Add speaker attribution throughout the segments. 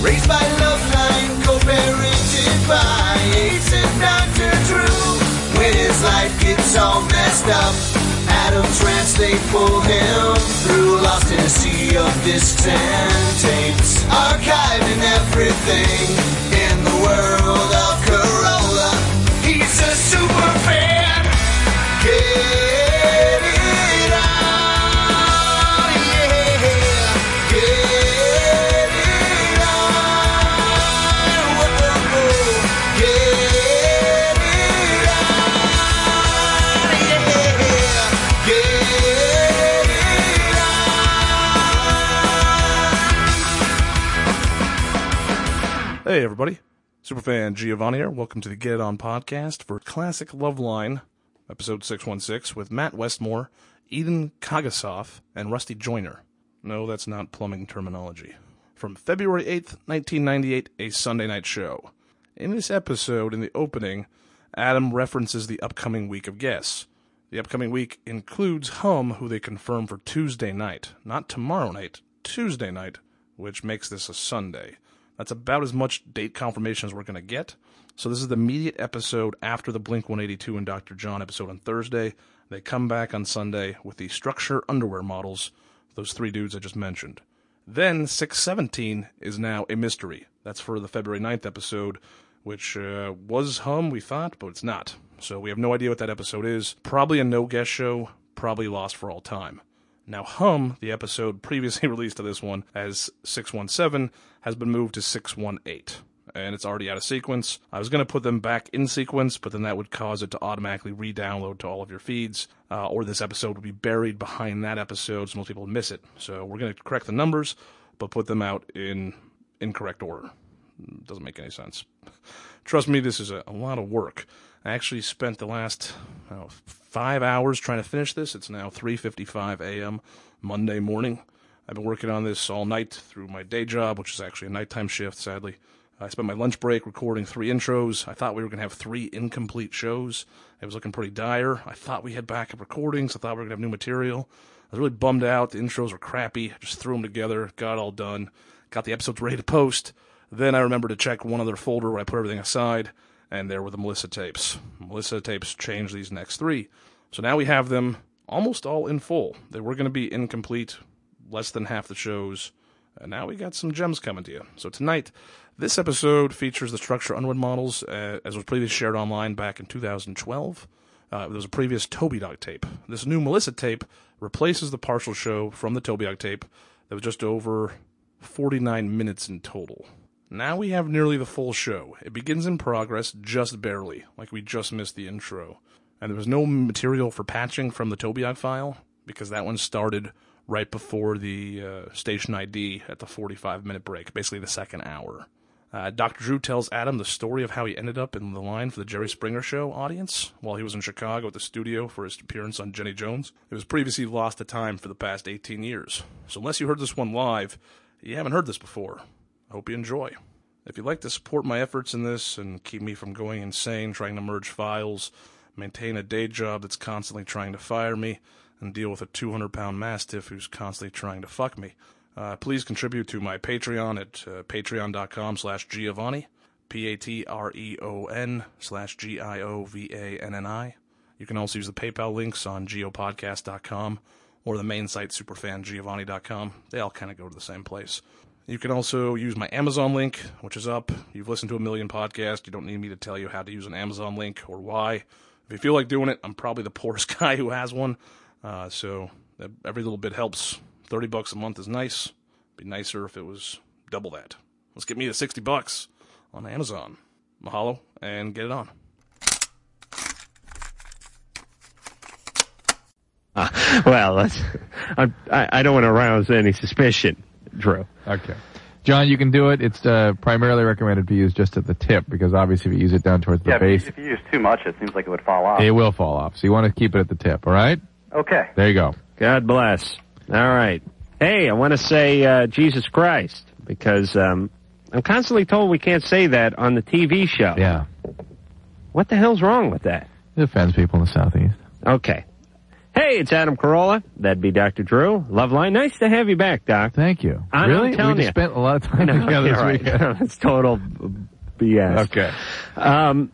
Speaker 1: Raised by love line, co-parented by AIDS and Dr. Drew. When his life gets all messed up, Adam's rants they pull him through. Lost in a sea of distant tapes, archiving everything in the world of Corolla. He's a super fan. Get it on, yeah. Get it on, whoa. Get it on, yeah. Get it
Speaker 2: Hey, everybody. Superfan Giovanni here. Welcome to the Get It On podcast for Classic Love Line, episode 616, with Matt Westmore, Eden Kagasov, and Rusty Joyner. No, that's not plumbing terminology. From February 8th, 1998, a Sunday night show. In this episode, in the opening, Adam references the upcoming week of guests. The upcoming week includes Hum, who they confirm for Tuesday night, not tomorrow night, Tuesday night, which makes this a Sunday. That's about as much date confirmation as we're going to get. So this is the immediate episode after the Blink 182 and Dr. John episode on Thursday. They come back on Sunday with the structure underwear models, those three dudes I just mentioned. Then 617 is now a mystery. That's for the February 9th episode, which uh, was hum, we thought, but it's not. So we have no idea what that episode is. Probably a no guest show, probably lost for all time. Now, Hum, the episode previously released to this one as 617, has been moved to 618. And it's already out of sequence. I was going to put them back in sequence, but then that would cause it to automatically re download to all of your feeds, uh, or this episode would be buried behind that episode, so most people would miss it. So we're going to correct the numbers, but put them out in incorrect order doesn't make any sense. Trust me, this is a, a lot of work. I actually spent the last oh, five hours trying to finish this. It's now 3:55 a.m. Monday morning. I've been working on this all night through my day job, which is actually a nighttime shift. Sadly, Uh, I spent my lunch break recording three intros. I thought we were going to have three incomplete shows. It was looking pretty dire. I thought we had backup recordings. I thought we were going to have new material. I was really bummed out. The intros were crappy. I just threw them together, got it all done, got the episodes ready to post. Then I remembered to check one other folder where I put everything aside, and there were the Melissa tapes. Melissa tapes changed these next three. So now we have them almost all in full. They were going to be incomplete, less than half the shows. And now we got some gems coming to you. So tonight, this episode features the structure Unwood models, uh, as was previously shared online back in 2012. Uh, there was a previous Toby Dog tape. This new Melissa tape replaces the partial show from the Toby Dog tape that was just over 49 minutes in total. Now we have nearly the full show. It begins in progress, just barely, like we just missed the intro. And there was no material for patching from the Tobiag file, because that one started right before the uh, station ID at the 45 minute break, basically the second hour. Uh, Dr. Drew tells Adam the story of how he ended up in the line for the Jerry Springer Show audience while he was in Chicago at the studio for his appearance on Jenny Jones. It was previously lost to time for the past 18 years. So, unless you heard this one live, you haven't heard this before. I hope you enjoy. If you'd like to support my efforts in this and keep me from going insane trying to merge files, maintain a day job that's constantly trying to fire me, and deal with a 200 pound mastiff who's constantly trying to fuck me, uh, please contribute to my Patreon at uh, patreon.com slash Giovanni, P A T R E O N slash G I O V A N N I. You can also use the PayPal links on geopodcast.com or the main site superfangiovanni.com. They all kind of go to the same place. You can also use my Amazon link, which is up. You've listened to a million podcasts. You don't need me to tell you how to use an Amazon link or why. If you feel like doing it, I'm probably the poorest guy who has one. Uh, so that- every little bit helps. 30 bucks a month is nice. Be nicer if it was double that. Let's get me to 60 bucks on Amazon. Mahalo and get it on.
Speaker 3: Well, that's, I'm, I, I don't want to arouse any suspicion, Drew.
Speaker 4: Okay. John, you can do it. It's uh, primarily recommended to use just at the tip because obviously if you use it down towards the
Speaker 5: Yeah, if you-
Speaker 4: base,
Speaker 5: if you use too much, it seems like it would fall off.
Speaker 4: it will fall off. So you want to keep it at the tip, all right?
Speaker 5: Okay.
Speaker 4: There you go.
Speaker 3: God bless. All right. Hey, I want to say uh, Jesus Christ because um, I'm constantly told we can't say that on the TV show.
Speaker 4: Yeah.
Speaker 3: What the hell's wrong with that?
Speaker 4: It offends people in the southeast.
Speaker 3: Okay. Hey, it's Adam Carolla. That'd be Dr. Drew. Loveline, nice to have you back, Doc.
Speaker 4: Thank you.
Speaker 3: I know, I'm
Speaker 4: really?
Speaker 3: telling
Speaker 4: we just
Speaker 3: you.
Speaker 4: spent a lot of time together
Speaker 3: you're
Speaker 4: this
Speaker 3: right.
Speaker 4: weekend.
Speaker 3: That's total BS.
Speaker 4: Okay.
Speaker 3: Um,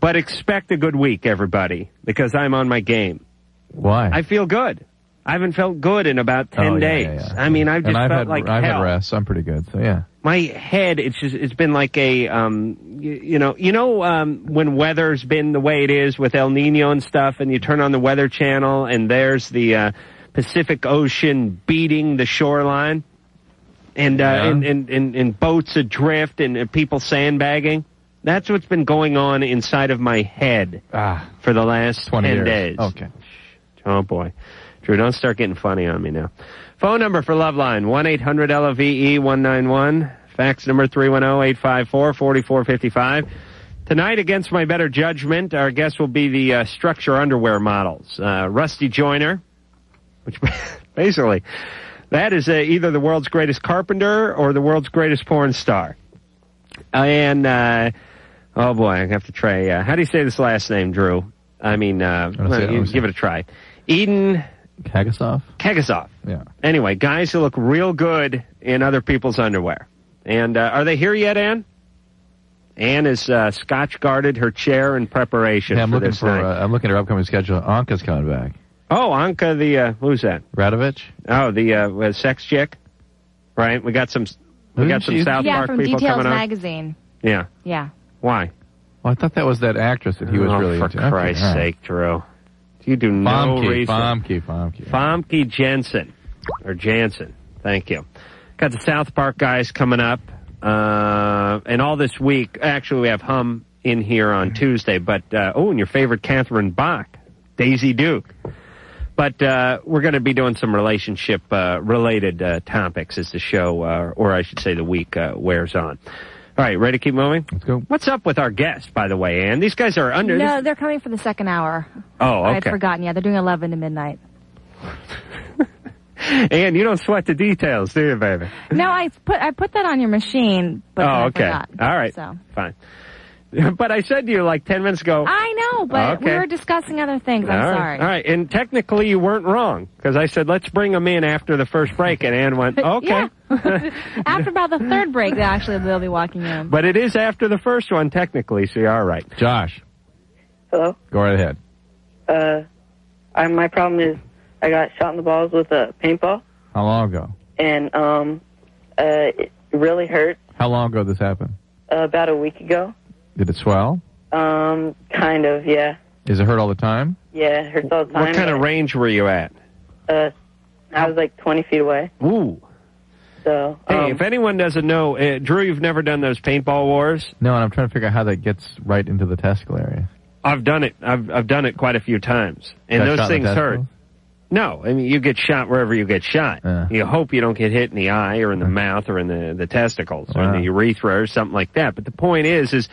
Speaker 3: but expect a good week, everybody, because I'm on my game.
Speaker 4: Why?
Speaker 3: I feel good. I haven't felt good in about ten
Speaker 4: Oh, yeah,
Speaker 3: days.
Speaker 4: yeah, yeah.
Speaker 3: I mean, I've just
Speaker 4: and I've
Speaker 3: felt
Speaker 4: had,
Speaker 3: like
Speaker 4: I've
Speaker 3: hell.
Speaker 4: had rest. I'm pretty good. So yeah.
Speaker 3: My head, it's just, it's been like a, um, you, you know, you know, um, when weather's been the way it is with El Nino and stuff, and you turn on the Weather Channel, and there's the uh, Pacific Ocean beating the shoreline, and uh,
Speaker 4: Yeah.
Speaker 3: and, and, and and boats adrift, and uh, people sandbagging. That's what's been going on inside of my head
Speaker 4: Ah,
Speaker 3: for the last
Speaker 4: 20
Speaker 3: ten
Speaker 4: years.
Speaker 3: days.
Speaker 4: Okay.
Speaker 3: Oh boy. Drew, don't start getting funny on me now. Phone number for Loveline, E 1-800-LOVE-191. Fax number 310-854-4455. Tonight, against my better judgment, our guest will be the uh, structure underwear models. Uh, Rusty Joyner, which basically, that is uh, either the world's greatest carpenter or the world's greatest porn star. And, uh, oh boy, I have to try, uh, how do you say this last name, Drew? I mean, uh,
Speaker 4: don't see it, I
Speaker 3: you
Speaker 4: don't see
Speaker 3: give
Speaker 4: it.
Speaker 3: it a try. Eden
Speaker 4: Kagasov?
Speaker 3: Kegasov.
Speaker 4: Yeah.
Speaker 3: Anyway, guys who look real good in other people's underwear. And uh, are they here yet, Ann? Ann has uh, scotch guarded her chair in preparation
Speaker 4: Yeah, I'm
Speaker 3: for
Speaker 4: looking
Speaker 3: this
Speaker 4: for.
Speaker 3: night.
Speaker 4: Uh, I'm looking at her upcoming schedule. Anka's coming back.
Speaker 3: oh, Anka, the uh, who's that?
Speaker 4: Radovich.
Speaker 3: Oh, the uh, uh, sex chick, right? We got some. We
Speaker 4: Who
Speaker 3: got
Speaker 4: is
Speaker 3: some
Speaker 4: she?
Speaker 3: South
Speaker 6: yeah,
Speaker 3: Park
Speaker 6: from
Speaker 3: people
Speaker 6: Details
Speaker 3: coming on.
Speaker 6: Magazine.
Speaker 3: yeah.
Speaker 6: Yeah.
Speaker 3: Why?
Speaker 4: Well, I thought that was that actress that he was
Speaker 3: oh,
Speaker 4: really
Speaker 3: for
Speaker 4: into. Okay,
Speaker 3: Christ's
Speaker 4: all right.
Speaker 3: sake, Drew. You do no
Speaker 4: Bomke,
Speaker 3: research.
Speaker 4: Bomke, Bomke.
Speaker 3: Fomke Jensen or Jansen. Thank you. Got the South Park guys coming up, uh, and all this week. Actually, we have Hum in here
Speaker 4: Mm-hmm.
Speaker 3: on Tuesday, but uh, oh, and your favorite Catherine Bach, Daisy Duke. But uh, we're going to be doing some relationship uh, related uh, topics as the show, uh, or I should say, the week uh, wears on. All right, ready to keep moving?
Speaker 4: Let's go.
Speaker 3: What's up with our guest, by the way, Ann? These guys are under.
Speaker 6: No,
Speaker 3: this-
Speaker 6: they're coming for the second hour.
Speaker 3: oh,
Speaker 6: I
Speaker 3: okay.
Speaker 6: had forgotten. Yeah, they're doing 11 to midnight.
Speaker 3: Ann, you don't sweat the details, do you, baby?
Speaker 6: No, I put I put that on your machine, but then I
Speaker 3: Oh, okay.
Speaker 6: forgot.
Speaker 3: All right.
Speaker 6: So
Speaker 3: Fine. But I said to you like 10 minutes ago.
Speaker 6: I know, but
Speaker 3: Okay.
Speaker 6: we were discussing other things. I'm
Speaker 3: all right,
Speaker 6: sorry.
Speaker 3: All right. And technically, you weren't wrong because I said, let's bring them in after the first break. And Ann went, okay.
Speaker 6: Yeah. After about the third break, they actually they'll be walking in.
Speaker 3: But it is after the first one, technically, so you're all right.
Speaker 4: Josh,
Speaker 7: Hello.
Speaker 4: go right ahead.
Speaker 7: Uh, I, my problem is I got shot in the balls with a paintball,
Speaker 4: How long ago?
Speaker 7: and um, uh, it really hurt
Speaker 4: How long ago this happened?
Speaker 7: uh, about a week ago.
Speaker 4: Did it swell?
Speaker 7: Um, kind of, yeah,
Speaker 4: Is it hurt all the time?
Speaker 7: yeah, it hurts all the time.
Speaker 3: What kind of range were you at?
Speaker 7: Uh, I was like 20 feet away.
Speaker 3: Ooh.
Speaker 7: So,
Speaker 3: Hey,
Speaker 7: um,
Speaker 3: if anyone doesn't know, uh, Drew, you've never done those paintball wars.
Speaker 4: No, and I'm trying to figure out how that gets right into the testicle area.
Speaker 3: I've done it. I've, I've done it quite a few times. And
Speaker 4: Got
Speaker 3: those
Speaker 4: shot in
Speaker 3: things
Speaker 4: the
Speaker 3: hurt.
Speaker 4: testicles?
Speaker 3: No, I mean you get shot wherever you get shot.
Speaker 4: Yeah.
Speaker 3: You hope you don't get hit in the eye or in the mouth or in the, the testicles or in
Speaker 4: Wow.
Speaker 3: the urethra or something like that. But the point is, is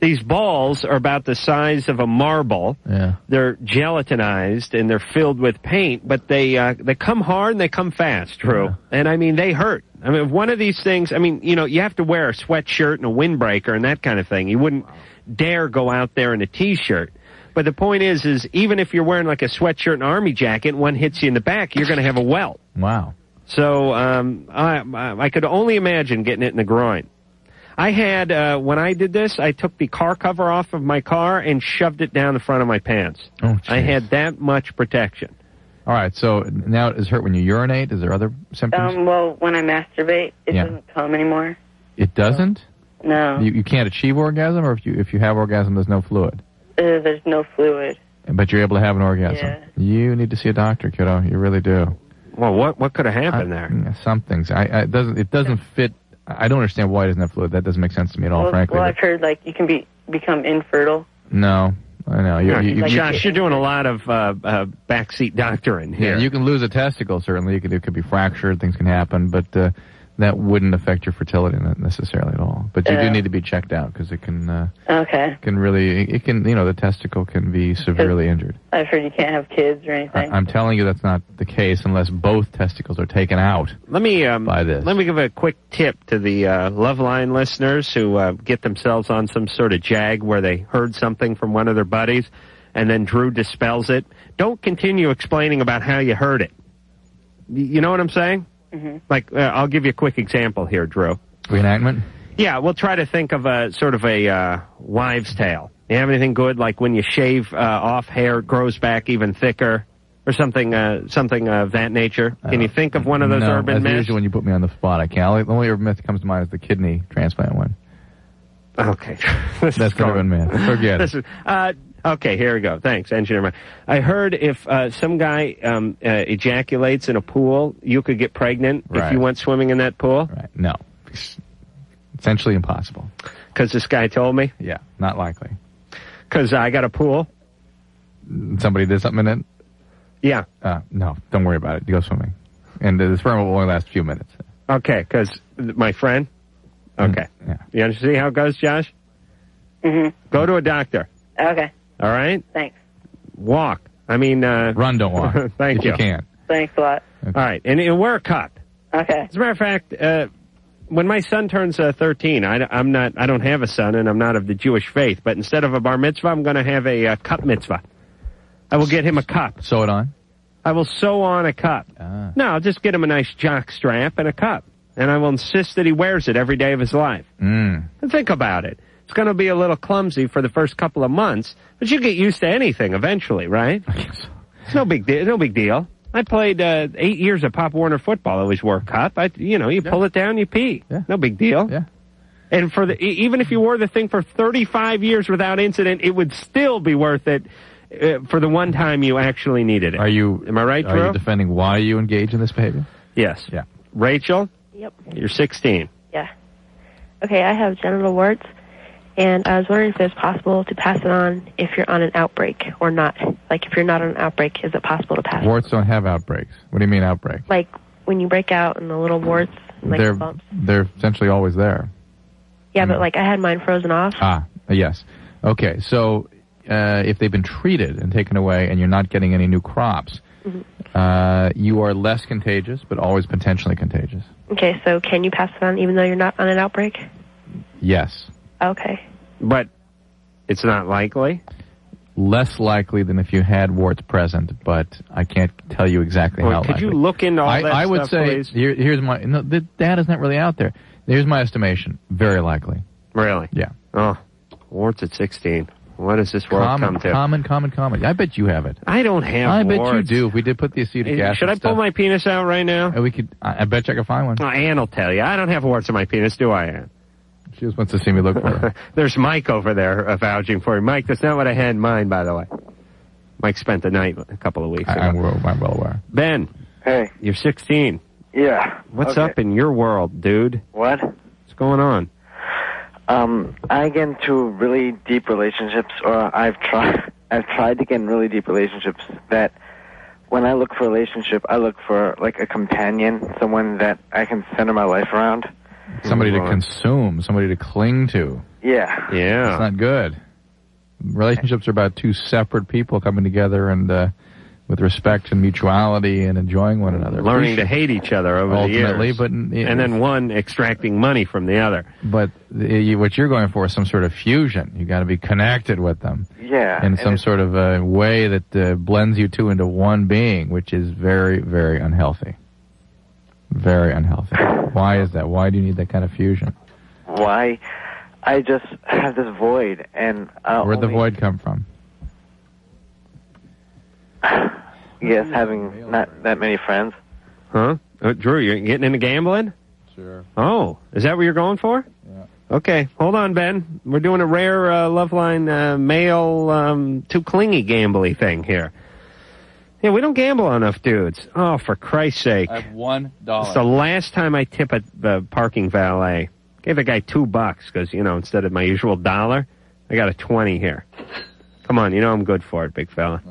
Speaker 3: these balls are about the size of a marble.
Speaker 4: Yeah.
Speaker 3: They're gelatinized and they're filled with paint, but they uh, they come hard and they come fast, Drew. And I mean they hurt. I mean if one of these things. I mean you know you have to wear a sweatshirt and a windbreaker and that kind of thing. You wouldn't dare go out there in a t-shirt. But the point is, is even if you're wearing like a sweatshirt and army jacket, and one hits you in the back, you're going to have a welt.
Speaker 4: Wow.
Speaker 3: So um, I, I I could only imagine getting it in the groin. I had uh, when I did this, I took the car cover off of my car and shoved it down the front of my pants.
Speaker 4: Oh,
Speaker 3: I
Speaker 4: jeez.
Speaker 3: had that much protection.
Speaker 4: All right. So now it is hurt when you urinate. Is there other symptoms?
Speaker 7: um, well, when I masturbate, it
Speaker 4: Yeah.
Speaker 7: doesn't come anymore.
Speaker 4: it doesn't.
Speaker 7: No,
Speaker 4: You, you can't achieve orgasm, or if you if you have orgasm, there's no fluid.
Speaker 7: uh, there's no fluid.
Speaker 4: But you're able to have an orgasm.
Speaker 7: Yeah.
Speaker 4: You need to see a doctor, kiddo. You really do.
Speaker 3: Well, what what could have happened
Speaker 4: I-
Speaker 3: there?
Speaker 4: yeah, Some things. I, I it doesn't. It doesn't fit. I don't understand why it doesn't have fluid. That doesn't make sense to me at all,
Speaker 7: well,
Speaker 4: frankly.
Speaker 7: well,
Speaker 4: but-
Speaker 7: I've heard like you can be become infertile.
Speaker 4: no, I know. You, you, you,
Speaker 7: Like-
Speaker 4: you-
Speaker 3: Josh, you're doing a lot of uh, uh, backseat doctoring here.
Speaker 4: yeah, you can lose a testicle. Certainly, you could. It could be fractured. Things can happen, but uh, that wouldn't affect your fertility ne- necessarily at all. But you do
Speaker 7: Yeah.
Speaker 4: need to be checked out because it can uh,
Speaker 7: Okay,
Speaker 4: can really. It can. You know, the testicle can be severely injured.
Speaker 7: I've heard you can't have kids or anything.
Speaker 4: I, I'm telling you, that's not the case unless both testicles are taken out.
Speaker 3: Let me um,
Speaker 4: Buy this.
Speaker 3: let me give a quick tip to the uh, Loveline listeners who uh, get themselves on some sort of jag where they heard something from one of their buddies, and then Drew dispels it. Don't continue explaining about how you heard it. Y- You know what I'm saying? Like, uh, I'll give you a quick example here, Drew.
Speaker 4: Reenactment?
Speaker 3: Yeah, we'll try to think of a sort of a uh, wives' tale. You have anything good like when you shave uh, off hair, it grows back even thicker, or something, uh, something of that nature? Can you think of one of those
Speaker 4: Uh, no,
Speaker 3: urban
Speaker 4: as
Speaker 3: myths?
Speaker 4: usual, when you put me on the spot, I can't. The only urban myth that comes to mind is the kidney transplant one.
Speaker 3: Okay,
Speaker 4: that's an urban myth. Forget it.
Speaker 3: This is- uh, okay, here we go. Thanks, engineer. Man. I heard if uh, some guy um, uh, ejaculates in a pool, you could get pregnant if
Speaker 4: Right.
Speaker 3: you went swimming in that pool.
Speaker 4: No, essentially impossible.
Speaker 3: Because this guy told me.
Speaker 4: Yeah, not likely.
Speaker 3: Because I got a pool.
Speaker 4: Somebody did something in it.
Speaker 3: Yeah.
Speaker 4: Uh, no, don't worry about it. You go swimming, and the sperm will only last a few minutes.
Speaker 3: Okay, because my friend. Okay.
Speaker 4: Yeah.
Speaker 3: You understand how it goes, Josh? Mm-hmm. Go to a doctor.
Speaker 7: Okay.
Speaker 3: All right.
Speaker 7: Thanks.
Speaker 3: Walk. I mean, uh,
Speaker 4: Run, don't walk.
Speaker 3: Thank
Speaker 4: if
Speaker 3: you.
Speaker 4: you can.
Speaker 7: Thanks a lot.
Speaker 3: all right, and, and wear a cup.
Speaker 7: Okay.
Speaker 3: As a matter of fact, uh, when my son turns uh, 13, I, I'm not, I don't have a son and I'm not of the Jewish faith, but instead of a bar mitzvah, I'm going to have a uh, cup mitzvah. I will get him a cup.
Speaker 4: Sew it on. Ah.
Speaker 3: I will sew on a cup. No, I'll just get him a nice jock strap and a cup. And I will insist that he wears it every day of his life.
Speaker 4: Mm.
Speaker 3: And think about it. It's going to be a little clumsy for the first couple of months, but you get used to anything eventually, right? It's no big deal. No big deal. I played uh, eight years of Pop Warner football. I always wore a cup. I, you know, you pull it down, you pee.
Speaker 4: Yeah.
Speaker 3: No big deal.
Speaker 4: Yeah.
Speaker 3: And for the e- even if you wore the thing for 35 years without incident, it would still be worth it uh, for the one time you actually needed it.
Speaker 4: Are you?
Speaker 3: Am I right,
Speaker 4: Are
Speaker 3: Drew?
Speaker 4: you defending why you engage in this behavior?
Speaker 3: yes.
Speaker 4: Yeah.
Speaker 3: Rachel,
Speaker 8: Yep.
Speaker 3: you're 16.
Speaker 8: Yeah. Okay, I have genital warts, and I was wondering if it's possible to pass it on if you're on an outbreak or not. Like, if you're not on an outbreak, is it possible to pass? it?
Speaker 4: Warts don't have outbreaks. What do you mean outbreak?
Speaker 8: Like when you break out and the little warts, like
Speaker 4: they're
Speaker 8: bumps.
Speaker 4: they're essentially always there.
Speaker 8: Yeah, but like I had mine frozen off.
Speaker 4: Ah, yes. Okay, so uh, if they've been treated and taken away, and you're not getting any new crops,
Speaker 8: Mm-hmm.
Speaker 4: uh, you are less contagious, but always potentially contagious.
Speaker 8: Okay, so can you pass it on even though you're not on an outbreak?
Speaker 4: Yes,
Speaker 8: Okay.
Speaker 3: But it's not likely.
Speaker 4: less likely than if you had warts present, but I can't tell you exactly
Speaker 3: Boy,
Speaker 4: how.
Speaker 3: could you
Speaker 4: likely.
Speaker 3: look into all
Speaker 4: I,
Speaker 3: that
Speaker 4: I would
Speaker 3: stuff,
Speaker 4: say
Speaker 3: please?
Speaker 4: here, here's my no, the data's not really out there. Here's my estimation: very likely.
Speaker 3: Really?
Speaker 4: Yeah,
Speaker 3: Oh, warts at 16. What does this world
Speaker 4: common,
Speaker 3: come to?
Speaker 4: common, common, common. I bet you have it.
Speaker 3: I don't have
Speaker 4: I bet
Speaker 3: warts.
Speaker 4: you do. If we did put the acetic acid,
Speaker 3: Should I pull
Speaker 4: stuff-
Speaker 3: my penis out right now?
Speaker 4: Uh, We could. I, I bet you I could find one.
Speaker 3: Oh, Ann will tell you. I don't have warts on my penis, do I, Ann?
Speaker 4: She just wants to see me look for her.
Speaker 3: There's Mike over there uh, vouching for you. Mike, that's not what I had in mind, by the way. Mike spent the night a couple of weeks
Speaker 4: I,
Speaker 3: ago.
Speaker 4: I'm, well, I'm well aware.
Speaker 3: ben,
Speaker 5: Hey,
Speaker 3: you're 16.
Speaker 5: yeah.
Speaker 3: What's
Speaker 5: Okay.
Speaker 3: up in your world, dude?
Speaker 5: What?
Speaker 3: What's going on?
Speaker 5: Um, I get into really deep relationships, or I've tried. I've tried to get in really deep relationships that, when I look for a relationship, I look for like a companion, someone that I can center my life around.
Speaker 4: Somebody to
Speaker 5: Lord.
Speaker 4: consume, somebody to cling to.
Speaker 5: Yeah.
Speaker 4: It's
Speaker 3: Yeah.
Speaker 4: not good. Relationships are about two separate people coming together and uh, with respect and mutuality and enjoying one another.
Speaker 3: Learning to hate each other over
Speaker 4: Ultimately,
Speaker 3: the years.
Speaker 4: but n- it-
Speaker 3: and then one extracting money from the other.
Speaker 4: But the, you, what you're going for is some sort of fusion. You got to be connected with them
Speaker 5: Yeah.
Speaker 4: in
Speaker 5: and
Speaker 4: some
Speaker 5: it's-
Speaker 4: sort of a way that uh, blends you two into one being, which is very, very unhealthy. Very unhealthy. Why is that? Why do you need that kind of fusion?
Speaker 5: why I just have this void and uh,
Speaker 4: Where'd the
Speaker 5: only-
Speaker 4: void come from?
Speaker 5: Yes, having not that many friends.
Speaker 3: Huh? Uh, Drew, you're getting into gambling?
Speaker 4: Sure.
Speaker 3: Oh, is that what you're going for? Yeah. Okay, hold on, Ben. We're doing a rare uh, Loveline uh, male um, too clingy gambly thing here. Yeah, we don't gamble enough, dudes. Oh, for Christ's sake!
Speaker 4: have one
Speaker 3: It's the
Speaker 4: dollar.
Speaker 3: last time I tip a the parking valet. Gave the guy two bucks because you know instead of my usual dollar, I got a twenty here. Come on, you know I'm good for it, big fella.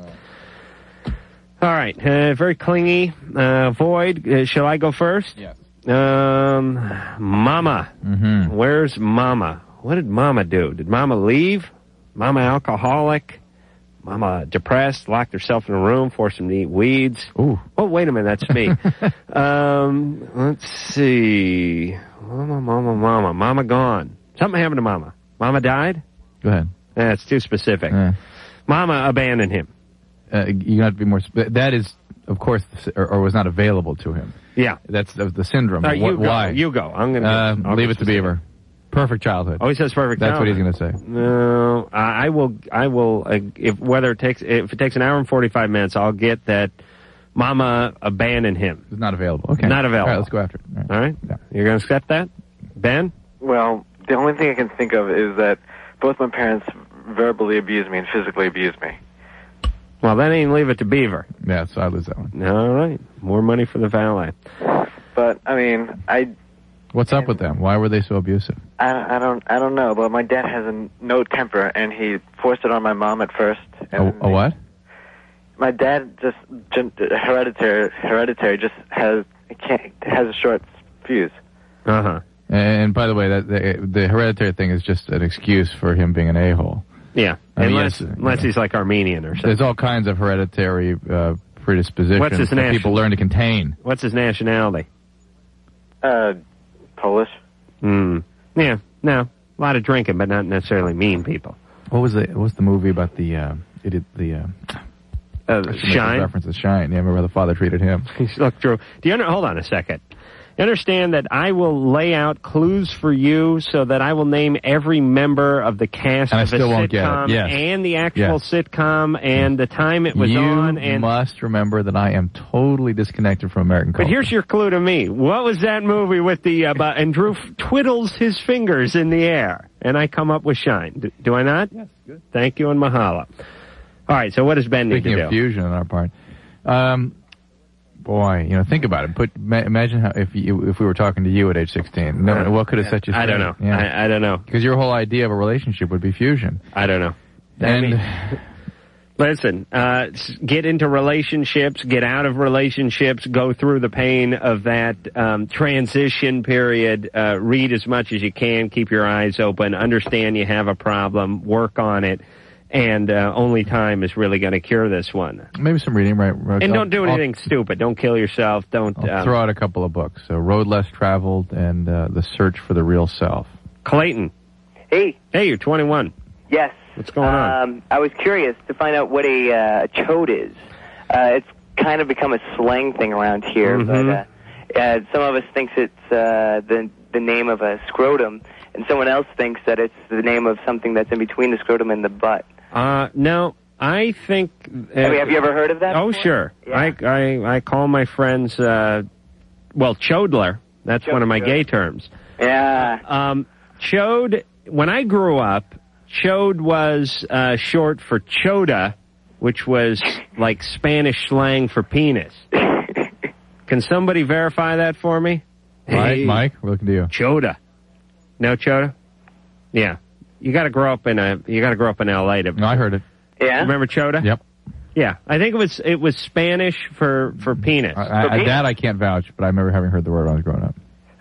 Speaker 3: All right, uh, very clingy. Uh, void. Uh, shall I go first?
Speaker 4: Yes.
Speaker 3: Um, Mama. Mm-hmm. Where's Mama? What did Mama do? Did Mama leave? Mama alcoholic? Mama depressed? Locked herself in a room? Forced him to eat weeds?
Speaker 4: Ooh.
Speaker 3: Oh, wait a minute, that's me. um, let's see. Mama, Mama, Mama, Mama gone. Something happened to Mama. Mama died.
Speaker 4: Go ahead.
Speaker 3: That's too specific.
Speaker 4: Yeah.
Speaker 3: Mama abandoned him.
Speaker 4: Uh, you have to be more. Sp- that is, of course, the s- or, or was not available to him.
Speaker 3: Yeah.
Speaker 4: That's the, the syndrome.
Speaker 3: All right,
Speaker 4: Wh-
Speaker 3: you go.
Speaker 4: why?
Speaker 3: You go. I'm gonna.
Speaker 4: Uh,
Speaker 3: I'll
Speaker 4: leave
Speaker 3: go
Speaker 4: it to Beaver. Perfect childhood.
Speaker 3: Oh, he says perfect.
Speaker 4: That's what he's
Speaker 3: childhood.
Speaker 4: going to say.
Speaker 3: No, I I will. I will. Uh, if whether it takes if it takes an hour and forty five minutes, I'll get that. Mama abandoned him.
Speaker 4: It's not available. Okay.
Speaker 3: Not available.
Speaker 4: All right, let's go after it. All right.
Speaker 3: All right? You're going to accept that, Ben?
Speaker 9: Well, the only thing I can think of is that both my parents verbally abused me and physically abused me.
Speaker 3: Well, then ain't leave it to Beaver.
Speaker 4: Yeah, so I lose that one.
Speaker 3: All right. More money for the valet.
Speaker 9: But I mean, I
Speaker 4: What's up with them? Why were they so abusive?
Speaker 9: I, I don't I don't know, but my dad has a no temper, and he forced it on my mom at first.
Speaker 4: A, a what?
Speaker 9: My dad just gen- hereditary hereditary just has can't, has a short fuse.
Speaker 3: Uh huh.
Speaker 4: And by the way, that the, the hereditary thing is just an excuse for him being an a-hole.
Speaker 3: Yeah.
Speaker 4: I mean,
Speaker 3: unless
Speaker 4: Oh, yes,
Speaker 3: unless he's like Armenian or something.
Speaker 4: There's all kinds of hereditary uh, predispositions
Speaker 3: What's his
Speaker 4: that
Speaker 3: nation-
Speaker 4: people learn to contain.
Speaker 3: What's his nationality?
Speaker 9: Uh, Polish.
Speaker 3: Hmm. Yeah. No. A lot of drinking, but not necessarily mean people.
Speaker 4: What was the What was the movie about the uh, idiot? The uh,
Speaker 3: Uh,
Speaker 4: make
Speaker 3: shine.
Speaker 4: references Shine. Yeah, remember how the father treated him.
Speaker 3: Look, Drew. Do you under, hold on a second? You understand that I will lay out clues for you so that I will name every member of the cast
Speaker 4: And I
Speaker 3: of a
Speaker 4: still won't get it.
Speaker 3: sitcom
Speaker 4: Yes.
Speaker 3: and the actual sitcom and the time it was
Speaker 4: you
Speaker 3: on and
Speaker 4: must remember that I am totally disconnected from American culture.
Speaker 3: But here's your clue to me. What was that movie with the uh, bu- and Drew f- twiddles his fingers in the air, and I come up with Shine. D- do I not? Yes. Good. Thank you and mahalo. All right. So what does Ben
Speaker 4: Speaking
Speaker 3: need to
Speaker 4: of
Speaker 3: do?
Speaker 4: fusion on our part, um, boy, you know, think about it. Put ma- imagine how if you, if we were talking to you at age sixteen, no,
Speaker 3: Uh,
Speaker 4: what could have set you? Straight?
Speaker 3: I don't know.
Speaker 4: Yeah,
Speaker 3: I, I don't know.
Speaker 4: because your whole idea of a relationship would be fusion.
Speaker 3: I don't know. I
Speaker 4: And
Speaker 3: mean- Listen, uh, s- get into relationships, get out of relationships, go through the pain of that um, transition period. Uh, read as much as you can, keep your eyes open, understand you have a problem, work on it, and uh, only time is really going to cure this one.
Speaker 4: maybe some reading, right? right
Speaker 3: And
Speaker 4: I'll-
Speaker 3: don't do
Speaker 4: I'll-
Speaker 3: anything stupid. Don't kill yourself. Don't.
Speaker 4: I'll
Speaker 3: um,
Speaker 4: throw out a couple of books: so Road Less Traveled and uh, The Search for the Real Self.
Speaker 3: Clayton,
Speaker 10: Hey,
Speaker 3: hey, you're 21.
Speaker 10: yes.
Speaker 3: What's going on?
Speaker 10: Um, I was curious to find out what a uh, chode is. Uh, it's kind of become a slang thing around here,
Speaker 3: Mm-hmm.
Speaker 10: but uh, uh, some of us thinks it's uh, the the name of a scrotum, and someone else thinks that it's the name of something that's in between the scrotum and the butt.
Speaker 3: Uh, no, I think. Uh,
Speaker 10: I mean, have you ever heard of that?
Speaker 3: Oh
Speaker 10: before?
Speaker 3: sure,
Speaker 10: Yeah.
Speaker 3: I, I I call my friends uh, well chodler. That's one of my
Speaker 10: Chodler.
Speaker 3: gay terms.
Speaker 10: Yeah.
Speaker 3: Um, chode. When I grew up, chode was uh, short for choda, which was like Spanish slang for penis. Can somebody verify that for me?
Speaker 4: Right,
Speaker 3: Hey,
Speaker 4: Mike, we're looking to you.
Speaker 3: Choda. No choda. Yeah, you got to grow up in a you got to grow up in L.A. to
Speaker 4: No, I heard it.
Speaker 10: yeah.
Speaker 3: remember choda.
Speaker 4: Yep,
Speaker 3: Yeah, I think it was it was Spanish for for penis.
Speaker 4: I, I,
Speaker 10: Okay.
Speaker 4: that I can't vouch, but I remember having heard the word when I was growing up.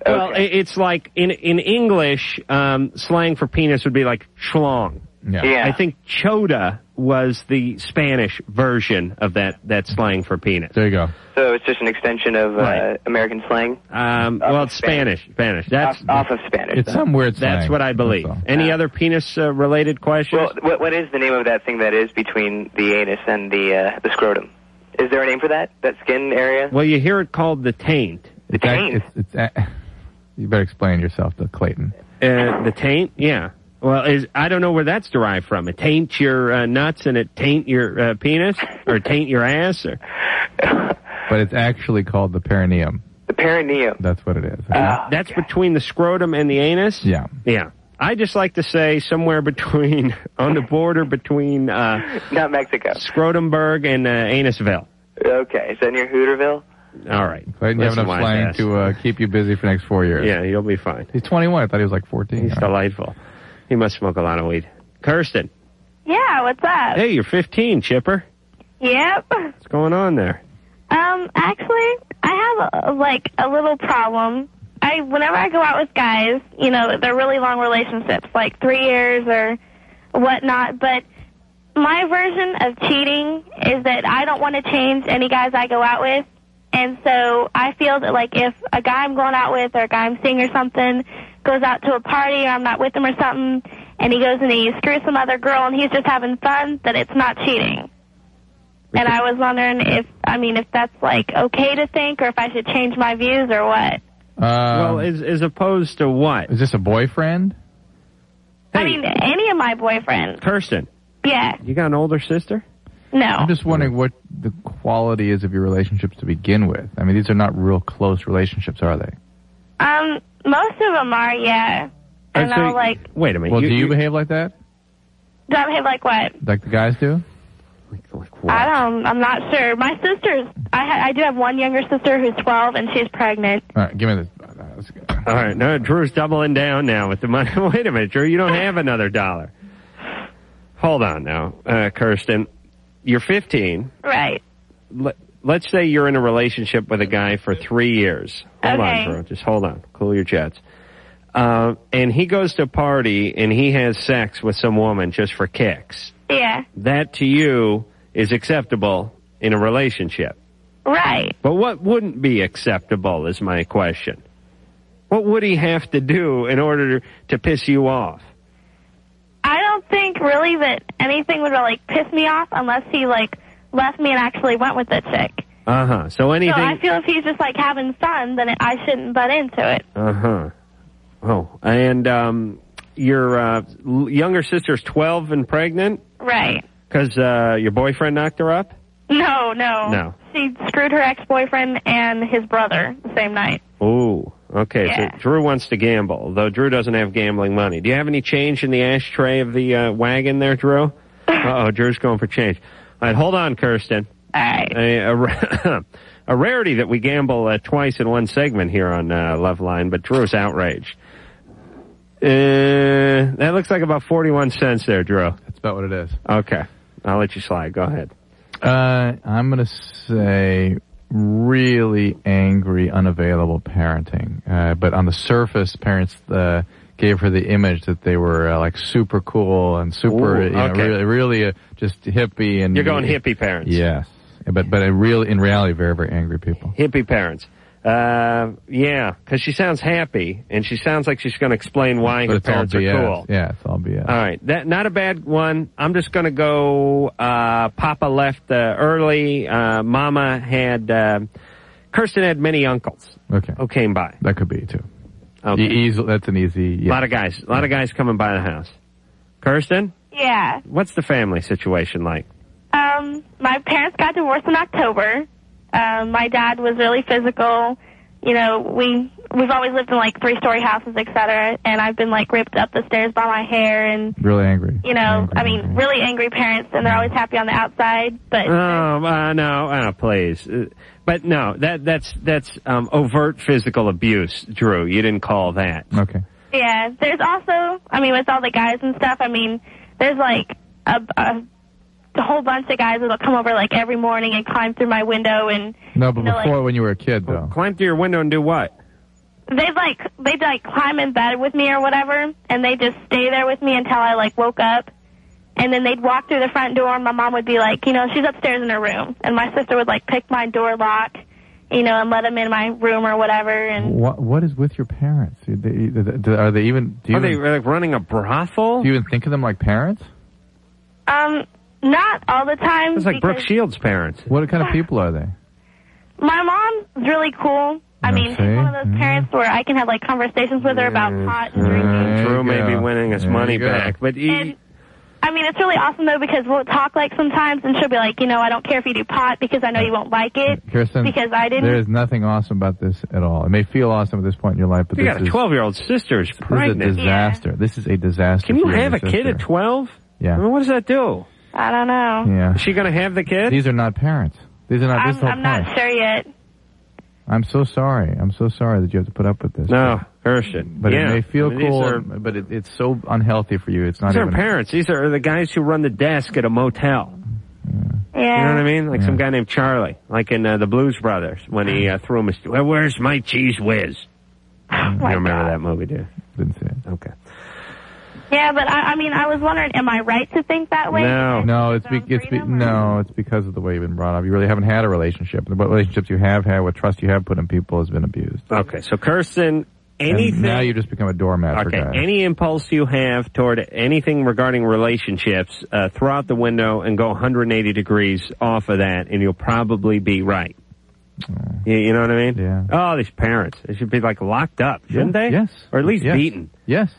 Speaker 3: Well, i- it's like in in English, um, slang for penis would be like schlong.
Speaker 10: Yeah.
Speaker 3: I think choda was the Spanish version of that that slang for penis.
Speaker 4: There you go.
Speaker 10: So it's just an extension of uh,
Speaker 3: Right.
Speaker 10: American slang,
Speaker 3: Um,
Speaker 10: Off
Speaker 3: well,
Speaker 10: of
Speaker 3: it's Spanish. Spanish. That's
Speaker 10: off, off of Spanish.
Speaker 4: It's some weird.
Speaker 3: that's
Speaker 4: slang,
Speaker 3: what I believe.
Speaker 4: that's all.
Speaker 3: Any other penis uh, related questions?
Speaker 10: Well, what, what is the name of that thing that is between the anus and the uh, the scrotum? Is there a name for that? That skin area?
Speaker 3: Well, you hear it called the taint.
Speaker 10: The
Speaker 4: It's act-
Speaker 10: taint.
Speaker 4: It's, it's, a- you better explain yourself to Clayton.
Speaker 3: Uh, the taint, yeah. Well, is I don't know where that's derived from. It taint your uh, nuts and it taint your uh, penis or taint your ass or
Speaker 4: But it's actually called the perineum.
Speaker 10: The perineum. Ah,
Speaker 4: That's what it is.
Speaker 3: That's between the scrotum and the anus.
Speaker 4: yeah.
Speaker 3: Yeah. I just like to say somewhere between, on the border between uh,
Speaker 10: Not Mexico.
Speaker 3: Scrotumburg and uh, Anusville.
Speaker 10: Okay, is that near Hooterville?
Speaker 3: All right.
Speaker 4: Clayton, you have
Speaker 3: Listen,
Speaker 4: enough
Speaker 3: wise
Speaker 4: slang
Speaker 3: ass.
Speaker 4: to uh, keep you busy for the next four years.
Speaker 3: Yeah, you'll be fine.
Speaker 4: He's 21. I thought he was like 14.
Speaker 3: He's
Speaker 4: All right.
Speaker 3: delightful. He must smoke a lot of weed. Kirsten.
Speaker 11: Yeah, what's up?
Speaker 3: Hey, you're 15, Chipper.
Speaker 11: Yep.
Speaker 3: What's going on there?
Speaker 11: Um, actually, I have a, like a little problem. I whenever I go out with guys, you know, they're really long relationships, like three years or whatnot. But my version of cheating is that I don't want to change any guys I go out with, and so I feel that like if a guy I'm going out with or a guy I'm seeing or something goes out to a party or I'm not with them or something, and he goes and he screws some other girl and he's just having fun, that it's not cheating. And I was wondering if, I mean, if that's like okay to think or if I should change my views or what.
Speaker 3: well, as, as opposed to what?
Speaker 4: Um, Is this a boyfriend?
Speaker 11: I mean, any of my boyfriends.
Speaker 3: Kirsten,
Speaker 11: Yeah,
Speaker 3: you got an older sister?
Speaker 11: no.
Speaker 4: I'm just wondering what the quality is of your relationships to begin with. I mean, these are not real close relationships, are they?
Speaker 11: Um, most of them are, yeah. And
Speaker 4: so
Speaker 11: I'll
Speaker 4: you-
Speaker 11: like,
Speaker 3: Wait a minute.
Speaker 4: Well,
Speaker 3: you-
Speaker 4: do you,
Speaker 3: you-
Speaker 4: behave like that?
Speaker 11: do I behave like what?
Speaker 4: Like the guys do?
Speaker 11: I don't. I'm not sure. My sister's. I ha- I do have one younger sister who's 12 and she's pregnant.
Speaker 4: All right, give me this.
Speaker 3: All right, no, Drew's doubling down now with the money. Wait a minute, Drew, you don't have another dollar. Hold on now, uh, Kirsten. You're 15.
Speaker 11: Right.
Speaker 3: Let, let's say you're in a relationship with a guy for three years. Hold
Speaker 11: Okay.
Speaker 3: on, Drew. Just hold on. Cool your jets. Uh, and he goes to a party and he has sex with some woman just for kicks.
Speaker 11: Yeah.
Speaker 3: That to you is acceptable in a relationship.
Speaker 11: Right.
Speaker 3: But what wouldn't be acceptable is my question. What would he have to do in order to piss you off?
Speaker 11: I don't think really that anything would really piss me off unless he like left me and actually went with the chick.
Speaker 3: Uh huh. So
Speaker 11: So I
Speaker 3: anything.
Speaker 11: feel if he's just like having fun, then it, I shouldn't butt into it.
Speaker 3: Uh huh. Oh, and um, your uh, l- younger sister's twelve and pregnant
Speaker 11: Right.
Speaker 3: because uh, your boyfriend knocked her up.
Speaker 11: No, no.
Speaker 3: No.
Speaker 11: She screwed her ex-boyfriend and his brother the same night.
Speaker 3: Ooh. Okay.
Speaker 11: Yeah.
Speaker 3: So Drew wants to gamble, though Drew doesn't have gambling money. Do you have any change in the ashtray of the uh, wagon there, Drew? Uh oh, Drew's going for change. All right, hold on, Kirsten.
Speaker 11: All right.
Speaker 3: A, a ra- a rarity that we gamble uh, twice in one segment here on uh, Loveline, but Drew's outraged. Uh, that looks like about 41 cents there, Drew. That's
Speaker 4: about what it is.
Speaker 3: Okay. I'll let you slide. Go ahead.
Speaker 4: Uh, I'm going to say really angry, unavailable parenting. Uh, but on the surface, parents uh, gave her the image that they were uh, like super cool and super,
Speaker 3: Ooh,
Speaker 4: you know,
Speaker 3: okay.
Speaker 4: really, really uh, just hippie. And
Speaker 3: You're going hippie parents.
Speaker 4: Yes, but but a real in reality, very very angry people.
Speaker 3: Hippie parents. Uh, yeah, because she sounds happy, and she sounds like she's going to explain why
Speaker 4: but
Speaker 3: her
Speaker 4: it's all
Speaker 3: parents are
Speaker 4: BS.
Speaker 3: cool.
Speaker 4: Yeah, it's all BS.
Speaker 3: All right, that not a bad one. I'm just going to go. Uh, Papa left uh, early. Uh, Mama had. Uh, Kirsten had many uncles.
Speaker 4: Okay.
Speaker 3: Who came by?
Speaker 4: That could be too.
Speaker 3: Okay.
Speaker 4: E- easy- that's an easy.
Speaker 3: A lot of guys. A lot of guys coming by the house. Kirsten,
Speaker 11: Yeah.
Speaker 3: what's the family situation like?
Speaker 11: Um, my parents got divorced in October. Um, my dad was really physical. You know, we we've always lived in like three story houses, et cetera, and I've been like ripped up the stairs by my hair and
Speaker 4: Really angry.
Speaker 11: you know, I mean, really angry parents and they're always happy on the outside, but
Speaker 3: Oh uh, no, uh, please. Uh, But no, that that's that's um, overt physical abuse, Drew. You didn't call that.
Speaker 4: Okay.
Speaker 11: yeah, there's also, I mean, with all the guys and stuff, I mean, there's like a, a, a whole bunch of guys that'll come over like every morning and climb through my window and
Speaker 4: No, but
Speaker 11: you know, like-
Speaker 4: before when you were a kid, though.
Speaker 3: Climb through your window and do what?
Speaker 11: they like they'd like climb in bed with me or whatever and they just stay there with me until I like woke up and then they'd walk through the front door and my mom would be like, you know, she's upstairs in her room and my sister would like pick my door lock, you know, and let them in my room or whatever and
Speaker 4: What What is with your parents? Are they, are they even? Do you
Speaker 3: Are they
Speaker 4: even-
Speaker 3: like running a brothel?
Speaker 4: do you even think of them like parents?
Speaker 11: um not all the time.
Speaker 3: It's like Brooke
Speaker 11: because
Speaker 3: Shields' parents.
Speaker 4: What kind of people are they?
Speaker 11: My mom's really cool. I mean, she's
Speaker 4: Okay.
Speaker 11: one of those parents where I can have like conversations with her about pot and
Speaker 4: There
Speaker 3: Uh, Drew
Speaker 4: you
Speaker 3: may be
Speaker 4: go.
Speaker 3: winning us
Speaker 4: There
Speaker 3: money
Speaker 4: you go.
Speaker 3: back, but he,
Speaker 11: I mean, it's really awesome though because we'll talk like sometimes, and she'll be like, you know, I don't care if you do pot because I know you won't like it
Speaker 4: Kirsten,
Speaker 11: because I didn't.
Speaker 4: There is nothing awesome about this at all. It may feel awesome at this point in your life, but
Speaker 3: you
Speaker 4: this
Speaker 3: got a
Speaker 4: is
Speaker 3: 12 year old sister who's
Speaker 4: this is a
Speaker 3: pregnant.
Speaker 4: disaster. This is a disaster.
Speaker 3: Can you
Speaker 4: for and
Speaker 3: have a
Speaker 4: your
Speaker 3: kid at
Speaker 4: sister.
Speaker 3: 12?
Speaker 4: Yeah.
Speaker 3: I mean, what does that do?
Speaker 11: I don't know.
Speaker 4: Yeah.
Speaker 3: Is she going to have the kid?
Speaker 4: These are not parents. These are not. this is
Speaker 11: I'm,
Speaker 4: the whole
Speaker 11: I'm not
Speaker 4: point.
Speaker 11: sure yet.
Speaker 4: I'm so sorry. I'm so sorry that you have to put up with this.
Speaker 3: No, Kirsten.
Speaker 4: But
Speaker 3: Yeah.
Speaker 4: it may feel
Speaker 3: I mean, these
Speaker 4: cool,
Speaker 3: are-
Speaker 4: but it, it's so unhealthy for you. It's not
Speaker 3: These
Speaker 4: even.
Speaker 3: aren't parents. These are the guys who run the desk at a motel.
Speaker 11: Yeah.
Speaker 3: You know what I mean? Like some guy named Charlie, like in uh, the Blues Brothers when he uh, threw him. A, well, where's my cheese whiz? you remember that movie, do you?
Speaker 4: Didn't see it.
Speaker 3: Okay.
Speaker 11: Yeah, but I, I mean, I was wondering, am I right to think that way?
Speaker 3: No.
Speaker 4: No, it's be, it's be, no, it's because of the way you've been brought up. You really haven't had a relationship. What relationships you have had, what trust you have put in people has been abused.
Speaker 3: Okay, so Kirsten
Speaker 4: And
Speaker 3: anything.
Speaker 4: now you just become a doormat
Speaker 3: Okay,
Speaker 4: for guys.
Speaker 3: any impulse you have toward anything regarding relationships, uh, throw out the window and go 180 degrees off of that, and you'll probably be right.
Speaker 4: Mm.
Speaker 3: You, you know what I mean? Yeah. Oh, these parents. They should be, like, locked up, shouldn't
Speaker 4: Yeah,
Speaker 3: they?
Speaker 4: Yes.
Speaker 3: Or at least
Speaker 4: Yes.
Speaker 3: beaten.
Speaker 4: Yes.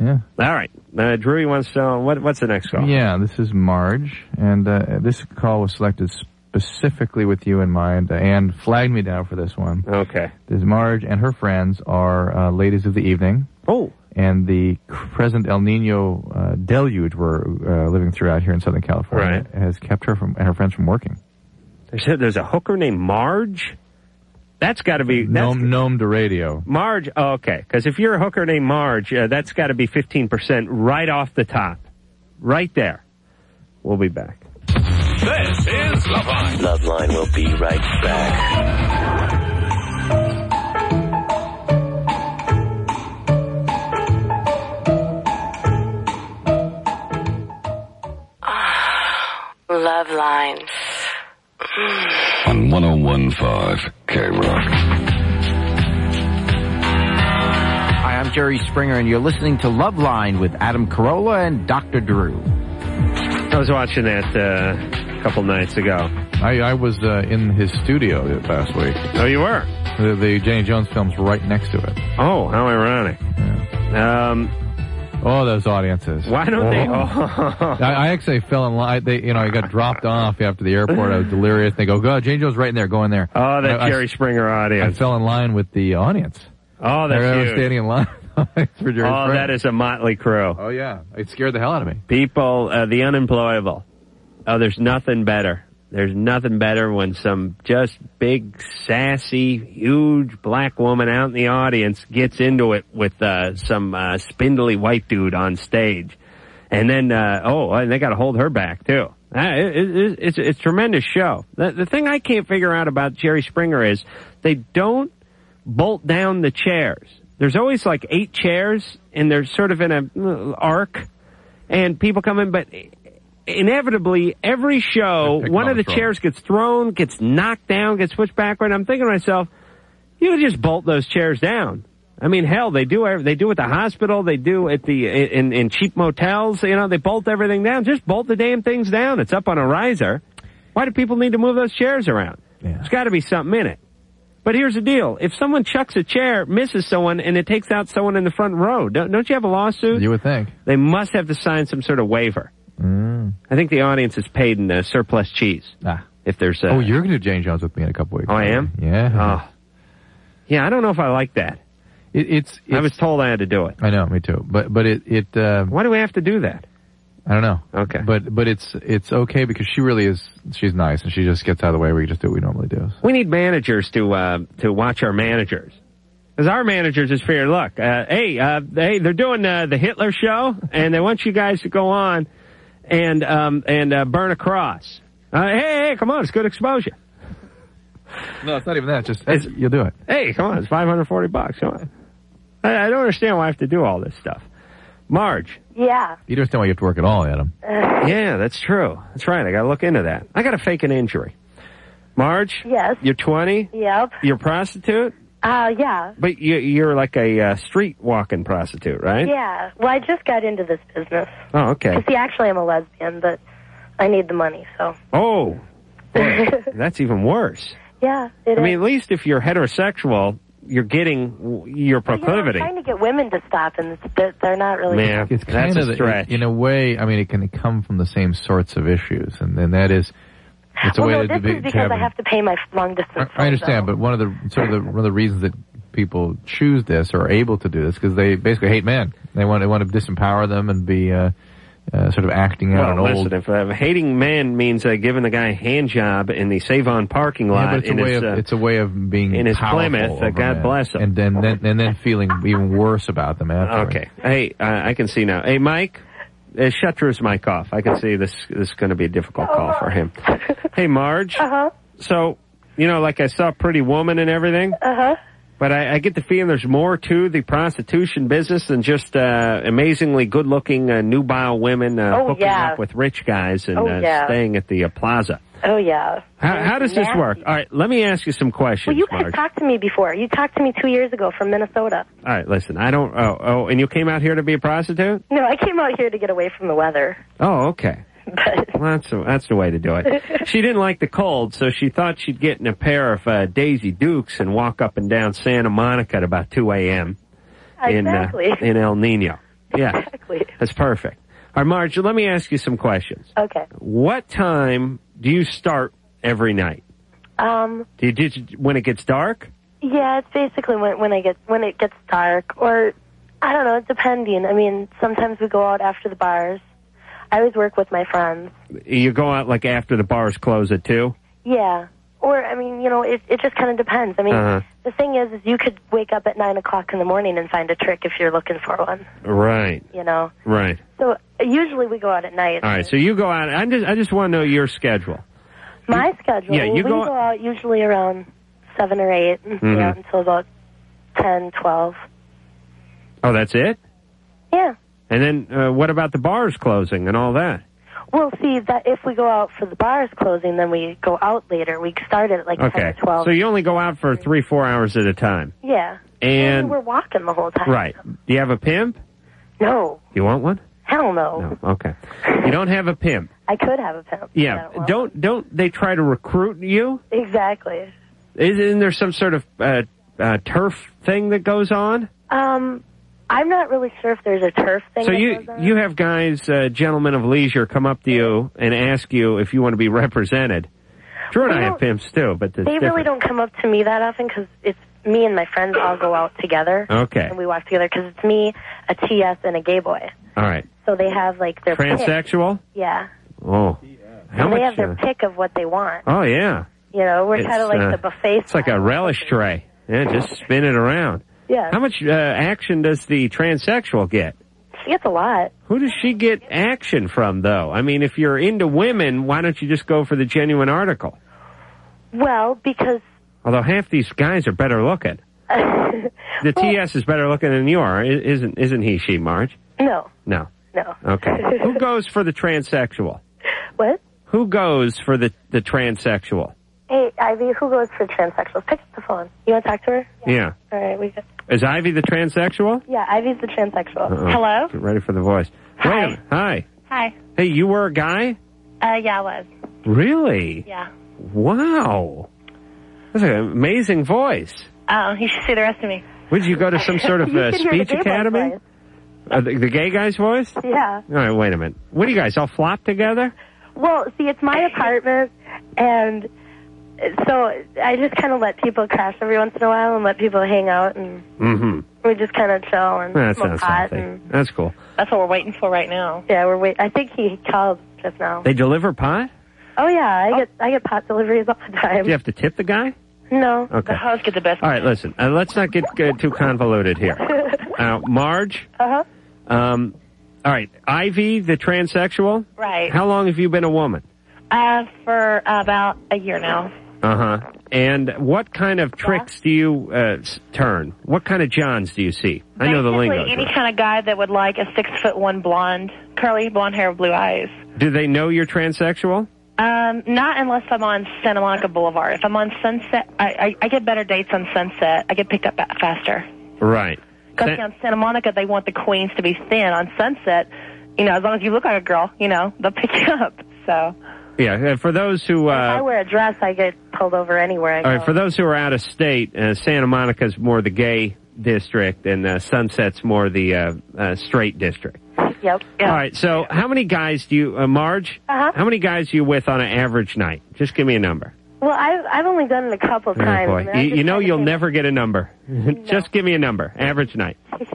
Speaker 4: Yeah.
Speaker 3: All right. Uh, Drew, you wants to, what, what's the next call?
Speaker 4: Yeah, this is Marge, and uh, this call was selected specifically with you in mind, uh, and flagged me down for this one.
Speaker 3: Okay.
Speaker 4: This is Marge and her friends are uh, ladies of the evening.
Speaker 3: Oh.
Speaker 4: And the present El Nino uh, deluge we're uh, living through out here in Southern California has kept her from and her friends from working.
Speaker 3: They said there's a hooker named Marge? That's got to be... That's,
Speaker 4: Gnome, gnome to radio.
Speaker 3: Marge, oh, okay. Because if you're a hooker named Marge, uh, that's got to be 15% right off the top. Right there. We'll be back.
Speaker 1: This is Loveline. Loveline will be right back.
Speaker 12: Love lines.
Speaker 13: on 1015 K Rock.
Speaker 14: Hi, I'm Jerry Springer, and you're listening to Love Line with Adam Carolla and Dr. Drew.
Speaker 3: I was watching that uh, a couple nights ago.
Speaker 4: I, I was uh, in his studio last week.
Speaker 3: Oh, you were?
Speaker 4: The, the Jenny Jones film's right next to it.
Speaker 3: Oh, how ironic. Um,
Speaker 4: oh, those audiences.
Speaker 3: Why don't they?
Speaker 4: Oh. I, I actually fell in line. They, you know, I got dropped off after the airport. I was delirious. They go, "Go, Jane Joe's right in there. Go in there."
Speaker 3: Oh, that
Speaker 4: And I- I-
Speaker 3: Jerry Springer
Speaker 4: I
Speaker 3: audience.
Speaker 4: fell in line with the audience.
Speaker 3: Oh, that's
Speaker 4: I was
Speaker 3: huge.
Speaker 4: standing in line for Jerry
Speaker 3: oh,
Speaker 4: Springer.
Speaker 3: that is a motley crew.
Speaker 4: Oh, yeah. It scared the hell out of me.
Speaker 3: People, uh, the unemployable. Oh, there's nothing better. There's nothing better when some just big, sassy, huge black woman out in the audience gets into it with uh, some uh, spindly white dude on stage. And then, uh, oh, and they got to hold her back, too. Uh, it, it, it- it's, it's a tremendous show. The, the thing I can't figure out about Jerry Springer is they don't bolt down the chairs. There's always like eight chairs, and they're sort of in a uh, arc, and people come in, but inevitably every show one of the chairs gets thrown, gets knocked down, gets pushed backward. I'm thinking to myself, you could just bolt those chairs down. I mean, hell, they do. ev- They do at the hospital. They do at the in, in cheap motels. You know, they bolt everything down. Just bolt the damn things down. It's up on a riser. Why do people need to move those chairs around? There's got to be something in it. But here's the deal: if someone chucks a chair, misses someone, and it takes out someone in the front row, don't, don't you have a lawsuit?
Speaker 4: You would think
Speaker 3: they must have to sign some sort of waiver. I think the audience is paid in uh, surplus cheese.
Speaker 4: Ah.
Speaker 3: If there's, uh,
Speaker 4: oh, you're going to do Jane Jones with me in a couple weeks.
Speaker 3: Oh, I am?
Speaker 4: Yeah.
Speaker 3: yeah, I don't know if I like that.
Speaker 4: It, it's,
Speaker 3: I was told I had to do it.
Speaker 4: I know, me too. But but it it. Uh,
Speaker 3: Why do we have to do that?
Speaker 4: I don't know.
Speaker 3: Okay.
Speaker 4: But but it's it's okay because she really is. She's nice and she just gets out of the way. We just do what we normally do.
Speaker 3: We need managers to uh, to watch our managers. Because our managers just figured, look, uh, hey, uh, hey, they're doing uh, the Hitler show, and they want you guys to go on and um, and uh, burn a cross. Uh, hey, hey, come on, it's good exposure.
Speaker 4: No, it's not even that. Just you'll do it.
Speaker 3: Hey, come on, it's 540 bucks. Come on. I, I don't understand why I have to do all this stuff. Marge.
Speaker 15: Yeah. Uh,
Speaker 4: You don't understand why you have to work at all, Adam.
Speaker 3: yeah, that's true. That's right. I got to look into that. I got to fake an injury. Marge.
Speaker 15: Yes.
Speaker 3: You're 20.
Speaker 15: Yep.
Speaker 3: You're a prostitute,
Speaker 15: Uh, yeah.
Speaker 3: but you, you're like a uh, street walking prostitute, right?
Speaker 15: Yeah. Well, I just got into this business.
Speaker 3: Oh, okay.
Speaker 15: See, actually, I'm a lesbian, but I need the money, so.
Speaker 3: Oh, boy, that's even worse.
Speaker 15: Yeah, it is.
Speaker 3: I mean, at least if you're heterosexual, you're getting w- your
Speaker 15: But, you know,
Speaker 3: proclivity.
Speaker 15: I'm trying to get women to stop, and it's- they're- they're not really.
Speaker 3: Yeah,
Speaker 4: it's kind
Speaker 3: that's a
Speaker 4: of the-
Speaker 3: stretch.
Speaker 4: in a way. I mean, it can come from the same sorts of issues, and and that is, it's a
Speaker 15: well,
Speaker 4: way
Speaker 15: no,
Speaker 4: to,
Speaker 15: this
Speaker 4: be,
Speaker 15: is
Speaker 4: to
Speaker 15: because
Speaker 4: have
Speaker 15: I have to pay my long
Speaker 3: Uh,
Speaker 15: distance.
Speaker 4: I understand, but one of the sort of the one of the reasons that people choose this or are able to do this because they basically hate men. They want they want to disempower them and be uh, uh, sort of acting out
Speaker 3: Well,
Speaker 4: an old.
Speaker 3: listen, if uh, hating men means uh, giving the guy a hand job in the Savon parking
Speaker 4: Yeah,
Speaker 3: lot
Speaker 4: but it's a
Speaker 3: in
Speaker 4: way
Speaker 3: his,
Speaker 4: of
Speaker 3: uh,
Speaker 4: it's a way of being
Speaker 3: in his
Speaker 4: powerful
Speaker 3: Plymouth, uh,
Speaker 4: over
Speaker 3: God
Speaker 4: men.
Speaker 3: bless him.
Speaker 4: and then, then and then feeling even worse about them afterwards.
Speaker 3: Okay. Hey, uh, I I can see now. Hey, Mike, uh, shut Drew's mic off. I can see this. This is going to be a difficult call for him. Hey, Marge. Uh
Speaker 16: Uh-huh.
Speaker 15: huh.
Speaker 3: So, you know, like I saw Pretty Woman and everything.
Speaker 15: Uh huh.
Speaker 3: But I, I get the feeling there's more to the prostitution business than just uh, amazingly good-looking, uh, nubile women uh,
Speaker 15: Oh,
Speaker 3: hooking
Speaker 15: yeah.
Speaker 3: up with rich guys and
Speaker 15: Oh,
Speaker 3: uh,
Speaker 15: yeah.
Speaker 3: staying at the uh, plaza.
Speaker 15: Oh yeah.
Speaker 3: How, how does this
Speaker 15: Nasty.
Speaker 3: work? All right, let me ask you some questions,
Speaker 15: Well, you guys
Speaker 3: Marge.
Speaker 15: talked to me before. You talked to me two years ago from Minnesota.
Speaker 3: All right, listen, I don't. Oh, oh, and you came out here to be a prostitute?
Speaker 15: No, I came out here to get away from the weather.
Speaker 3: Oh, okay. Well, that's the, that's the way to do it. She didn't like the cold, so she thought she'd get in a pair of uh, Daisy Dukes and walk up and down Santa Monica at about 2 a.m. in uh,
Speaker 15: Exactly.
Speaker 3: in El Nino. Yeah,
Speaker 15: Exactly.
Speaker 3: that's perfect. All right, Marge, let me ask you some questions.
Speaker 15: Okay.
Speaker 3: What time do you start every night?
Speaker 15: Um.
Speaker 3: Do you, do you- when it gets dark?
Speaker 15: Yeah, it's basically when when I get when it gets dark, or I don't know, depending. I mean, sometimes we go out after the bars. I always work with my friends.
Speaker 3: You go out like after the bars close at two.
Speaker 15: Yeah. Or I mean, you know, it it just kind of depends. I mean,
Speaker 3: Uh-huh.
Speaker 15: the thing is, is you could wake up at nine o'clock in the morning and find a trick if you're looking for one.
Speaker 3: Right.
Speaker 15: You know.
Speaker 3: Right.
Speaker 15: So usually we go out at night.
Speaker 3: All right. So you go out. I just I just want to know your schedule.
Speaker 15: My schedule.
Speaker 3: yeah, you
Speaker 15: we
Speaker 3: go-
Speaker 15: go out usually around seven or eight and
Speaker 3: Mhm.
Speaker 15: stay out until about ten, twelve.
Speaker 3: Oh, that's it.
Speaker 15: Yeah.
Speaker 3: And then uh, what about the bars closing and all that?
Speaker 15: Well, see that if we go out for the bars closing, then we go out later. We start at like ten
Speaker 3: okay.
Speaker 15: or twelve.
Speaker 3: So you only go out for three four hours at a time.
Speaker 15: yeah.
Speaker 3: And-
Speaker 15: we're walking the whole time.
Speaker 3: Right. Do you have a pimp?
Speaker 15: No,
Speaker 3: You want one?
Speaker 15: hell no.
Speaker 3: No. Okay. You don't have a pimp.
Speaker 15: I could have a pimp.
Speaker 3: Yeah.
Speaker 15: but I don't
Speaker 3: Don't don't they try to recruit you?
Speaker 15: want- Exactly.
Speaker 3: Isn't there some sort of uh, uh, turf thing that goes on?
Speaker 15: Um, I'm not really sure if there's a turf thing.
Speaker 3: So
Speaker 15: that
Speaker 3: you
Speaker 15: goes on.
Speaker 3: you have guys, uh, gentlemen of leisure, come up to you and ask you if you want to be represented. Sure, and
Speaker 15: They
Speaker 3: I have
Speaker 15: don't-
Speaker 3: pimps too, but
Speaker 15: They
Speaker 3: it's different.
Speaker 15: really don't come up to me that often because it's me and my friends all go out together.
Speaker 3: Okay.
Speaker 15: And we walk together because it's me, a TS, and a gay boy.
Speaker 3: All right,
Speaker 15: So they have like their pick.
Speaker 3: transsexual.
Speaker 15: Yeah.
Speaker 3: Oh, how
Speaker 15: so
Speaker 3: much?
Speaker 15: they have their
Speaker 3: uh,
Speaker 15: pick of what they want.
Speaker 3: oh yeah,
Speaker 15: You know, we're
Speaker 3: It's,
Speaker 15: kind of like
Speaker 3: uh,
Speaker 15: the buffet.
Speaker 3: it's like a relish tray. Yeah, just spin it around.
Speaker 15: Yeah.
Speaker 3: How much uh, action does the transsexual get?
Speaker 15: She gets a lot.
Speaker 3: Who does she get action from, though? I mean, if you're into women, why don't you just go for the genuine article?
Speaker 15: Well, because
Speaker 3: Although half these guys are better looking. The TS is better looking than you are, i- isn't? Isn't he? She, Marge?
Speaker 15: no,
Speaker 3: No.
Speaker 15: no.
Speaker 3: Okay. Who goes for the transsexual?
Speaker 15: What?
Speaker 3: Who goes for the the transsexual?
Speaker 15: Hey, Ivy, who goes for transsexuals? Pick up the phone. You want to talk to her?
Speaker 3: Yeah.
Speaker 15: All right, we got.
Speaker 3: Is Ivy the transsexual?
Speaker 15: Yeah, Ivy's the transsexual.
Speaker 3: Uh-oh.
Speaker 15: Hello.
Speaker 3: Get ready for the voice. Hi. Wait a minute. Hi.
Speaker 15: Hi.
Speaker 3: Hey, you were a guy?
Speaker 15: Uh, yeah, I was.
Speaker 3: Really?
Speaker 15: Yeah.
Speaker 3: Wow. That's an amazing voice.
Speaker 17: Oh, you should see the rest of me.
Speaker 3: Would you go to some sort of
Speaker 17: You
Speaker 3: uh,
Speaker 17: should hear the
Speaker 3: speech
Speaker 17: gay boy's
Speaker 3: academy?
Speaker 17: voice.
Speaker 3: Uh, the, the gay guy's voice? All
Speaker 15: Yeah.
Speaker 3: right, wait a minute. What do you guys all flop together?
Speaker 15: Well, see, it's my apartment, and so I just kind of let people crash every once in a while and let people hang out, and
Speaker 3: Mm-hmm.
Speaker 15: we just kind of chill and
Speaker 3: That
Speaker 15: smoke
Speaker 3: sounds
Speaker 15: pot.
Speaker 3: healthy.
Speaker 15: And,
Speaker 3: That's cool.
Speaker 15: That's what we're waiting for right now. Yeah, we're wait. I think he called just now.
Speaker 3: They deliver pot?
Speaker 15: Oh yeah, I get I get pot deliveries all the time.
Speaker 3: Do you have to tip the guy?
Speaker 15: No,
Speaker 3: Okay.
Speaker 15: house get the best.
Speaker 3: All right, listen. Uh, let's not get uh, too convoluted here. Now, Marge.
Speaker 17: Uh-huh.
Speaker 15: Uh huh.
Speaker 3: Um, all right, Ivy, the transsexual.
Speaker 17: Right.
Speaker 3: How long have you been a woman?
Speaker 17: Uh, for about a year now.
Speaker 3: Uh huh. And what kind of tricks do you uh, s- turn? What kind of Johns do you see? I know the
Speaker 17: Basically,
Speaker 3: lingo.
Speaker 17: Any kind of guy that would like a six foot one blonde, curly blonde hair, with blue eyes.
Speaker 3: Do they know you're transsexual?
Speaker 17: Um, not unless I'm on Santa Monica Boulevard. If I'm on Sunset, I, I, I get better dates on Sunset. I get picked up ba- faster.
Speaker 3: Right.
Speaker 17: Because on Santa Monica, they want the queens to be thin. On Sunset, you know, as long as you look like a girl, you know, they'll pick you up. So
Speaker 3: Yeah. uh, For those who
Speaker 15: I
Speaker 3: uh,
Speaker 15: wear a dress, I get pulled over anywhere I
Speaker 3: all
Speaker 15: go.
Speaker 3: right, for those who are out of state, uh, Santa Monica's more the gay district, and uh, Sunset's more the uh, uh, straight district.
Speaker 15: Yep.
Speaker 3: All right. So, how many guys do you, uh, Marge?
Speaker 15: Uh-huh.
Speaker 3: How many guys are you with on an average night? Just give me a number.
Speaker 15: Well, I've I've only done it a couple
Speaker 3: Oh,
Speaker 15: times.
Speaker 3: boy.
Speaker 15: and I
Speaker 3: You,
Speaker 15: just
Speaker 3: you know
Speaker 15: kinda
Speaker 3: you'll
Speaker 15: think-
Speaker 3: never get a number. Just give me a number. Average night.
Speaker 15: e-,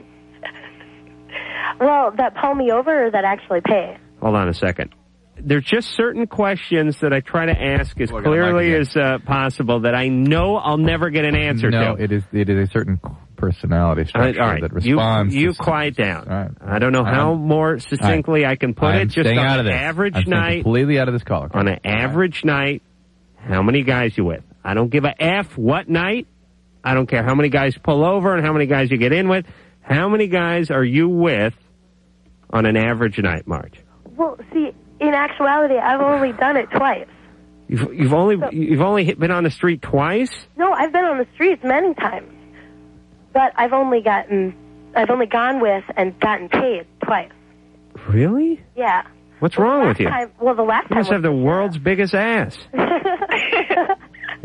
Speaker 15: Well, that pull me over or that actually pay.
Speaker 3: Hold on a second. There's just certain questions that I try to ask as
Speaker 4: got a mic
Speaker 3: clearly
Speaker 4: again.
Speaker 3: as uh, possible that I know I'll never get an answer
Speaker 4: no,
Speaker 3: to.
Speaker 4: it is it is a certain personality
Speaker 3: All right,
Speaker 4: structure
Speaker 3: all right.
Speaker 4: that
Speaker 3: you
Speaker 4: responds.
Speaker 3: you
Speaker 4: to,
Speaker 3: quiet down. I don't know how
Speaker 4: I'm-
Speaker 3: more succinctly I can put
Speaker 4: Um, I'm
Speaker 3: it. Just
Speaker 4: staying
Speaker 3: on
Speaker 4: out of
Speaker 3: an
Speaker 4: this.
Speaker 3: average
Speaker 4: I'm staying
Speaker 3: night.
Speaker 4: completely out of this call.
Speaker 3: on an average night, how many guys you with? I don't give a F what night. I don't care how many guys pull over and how many guys you get in with. How many guys are you with on an average night, March?
Speaker 15: Well, see, in actuality, I've only done it twice.
Speaker 3: You've, you've only you've only hit- been on the street twice.
Speaker 15: No, I've been on the streets many times, but I've only gotten, I've only gone with and gotten paid twice.
Speaker 3: Really?
Speaker 15: Yeah.
Speaker 3: What's wrong with you?
Speaker 15: Time, well, the last
Speaker 3: You
Speaker 15: time.
Speaker 3: must have the world's biggest ass.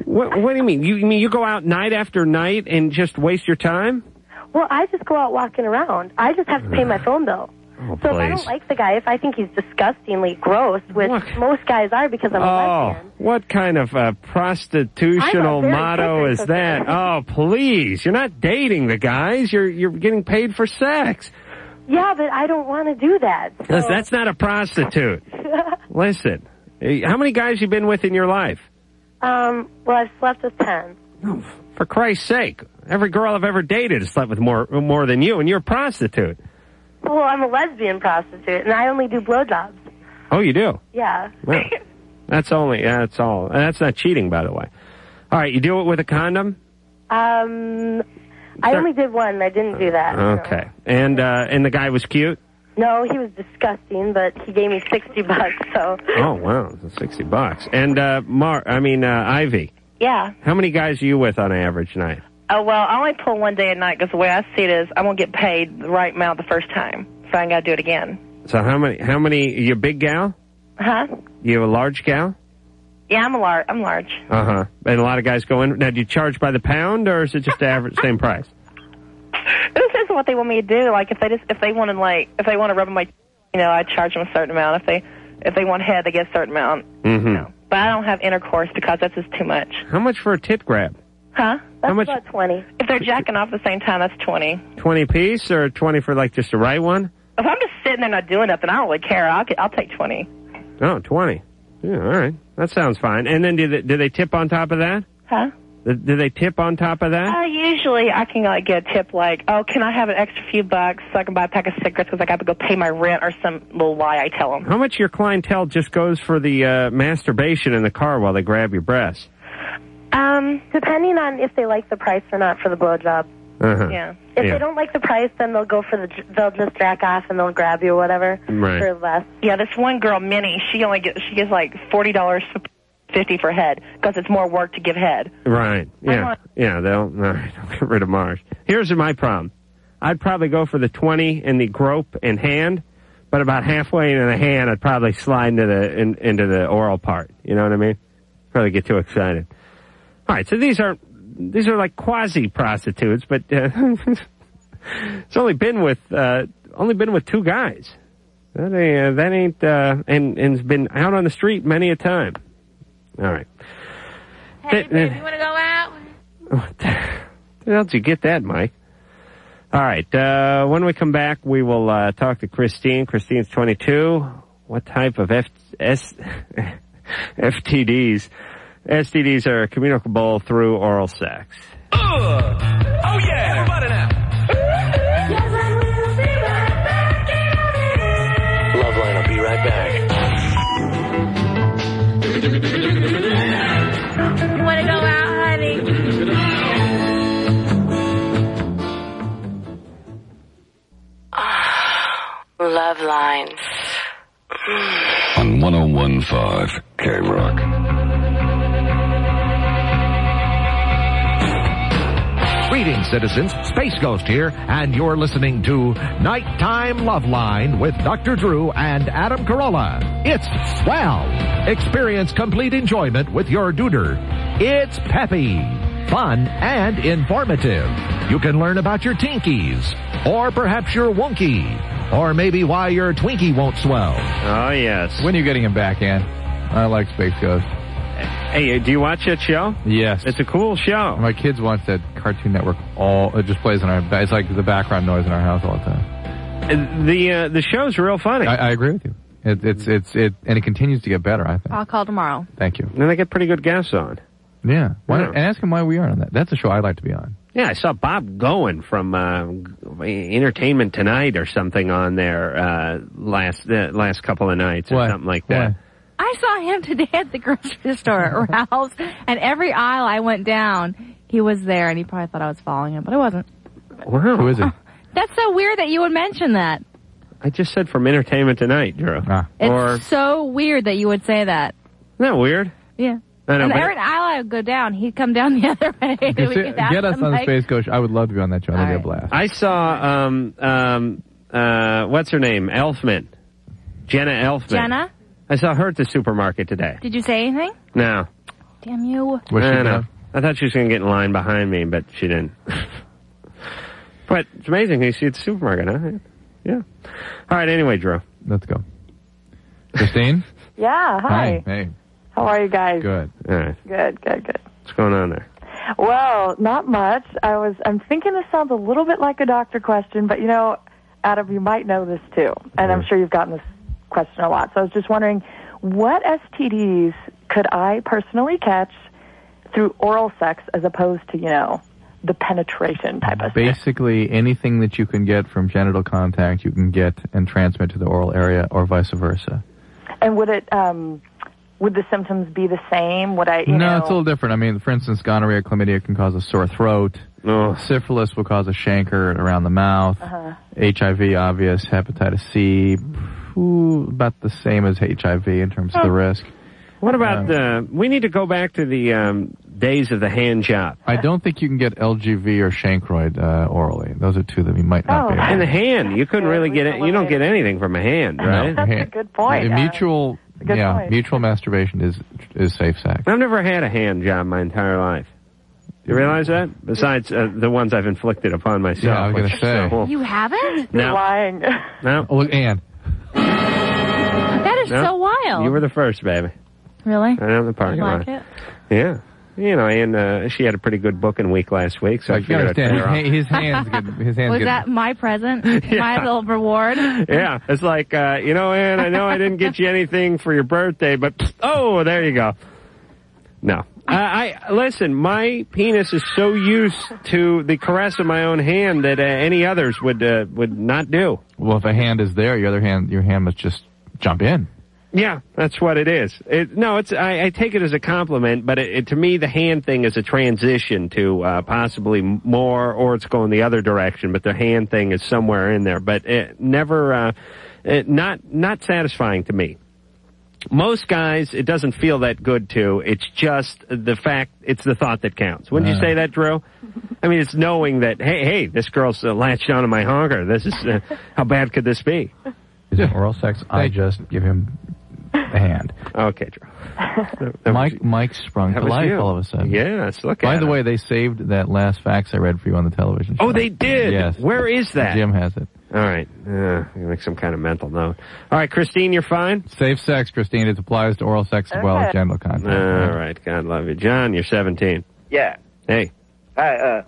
Speaker 3: What, what do you mean? You, you mean you go out night after night and just waste your time?
Speaker 15: Well, I just go out walking around. I just have to pay my phone bill.
Speaker 3: Oh,
Speaker 15: So if I don't
Speaker 3: please.
Speaker 15: like the guy, if I think he's disgustingly gross, which most guys are because I'm a
Speaker 3: Oh, what kind of uh, prostitutional
Speaker 15: I'm a very
Speaker 3: motto
Speaker 15: good
Speaker 3: is that? Oh, please! You're not dating the guys. You're you're getting paid for sex.
Speaker 15: lesbian. Yeah, but I don't want to do that.
Speaker 3: That's, that's not a prostitute. Listen, eh, how many guys you been with in your life?
Speaker 15: um, well, I've slept with ten.
Speaker 3: For Christ's sake, every girl I've ever dated has slept with more more than you, and you're a prostitute.
Speaker 15: Well, I'm a lesbian prostitute, and I only do blowjobs.
Speaker 3: Oh, you do.
Speaker 15: Yeah.
Speaker 3: Well, that's only that's all. That's not cheating, by the way. All right, you do it with a condom.
Speaker 15: Um, I
Speaker 3: Sir-
Speaker 15: only did one. and I didn't do that.
Speaker 3: Okay, and uh, and the guy was cute.
Speaker 15: No, he was disgusting, but he gave me sixty bucks. So
Speaker 3: Oh wow, sixty bucks. And uh, Mar, I mean uh, Ivy,
Speaker 17: Yeah.
Speaker 3: how many guys are you with on an average night?
Speaker 17: Oh well, I only pull one day a night because the way I see it is, I'm gonna get paid the right amount the first time, so I ain't gotta do it again.
Speaker 3: So how many? How many? You a big gal?
Speaker 17: Huh?
Speaker 3: You a large gal?
Speaker 17: Yeah, I'm a large. I'm large.
Speaker 3: Uh huh. And a lot of guys go in. Now, do you charge by the pound or is it just the average same price?
Speaker 17: This is what they want me to do. Like if they just if they want to like if they want to rub in my, you know, I charge them a certain amount. If they if they want head, they get a certain amount.
Speaker 3: Mm-hmm.
Speaker 17: But I don't have intercourse because that's just too much.
Speaker 3: How much for a tit grab?
Speaker 17: Huh? That's
Speaker 3: much-
Speaker 17: about
Speaker 15: twenty.
Speaker 17: If they're jacking off at the same time, that's twenty.
Speaker 3: Twenty piece or twenty for like just the right one?
Speaker 17: If I'm just sitting there not doing nothing, I don't really care. I'll get, I'll take twenty.
Speaker 3: Oh, 20. Yeah, all right. That sounds fine. And then do they, do they tip on top of that?
Speaker 17: Huh?
Speaker 3: Do- Do they tip on top of that?
Speaker 17: Uh, usually I can like get a tip like, oh, can I have an extra few bucks so I can buy a pack of cigarettes because I got to go pay my rent or some little lie I tell them.
Speaker 3: How much of your clientele just goes for the uh, masturbation in the car while they grab your breasts?
Speaker 15: Um, depending on if they like the price or not for the blowjob.
Speaker 3: Uh-huh.
Speaker 15: If
Speaker 3: Yeah.
Speaker 15: they don't like the price, then they'll go for the. They'll just jack off and they'll grab you or whatever
Speaker 3: Right.
Speaker 15: for less.
Speaker 17: Yeah, this one girl, Minnie, she only gets she gets like forty dollars for fifty for head because it's more work to give head.
Speaker 3: Right. Yeah.
Speaker 17: want-
Speaker 3: Yeah. They'll all right, I'll get rid of Mars. Here's my problem. I'd probably go for the twenty and the grope and hand, but about halfway into the hand, I'd probably slide into the in, into the oral part. You know what I mean? Probably get too excited. All right. So these are these are like quasi prostitutes, but uh, it's only been with uh, only been with two guys. That ain't, that ain't uh, and and's been out on the street many a time. All right.
Speaker 12: Hey,
Speaker 3: Th-
Speaker 12: babe, you want to go out?
Speaker 3: Where else you get that, Mike? All right. Uh, when we come back, we will uh, talk to Christine. Christine's 22. What type of F- S- FTDs? STDs are communicable through oral sex.
Speaker 1: Oh yeah, everybody now.
Speaker 18: Loveline, I'll be right back.
Speaker 12: You want to go out, honey? Ah, Love lines.
Speaker 13: On 1015 K Rock.
Speaker 19: Greetings, citizens. Space Ghost here, and you're listening to Nighttime Love Line with Dr. Drew and Adam Carolla. It's swell. Experience complete enjoyment with your duder. It's peppy, fun, and informative. You can learn about your tinkies, or perhaps your wonky, or maybe why your Twinkie won't swell.
Speaker 3: Oh, yes.
Speaker 4: When are you getting him back, Ann? I like Space Ghost.
Speaker 3: Hey, uh, do you watch that show?
Speaker 4: Yes.
Speaker 3: It's a cool show.
Speaker 4: My kids watch that Cartoon Network all, it just plays in our, it's like the background noise in our house all the time.
Speaker 3: The uh, the show's real funny.
Speaker 4: I, I agree with you. It, it's, it's, it, and it continues to get better, I think.
Speaker 6: I'll call tomorrow.
Speaker 4: Thank you.
Speaker 3: And they get pretty good guests on.
Speaker 4: Yeah. Why,
Speaker 3: Yeah.
Speaker 4: And ask him why we aren't on that. That's a show I'd like to be on.
Speaker 3: Yeah, I saw Bob Goen from uh, Entertainment Tonight or something on there uh, last uh, last couple of nights or something like that.
Speaker 6: I saw him today at the grocery store at Ralph's, and every aisle I went down, he was there, and he probably thought I was following him, but I wasn't.
Speaker 3: Wow. Who is it?
Speaker 6: That's so weird that you would mention that.
Speaker 3: I just said from Entertainment Tonight, Drew.
Speaker 6: It's
Speaker 3: Or
Speaker 6: so weird that you would say that.
Speaker 3: isn't that weird?
Speaker 6: Yeah.
Speaker 4: I know,
Speaker 6: and
Speaker 4: but-
Speaker 6: Aaron Isle would go down. He'd come down the other way. We
Speaker 4: Get
Speaker 6: could ask
Speaker 4: us
Speaker 6: him,
Speaker 4: on the
Speaker 6: like-
Speaker 4: Space Coach. I would love to be on that show. That'd be a blast.
Speaker 3: I saw um um uh what's her name? Elfman. Jenna Elfman.
Speaker 6: Jenna,
Speaker 3: I saw her at the supermarket today.
Speaker 6: did you say anything?
Speaker 3: No.
Speaker 6: Damn you.
Speaker 3: I don't know. I thought she was going to get in line behind me, but she didn't. but it's amazing. You see at the supermarket, huh? Yeah. All right. Anyway, Drew.
Speaker 4: Let's go. Christine?
Speaker 20: Yeah, hi.
Speaker 4: Hey.
Speaker 20: How are you guys?
Speaker 4: Good.
Speaker 3: All right.
Speaker 20: Good, good, good.
Speaker 3: What's going on there?
Speaker 20: Well, not much. I was I'm thinking this sounds a little bit like a doctor question, but you know, Adam, you might know this too. And I'm sure you've gotten this question a lot. So I was just wondering what STDs could I personally catch through oral sex as opposed to, you know, the penetration type of sex?
Speaker 4: Basically, anything that you can get from genital contact, you can get and transmit to the oral area or vice versa.
Speaker 20: And would it um would the symptoms be the same? Would I you
Speaker 4: no,
Speaker 20: know
Speaker 4: it's a little different. I mean, for instance, gonorrhea, chlamydia can cause a sore throat. Syphilis will cause a chancre around the mouth.
Speaker 20: Uh-huh.
Speaker 4: HIV, obvious. Hepatitis C, ooh, about the same as HIV in terms
Speaker 20: Oh.
Speaker 4: of the risk.
Speaker 3: What
Speaker 4: Uh,
Speaker 3: about the? We need to go back to the um, days of the hand job.
Speaker 4: I don't think you can get LGV or chancroid uh, orally. Those are two that we might
Speaker 20: Oh.
Speaker 4: not be able to
Speaker 3: In the hand, you couldn't really get it. You don't get anything from a hand, right?
Speaker 20: good
Speaker 4: Yeah, mutual,
Speaker 3: Good
Speaker 4: yeah,
Speaker 3: point.
Speaker 4: mutual masturbation is is safe sex.
Speaker 3: I've never had a hand job my entire life. You realize that? Besides uh, the ones I've inflicted upon myself.
Speaker 4: Yeah, I was gonna
Speaker 3: which is
Speaker 4: say.
Speaker 3: so-
Speaker 6: You haven't?
Speaker 3: No. You're
Speaker 20: lying.
Speaker 3: No.
Speaker 4: Look, Ann.
Speaker 6: That is so wild.
Speaker 3: You were the first, baby.
Speaker 6: really?
Speaker 3: Right out in the
Speaker 6: You
Speaker 3: parking lot.
Speaker 6: like it?
Speaker 3: Yeah. You know, and uh, she had a pretty good booking week last week, so I
Speaker 4: Like, you
Speaker 3: figured I'd
Speaker 4: understand,
Speaker 3: turn her off.
Speaker 4: his, ha- his hands get his hands
Speaker 6: Was
Speaker 4: get.
Speaker 6: that my present? My little reward?
Speaker 3: Yeah, it's like, uh, you know, Ann, I know I didn't get you anything for your birthday, but pfft, oh, there you go. No. I, I listen. My penis is so used to the caress of my own hand that uh, any others would uh, would not do.
Speaker 4: Well, if a hand is there, your other hand, your hand must just jump in.
Speaker 3: Yeah, that's what it is. It, no, it's I, I take it as a compliment, but it, it, to me, the hand thing is a transition to uh, possibly m- more, or it's going the other direction. But the hand thing is somewhere in there, but it never, uh, it, not not satisfying to me. Most guys, it doesn't feel that good to. It's just the fact, it's the thought that counts. Wouldn't you say that, Drew? I mean, it's knowing that, hey, hey, this girl's uh, latched onto my honker. This is, uh, how bad could this be?
Speaker 4: Isn't oral sex? I just give him a hand.
Speaker 3: Okay, Drew.
Speaker 4: Mike Mike sprung
Speaker 3: that
Speaker 4: to
Speaker 3: was
Speaker 4: life
Speaker 3: you.
Speaker 4: all of a sudden.
Speaker 3: Yes, look
Speaker 4: By
Speaker 3: at
Speaker 4: the
Speaker 3: him.
Speaker 4: way, they saved that last fax I read for you on the television.
Speaker 3: Oh,
Speaker 4: show.
Speaker 3: they did.
Speaker 4: Yes.
Speaker 3: Where is that?
Speaker 4: Jim has it.
Speaker 3: All right. Uh, you make some kind of mental note. All right, Christine, you're fine.
Speaker 4: Safe sex, Christine. It applies to oral sex as well as
Speaker 21: Okay.
Speaker 4: genital contact.
Speaker 3: All right. God love you, John. You're 17.
Speaker 21: Yeah.
Speaker 3: Hey.
Speaker 21: Hi. Uh,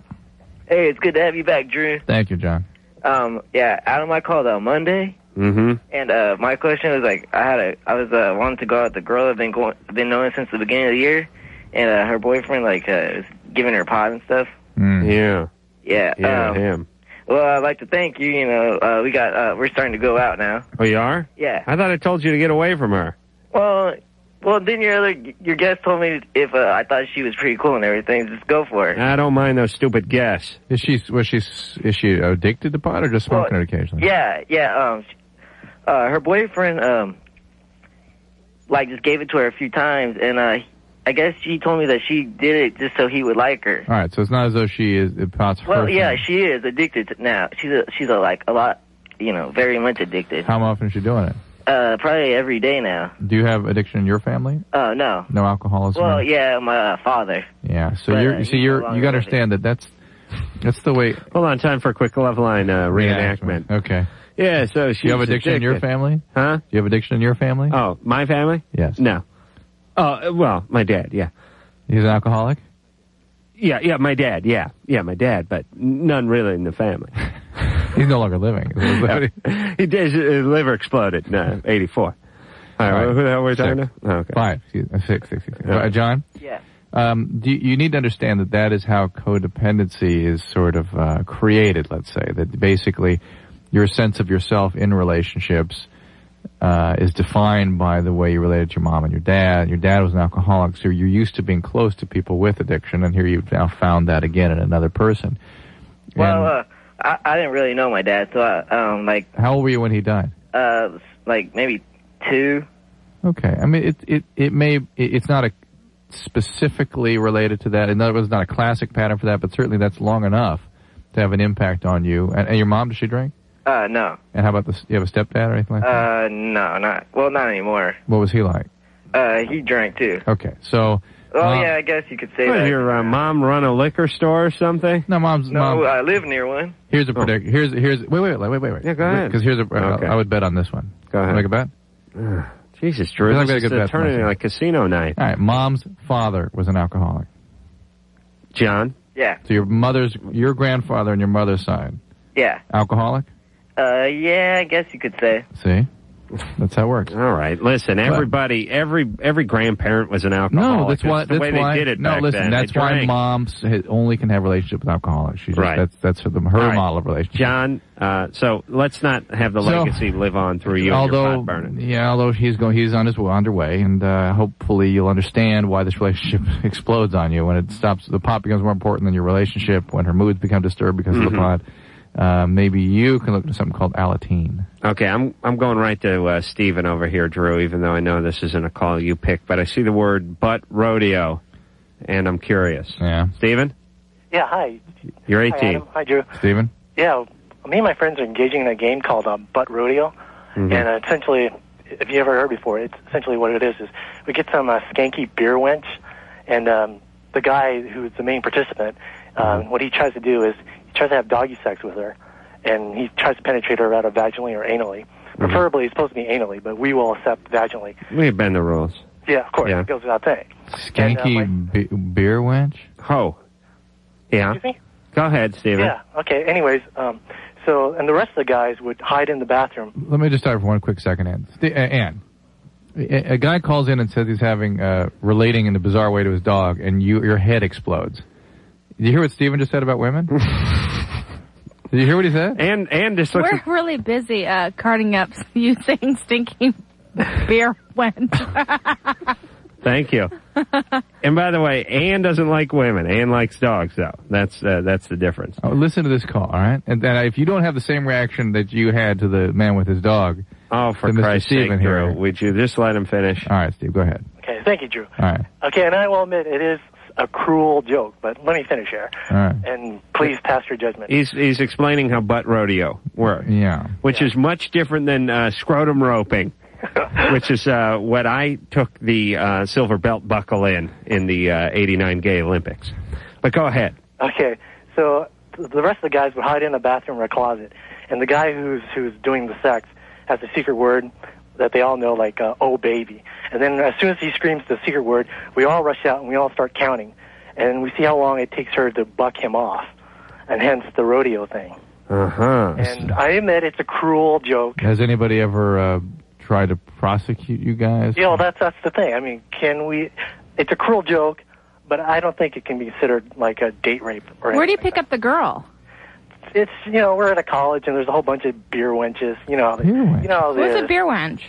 Speaker 21: hey, it's good to have you back, Drew.
Speaker 4: Thank you, John.
Speaker 21: Um, yeah, Adam, I called on Monday,
Speaker 3: Mm-hmm.
Speaker 21: and uh, my question was like, I had a, I was uh, wanting to go out with the girl I've been going, been knowing since the beginning of the year, and uh, her boyfriend like uh, was giving her pot and stuff.
Speaker 4: Hmm.
Speaker 3: Yeah.
Speaker 21: Yeah.
Speaker 3: Yeah.
Speaker 21: um,
Speaker 3: him.
Speaker 21: Well, I'd like to thank you. You know, uh, we got uh, we're starting to go out now.
Speaker 3: Oh, you are.
Speaker 21: Yeah.
Speaker 3: I thought I told you to get away from her.
Speaker 21: Well, well, then your other your guest told me if uh, I thought she was pretty cool and everything, just go for it.
Speaker 3: I don't mind those stupid guests.
Speaker 4: Is she was she is she addicted to pot or just smoking it occasionally?
Speaker 21: Yeah, yeah. Um, uh, her boyfriend, um, like, just gave it to her a few times, and uh, I guess she told me that she did it just so he would like her.
Speaker 4: All right, so it's not as though she is it pot's
Speaker 21: Well,
Speaker 4: her.
Speaker 21: yeah, she is addicted to, now. She's a, she's a, like a lot, you know, very much addicted.
Speaker 4: How often is she doing it?
Speaker 21: Uh, probably every day now.
Speaker 4: Do you have addiction in your family?
Speaker 21: Oh no.
Speaker 4: No alcoholism.
Speaker 21: Well, yeah, my uh, father.
Speaker 4: Yeah. So
Speaker 21: But,
Speaker 4: you're
Speaker 21: uh,
Speaker 4: you see
Speaker 21: he's
Speaker 4: you're
Speaker 21: no
Speaker 4: you
Speaker 21: longer
Speaker 4: got to understand that that's that's the way.
Speaker 3: Hold on, time for a quick love line uh, reenactment.
Speaker 4: Okay.
Speaker 3: Yeah. So she.
Speaker 4: Do you have addiction in your family?
Speaker 3: Huh? Do
Speaker 4: you have addiction in your family?
Speaker 3: Oh, my family?
Speaker 4: Yes.
Speaker 3: No. Oh, well, my dad. Yeah.
Speaker 4: He's an alcoholic.
Speaker 3: Yeah. Yeah. My dad. Yeah. Yeah. My dad, but none really in the family.
Speaker 4: He's no longer living.
Speaker 3: he did. His liver exploded. No, eighty-four. All right. Who the hell were we talking to? Oh, Okay.
Speaker 4: Five. Excuse- uh, Six. Six. six. Uh, John.
Speaker 21: Yeah.
Speaker 4: Um, do, you need to understand that that is how codependency is sort of uh, created. Let's say that basically your sense of yourself in relationships uh, is defined by the way you related to your mom and your dad. Your dad was an alcoholic, so you're used to being close to people with addiction, and here you've now found that again in another person.
Speaker 21: Well, uh, I, I didn't really know my dad, so I, um, like,
Speaker 4: How old were you when he died?
Speaker 21: uh, like maybe two.
Speaker 4: Okay. I mean, it it it may it, it's not a specifically related to that. And that was not a classic pattern for that, but certainly that's long enough to have an impact on you. And, and your mom, does she drink?
Speaker 22: Uh, no.
Speaker 4: And how about this? You have a stepdad or anything like that?
Speaker 22: Uh, no, not well, not anymore.
Speaker 4: What was he like?
Speaker 22: Uh, he drank too.
Speaker 4: Okay, so
Speaker 22: Oh
Speaker 4: Mom-
Speaker 22: yeah, I guess you could say
Speaker 3: What,
Speaker 22: that.
Speaker 3: your uh, mom run a liquor store or something? Oh.
Speaker 4: No, mom's
Speaker 22: no, uh, I live near one.
Speaker 4: here's a predict. Here's here's wait wait wait wait wait. Yeah,
Speaker 3: go ahead.
Speaker 4: Because here's a. I-
Speaker 3: Okay.
Speaker 4: I would bet on this one.
Speaker 3: Go ahead.
Speaker 4: Make a bet.
Speaker 3: Jesus, Drew,
Speaker 4: I
Speaker 3: this
Speaker 4: feel like I
Speaker 3: is
Speaker 4: got a good bet for
Speaker 3: turning into
Speaker 4: myself.
Speaker 3: a casino night.
Speaker 4: All right, mom's father was an alcoholic.
Speaker 3: John.
Speaker 22: Yeah,
Speaker 4: So your mother's, your grandfather on your mother's side,
Speaker 22: yeah.
Speaker 4: alcoholic.
Speaker 22: Uh, yeah, I guess you could say.
Speaker 4: See, that's how it works.
Speaker 3: All right, listen, everybody, every every grandparent was an alcoholic.
Speaker 4: No, that's why.
Speaker 3: the
Speaker 4: that's
Speaker 3: way
Speaker 4: why,
Speaker 3: they did it.
Speaker 4: No,
Speaker 3: back
Speaker 4: listen,
Speaker 3: then.
Speaker 4: that's
Speaker 3: They
Speaker 4: why
Speaker 3: drank.
Speaker 4: moms ha- only can have a relationship with alcoholics. She just,
Speaker 3: Right.
Speaker 4: That's that's her, her
Speaker 3: All right.
Speaker 4: model of relationship.
Speaker 3: John, uh, so let's not have the
Speaker 4: So-
Speaker 3: legacy live on through you. and your
Speaker 4: although,
Speaker 3: pot burning.
Speaker 4: yeah, although he's going, he's on his way, underway, and uh, hopefully you'll understand why this relationship explodes on you when it stops. The pot becomes more important than your relationship when her moods become disturbed because
Speaker 3: Mm-hmm.
Speaker 4: of the pot. Uh, maybe you can look to something called Alatine.
Speaker 3: Okay, I'm I'm going right to uh, Steven over here, Drew. Even though I know this isn't a call you pick, but I see the word "butt rodeo," and I'm curious.
Speaker 4: Yeah,
Speaker 3: Steven,
Speaker 18: Yeah, hi.
Speaker 3: you're
Speaker 18: Hi,
Speaker 3: 18.
Speaker 18: Adam. Hi, Drew.
Speaker 4: Steven?
Speaker 18: Yeah, me and my friends are engaging in a game called um, Butt Rodeo,
Speaker 3: Mm-hmm.
Speaker 18: and uh, essentially, if you ever heard before, it's essentially what it is: is we get some uh, skanky beer wench, and um, the guy who's the main participant,
Speaker 3: Mm-hmm.
Speaker 18: um, what he tries to do is he tries to have doggy sex with her, and he tries to penetrate her either vaginally or anally.
Speaker 3: Mm-hmm.
Speaker 18: Preferably, it's supposed to be anally, but we will accept vaginally.
Speaker 3: We've been the rules.
Speaker 18: Yeah, of course,
Speaker 3: Yeah.
Speaker 18: it goes without saying.
Speaker 4: Skanky be- beer wench.
Speaker 3: Ho. Yeah.
Speaker 18: Excuse me?
Speaker 3: Go ahead, Steven.
Speaker 18: Yeah. Okay. Anyways, um, so and the rest of the guys would hide in the bathroom.
Speaker 4: Let me just start for one quick second, Ann. St- uh, Ann, a, a guy calls in and says he's having uh, relating in a bizarre way to his dog, and you your head explodes. Did you hear what Steven just said about women? Did you hear what he said?
Speaker 3: And and this
Speaker 6: We're really busy uh, carting up you saying stinking beer went.
Speaker 3: Thank you. and by the way, Anne doesn't like women. Anne likes dogs, though. That's uh, that's the difference.
Speaker 4: Oh, listen to this call, all right? And then if you don't have the same reaction that you had to the man with his dog,
Speaker 3: Oh, for
Speaker 4: Then Mr.
Speaker 3: Christ's
Speaker 4: Steven
Speaker 3: sake, Drew,
Speaker 4: here.
Speaker 3: would you just let him finish?
Speaker 4: All right, Steve, go ahead.
Speaker 18: Okay. Thank you, Drew.
Speaker 4: all right,
Speaker 18: Okay, and I will admit it is a cruel joke, but let me finish here.
Speaker 4: all right,
Speaker 18: And please pass your judgment.
Speaker 3: He's he's explaining how butt rodeo works.
Speaker 4: Yeah.
Speaker 3: Which is much different than uh, scrotum roping, which is uh, what I took the uh, silver belt buckle in in the uh, '89 Gay Olympics. But go ahead.
Speaker 18: Okay, so th- the rest of the guys would hide in a bathroom or a closet, and the guy who's who's doing the sex has a secret word that they all know, like uh, "oh baby." And then as soon as he screams the secret word, we all rush out and we all start counting, and we see how long it takes her to buck him off, and hence the rodeo thing.
Speaker 3: Uh huh.
Speaker 18: And I admit it's a cruel joke.
Speaker 4: Has anybody ever uh, tried to prosecute you guys?
Speaker 18: You know, that's that's the thing. I mean, can we? It's a cruel joke, but I don't think it can be considered like a date rape or
Speaker 6: Where do you
Speaker 18: anything.
Speaker 6: pick up the girl?
Speaker 18: It's you know we're at a college and there's a whole bunch of beer wenches. You know, the, you
Speaker 3: Oh,
Speaker 18: know, the,
Speaker 6: What's a beer wench?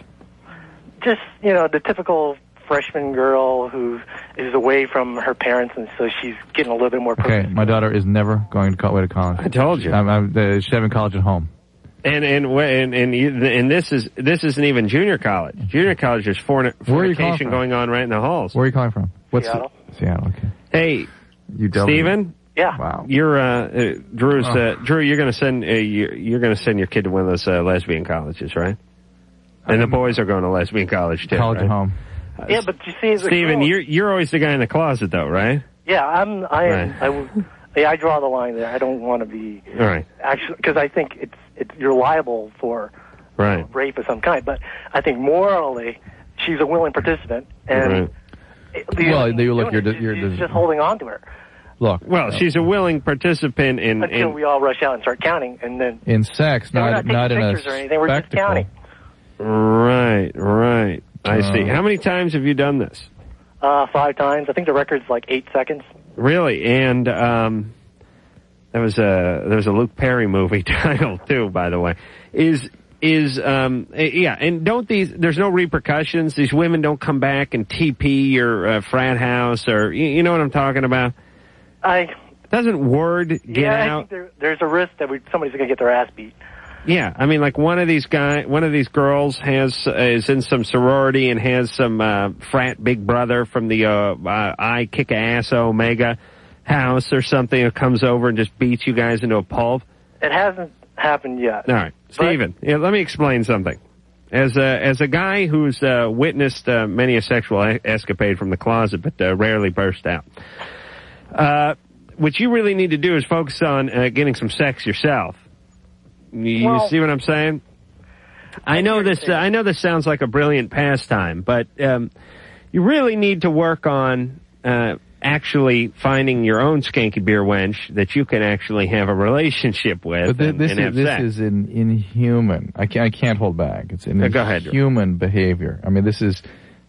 Speaker 18: just you know the typical freshman girl who is away from her parents and so she's getting a little bit more.
Speaker 4: Okay, my daughter is never going to co- way to college. I
Speaker 3: told you.
Speaker 4: I'm, I'm, uh, she's having college at home.
Speaker 3: And and wh- and and, you, and this is this isn't even junior college. Junior college there's forni-
Speaker 4: Where are you calling
Speaker 3: fornication
Speaker 4: from?
Speaker 3: going on right in the halls.
Speaker 4: Where are you calling from? What's
Speaker 3: Seattle.
Speaker 4: The, Seattle. Okay.
Speaker 3: Hey,
Speaker 4: You don't.
Speaker 3: Steven?
Speaker 18: Yeah.
Speaker 4: Wow.
Speaker 3: You're uh, uh Drew's
Speaker 4: Oh.
Speaker 3: uh, Drew. You're gonna send uh, you're, you're gonna send your kid to one of those uh, lesbian colleges, right? And the boys are going to lesbian college too.
Speaker 4: College at
Speaker 3: right?
Speaker 4: home.
Speaker 18: Yeah, but you see, the
Speaker 3: Steven,
Speaker 18: girl-
Speaker 3: you're you're always the guy in the closet though, right?
Speaker 18: yeah, I'm I am
Speaker 3: Right.
Speaker 18: I would- yeah, I draw the line there. I don't want to be
Speaker 3: All right,
Speaker 18: actually because I think it's it's you're liable for
Speaker 3: right.
Speaker 18: rape of some kind, but I think morally she's a willing participant and.
Speaker 3: Right.
Speaker 18: the
Speaker 4: Well,
Speaker 18: other thing
Speaker 4: you look,
Speaker 18: doing
Speaker 4: you're
Speaker 18: is
Speaker 4: di- you're
Speaker 18: she's
Speaker 4: dis-
Speaker 18: just holding on to her
Speaker 4: Look.
Speaker 3: Well, she's a willing participant in
Speaker 18: until
Speaker 3: in
Speaker 18: we all rush out and start counting, and then
Speaker 4: in sex,
Speaker 18: Yeah, we're
Speaker 4: not
Speaker 18: not
Speaker 4: not in
Speaker 18: taking
Speaker 4: a
Speaker 18: pictures or anything, we're just
Speaker 4: spectacle.
Speaker 18: counting.
Speaker 3: right, right. I see.
Speaker 4: Uh,
Speaker 3: How many times have you done this?
Speaker 18: uh, five times. I think the record's like eight seconds.
Speaker 3: Really, and um, there was a there was a Luke Perry movie title too. By the way, is is um eh, yeah, and don't these? There's no repercussions. These women don't come back and TP your uh, frat house or you, you know what I'm talking about.
Speaker 18: I
Speaker 3: Doesn't word get
Speaker 18: yeah, I
Speaker 3: out?
Speaker 18: think there, there's a risk that we, somebody's going to get their ass beat.
Speaker 3: Yeah, I mean, like one of these guy, one of these girls has is in some sorority and has some uh, frat big brother from the uh, uh, I kick ass Omega house or something who comes over and just beats you guys into a pulp.
Speaker 18: It hasn't happened yet.
Speaker 3: All right, Steven, yeah, let me explain something. As a as a guy who's uh, witnessed uh, many a sexual e- escapade from the closet, but uh, rarely burst out, uh, what you really need to do is focus on uh, getting some sex yourself. You, you
Speaker 12: Well-
Speaker 3: see what I'm saying? I know this. Uh, I know this sounds like a brilliant pastime, but um, you really need to work on uh, actually finding your own skanky beer wench that you can actually have a relationship with
Speaker 4: But thi-
Speaker 3: and,
Speaker 4: this
Speaker 3: and have
Speaker 4: is this
Speaker 3: sex.
Speaker 4: is an inhuman. I can't I can't hold back. It's an
Speaker 3: Uh, go ahead, Drew.
Speaker 4: inhuman behavior. I mean, this is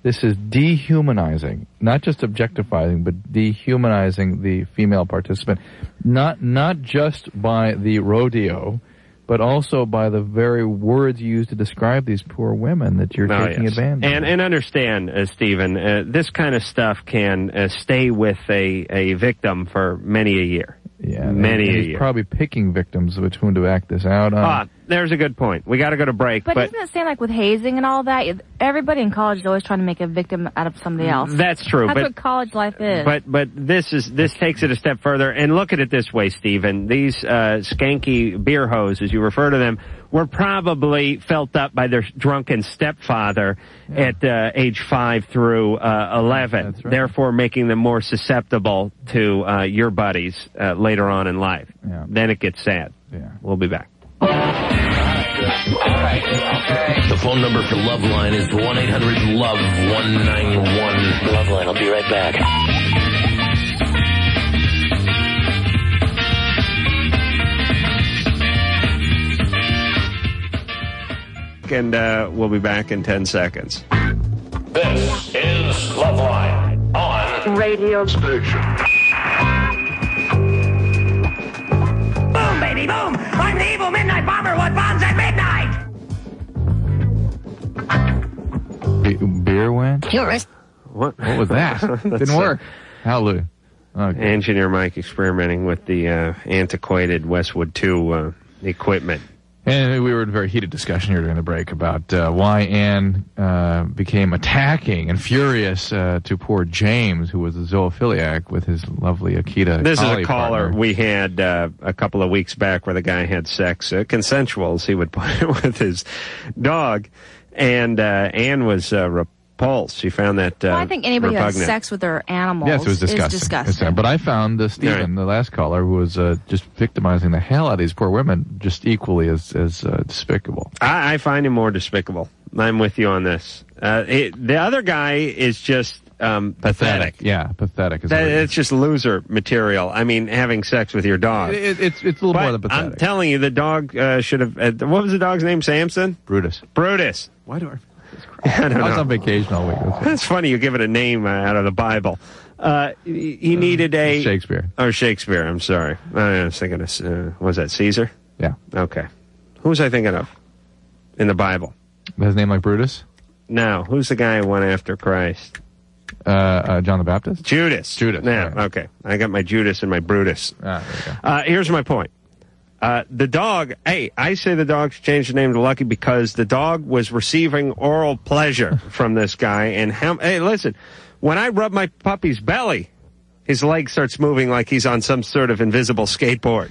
Speaker 4: this is dehumanizing, not just objectifying, but dehumanizing the female participant. Not not just by the rodeo, but also by the very words you use to describe these poor women that you're
Speaker 3: Oh,
Speaker 4: taking
Speaker 3: yes.
Speaker 4: advantage.
Speaker 3: And and understand, uh, Stephen, uh, this kind of stuff can uh, stay with a, a victim for many a year.
Speaker 4: Yeah, And-
Speaker 3: many
Speaker 4: and
Speaker 3: a
Speaker 4: he's
Speaker 3: year.
Speaker 4: probably picking victims with whom to act this out on.
Speaker 3: ah, there's a good point. We got to go to break,
Speaker 6: But,
Speaker 3: but,
Speaker 6: doesn't it seem like with hazing and all that, everybody in college is always trying to make a victim out of somebody else?
Speaker 3: Mm, That's true,
Speaker 6: That's what
Speaker 3: but-
Speaker 6: college life is.
Speaker 3: but but this is this takes it a step further. And look at it this way, Stephen. These uh, skanky beer hoes, as you refer to them, were probably felt up by their drunken stepfather at uh, age five through uh, eleven, therefore making them more susceptible to uh, your buddies uh, later on in life. Then it gets sad.
Speaker 4: Yeah.
Speaker 3: We'll be back.
Speaker 23: The phone number for Loveline is 1-800-LOVE-191. Loveline, I'll be right back.
Speaker 3: And uh, we'll be back in ten seconds.
Speaker 12: This is Loveline on radio station. Boom, baby, boom! I'm the evil midnight bomber. What bombs at midnight?
Speaker 4: Be- beer went.
Speaker 12: Tourist.
Speaker 3: What?
Speaker 4: What was that? Didn't work. Hallelujah.
Speaker 3: Engineer Mike experimenting with the uh, antiquated Westwood 2 uh, equipment.
Speaker 4: And we were in a very heated discussion here during the break about uh, why Anne uh, became attacking and furious uh, to poor James, who was a zoophiliac with his lovely Akita.
Speaker 3: This is a
Speaker 4: collie
Speaker 3: caller
Speaker 4: partner.
Speaker 3: we had uh, a couple of weeks back where the guy had sex, uh, consensual, as he would put it, with his dog. And uh, Anne was uh, repulsed. She found that. Uh,
Speaker 6: well, I think anybody who has
Speaker 3: repugnant.
Speaker 6: sex with their animals
Speaker 4: Yes, it was disgusting.
Speaker 6: is disgusting.
Speaker 4: It's- but I found uh, Stephen, the last caller, who was uh, just victimizing the hell out of these poor women, just equally as, as uh, despicable.
Speaker 3: I, I find him more despicable. I'm with you on this. Uh, it, the other guy is just um, pathetic.
Speaker 4: Yeah, pathetic. Is
Speaker 3: That, it's just loser material. I mean, having sex with your dog.
Speaker 4: It- it's, it's a little more than pathetic.
Speaker 3: I'm telling you, the dog uh, should have. Uh, what was the dog's name? Samson.
Speaker 4: Brutus.
Speaker 3: Brutus.
Speaker 4: Why do I?
Speaker 3: I don't
Speaker 4: I was
Speaker 3: know.
Speaker 4: on vacation all week.
Speaker 3: That's funny. You give it a name uh, out of the Bible. Uh, he he needed a
Speaker 4: Shakespeare
Speaker 3: or Shakespeare. I'm sorry. I was thinking of uh, what was that Caesar?
Speaker 4: Yeah.
Speaker 3: Okay. Who was I thinking of in the Bible?
Speaker 4: His name like Brutus?
Speaker 3: No. Who's the guy who went after Christ?
Speaker 4: Uh, uh, John the Baptist?
Speaker 3: Judas. Judas. Yeah. Okay. I got my Judas and my Brutus.
Speaker 4: Ah,
Speaker 3: Uh, here's my point. Uh, the dog, hey, I say the dog should change the name to Lucky because the dog was receiving oral pleasure from this guy. And how, hey, listen, when I rub my puppy's belly, his leg starts moving like he's on some sort of invisible skateboard.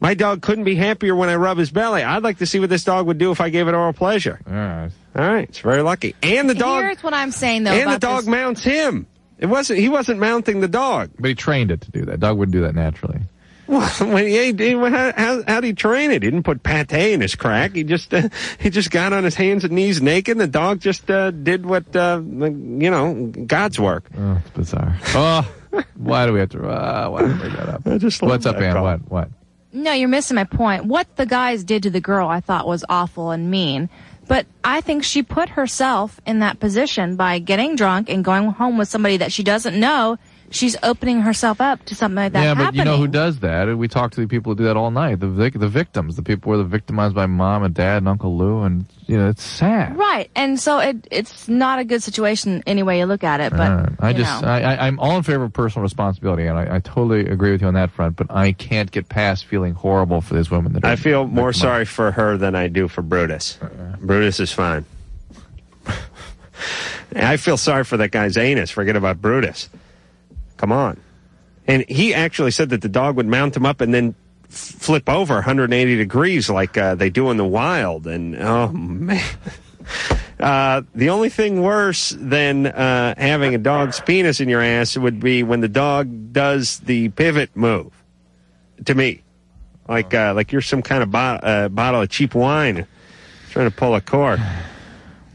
Speaker 3: My dog couldn't be happier when I rub his belly. I'd like to see what this dog would do if I gave it oral pleasure.
Speaker 4: All right.
Speaker 3: All right. It's very lucky. And the dog
Speaker 6: Here's what I'm saying though.
Speaker 3: and the
Speaker 6: about
Speaker 3: dog
Speaker 6: this-
Speaker 3: mounts him. It wasn't. He wasn't mounting the dog.
Speaker 4: But he trained it to do that. Dog wouldn't do that naturally.
Speaker 3: Well, when he, he, how, how, how'd he train it? He didn't put pate in his crack. He just uh, he just got on his hands and knees naked. and The dog just uh, did what uh, you know God's work.
Speaker 4: Oh, it's bizarre. Oh, why do we have to? Uh, why do we bring that up? What's up,
Speaker 3: that
Speaker 4: Ann?
Speaker 3: call.
Speaker 4: What? What?
Speaker 6: No, you're missing my point. What the guys did to the girl, I thought was awful and mean. But I think she put herself in that position by getting drunk and going home with somebody that she doesn't know she's opening herself up to something like that
Speaker 4: yeah, but
Speaker 6: happening.
Speaker 4: you know who does that? We talk to the people who do that all night. The vic- the victims, the people who are victimized by mom and dad and Uncle Lou, and you know it's sad.
Speaker 6: Right, and so it it's not a good situation any way you look at it. But
Speaker 4: Right. I
Speaker 6: you
Speaker 4: just
Speaker 6: know.
Speaker 4: I, I, I'm all in favor of personal responsibility, and I, I totally agree with you on that front. But I can't get past feeling horrible for these women. That are
Speaker 3: I feel more
Speaker 4: victimized.
Speaker 3: sorry for her than I do for Brutus. Brutus is fine. And I feel sorry for that guy's anus. Forget about Brutus. Come on. And he actually said that the dog would mount him up and then f- flip over 180 degrees like uh, they do in the wild. And oh, man. Uh, the only thing worse than uh, having a dog's penis in your ass would be when the dog does the pivot move. To me, like uh, like you're some kind of bo- uh, bottle of cheap wine, trying to pull a cork.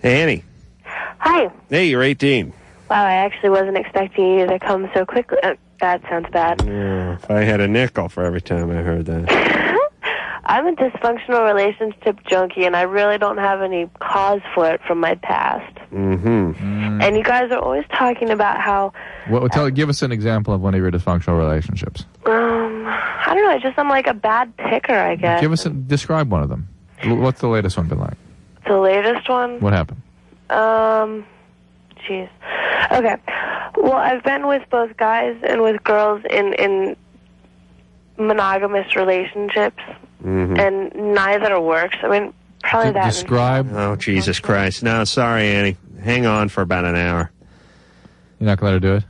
Speaker 3: Hey, Annie.
Speaker 24: Hi.
Speaker 3: Hey, you're 18.
Speaker 24: Wow, I actually wasn't expecting you to come so quickly. Uh, that sounds bad.
Speaker 3: Yeah, if I had a nickel for every time I heard that.
Speaker 24: I'm a dysfunctional relationship junkie, and I really don't have any cause for it from my past.
Speaker 4: Mm-hmm.
Speaker 24: And you guys are always talking about how,
Speaker 4: Well, tell, give us an example of one of your dysfunctional relationships.
Speaker 24: um, I don't know, I just I'm like a bad picker, I guess.
Speaker 4: Give us a, describe one of them. L- What's the latest one been like?
Speaker 24: the latest one.
Speaker 4: What happened?
Speaker 24: Um, jeez. Okay. Well, I've been with both guys and with girls in in monogamous relationships,
Speaker 4: Mm-hmm.
Speaker 24: and neither works. I mean, probably that.
Speaker 4: Describe.
Speaker 3: Oh, Jesus Christ. No, sorry, Annie. Hang on for about an hour.
Speaker 4: You're not going to let her do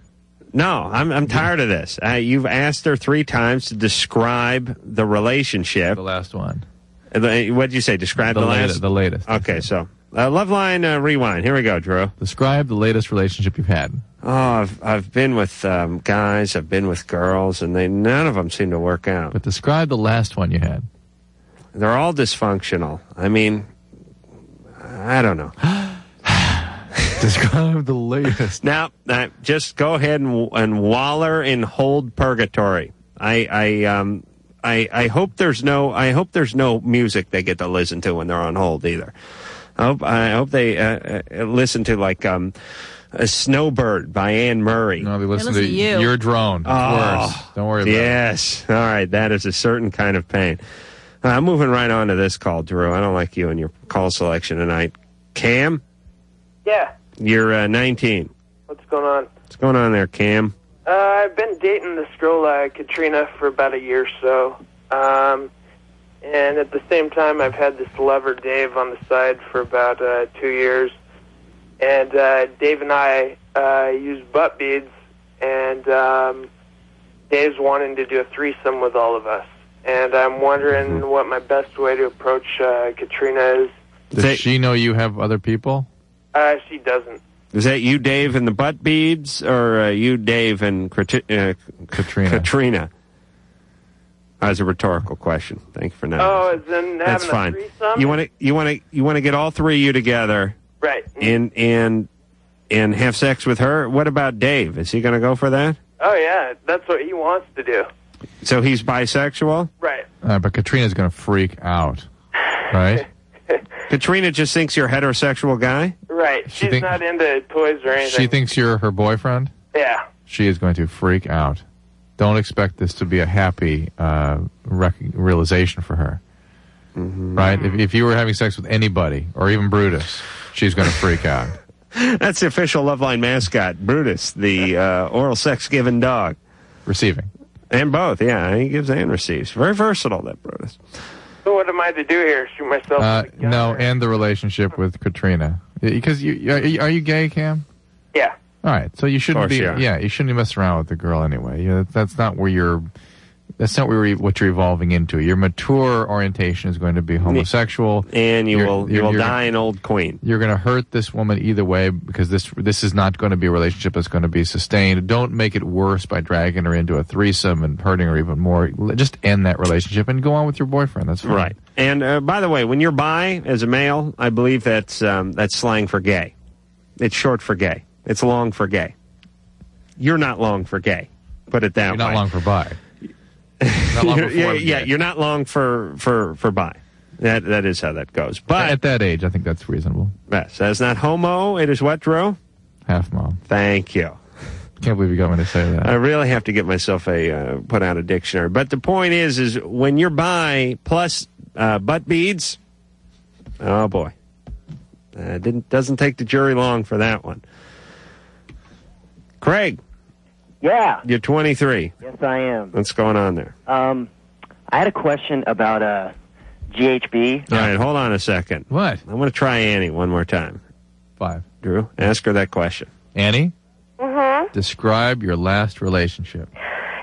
Speaker 3: No, I'm I'm tired of this. Uh, you've asked her three times to describe the relationship. The
Speaker 4: last one.
Speaker 3: What did you say? Describe the,
Speaker 4: The latest-
Speaker 3: last.
Speaker 4: the latest.
Speaker 3: Okay, so uh, love line uh, rewind. Here we go, Drew.
Speaker 4: it? Describe the latest relationship you've had.
Speaker 3: Oh, I've I've been with um, guys, I've been with girls, and they none of them seem to work out.
Speaker 4: But describe the last one you had.
Speaker 3: They're all dysfunctional. I mean, I don't know.
Speaker 4: Describe the latest.
Speaker 3: Now, uh, just go ahead and, and waller and hold purgatory. I I um I I hope there's no I hope there's no music they get to listen to when they're on hold either. I hope I hope they uh, uh, listen to like um. A Snowbird by Anne Murray. Oh, No,
Speaker 4: they listen to listen to you. Your Drone. It's worse. Oh, Don't worry about it.
Speaker 3: yes. it. Yes. All right. That is a certain kind of pain. Uh, I'm moving right on to this call, Drew. I don't like you and your call selection tonight. Cam,
Speaker 16: Yeah,
Speaker 3: you're uh, 19.
Speaker 16: what's going on?
Speaker 3: What's going on there, Cam?
Speaker 16: Uh, I've been dating this girl, uh, Katrina, for about a year or so. Um, and at the same time, I've had this lover, Dave, on the side for about uh, two years. And uh, Dave and I uh, use butt beads, and um, Dave's wanting to do a threesome with all of us. And I'm wondering what my best way to approach uh, Katrina is.
Speaker 4: Does she know you have other people?
Speaker 16: Uh, she doesn't.
Speaker 3: Is that you, Dave, and the butt beads, or uh, you, Dave, and Criti- uh, Katrina? Katrina. That was a rhetorical question. Thank you for not.
Speaker 16: Oh, as in having
Speaker 3: That's
Speaker 16: a
Speaker 3: fine.
Speaker 16: threesome?
Speaker 3: You want to you want to you want to get all three of you together,
Speaker 16: Right.
Speaker 3: and and and have sex with her. What about Dave? Is he going to go for that?
Speaker 16: Oh, yeah, that's what he wants to do.
Speaker 3: So he's bisexual.
Speaker 16: Right.
Speaker 4: Uh, but Katrina's going to freak out, right?
Speaker 3: Katrina just thinks you're a heterosexual guy.
Speaker 16: Right. She's
Speaker 4: think-
Speaker 16: not into toys or anything.
Speaker 4: she thinks you're her boyfriend.
Speaker 16: Yeah.
Speaker 4: She is going to freak out. Don't expect this to be a happy uh, rec- realization for her, right? If, if you were having sex with anybody or even Brutus, she's going to freak out.
Speaker 3: That's the official Loveline mascot, Brutus, the uh, oral sex given dog.
Speaker 4: Receiving.
Speaker 3: And both, yeah. He gives and receives. Very versatile, that Brutus.
Speaker 16: So what am I to do here? Shoot myself?
Speaker 4: Uh, no, and the relationship with Katrina because uh, you you- are you, are you gay, Cam?
Speaker 16: Yeah.
Speaker 4: All right, so you shouldn't
Speaker 3: course
Speaker 4: be.
Speaker 3: you are.
Speaker 4: Yeah, you shouldn't be messing around with the girl anyway. Yeah, that's not where you're. That's not where you're, what you're evolving into. Your mature orientation is going to be homosexual,
Speaker 3: And you
Speaker 4: You're-
Speaker 3: will you
Speaker 4: you're-
Speaker 3: will
Speaker 4: you're-
Speaker 3: die an old queen.
Speaker 4: You're going to hurt this woman either way because this this is not going to be a relationship that's going to be sustained. Don't make it worse by dragging her into a threesome and hurting her even more. L- Just end that relationship and go on with your boyfriend. That's fine.
Speaker 3: Right. And uh, by the way, when you're bi as a male, I believe that's um, that's slang for gay. It's short for gay. It's long for gay. You're not long for gay. Put it that
Speaker 4: You're
Speaker 3: way.
Speaker 4: not long for bi. Not long
Speaker 3: You're-
Speaker 4: before
Speaker 3: yeah,
Speaker 4: I'm
Speaker 3: yeah,
Speaker 4: gay.
Speaker 3: you're not long for for for bi. That that is how that goes. But
Speaker 4: At that age, I think that's reasonable.
Speaker 3: Yes, that is not homo. It is what, Drew?
Speaker 4: Half mom.
Speaker 3: Thank you.
Speaker 4: can't believe you got me to say that.
Speaker 3: I really have to get myself a uh, put out a dictionary. But the point is, is when you're by plus uh, butt beads, oh boy, uh, didn't doesn't take the jury long for that one. Craig,
Speaker 2: Yeah.
Speaker 3: you're 23.
Speaker 2: Yes, I am.
Speaker 3: What's going on there?
Speaker 2: Um, I had a question about uh, GHB.
Speaker 3: All right, hold on a second.
Speaker 4: What?
Speaker 3: I'm going to try Annie one more time.
Speaker 4: Five.
Speaker 3: Drew, ask her that question.
Speaker 4: Annie,
Speaker 24: hmm
Speaker 4: describe your last relationship.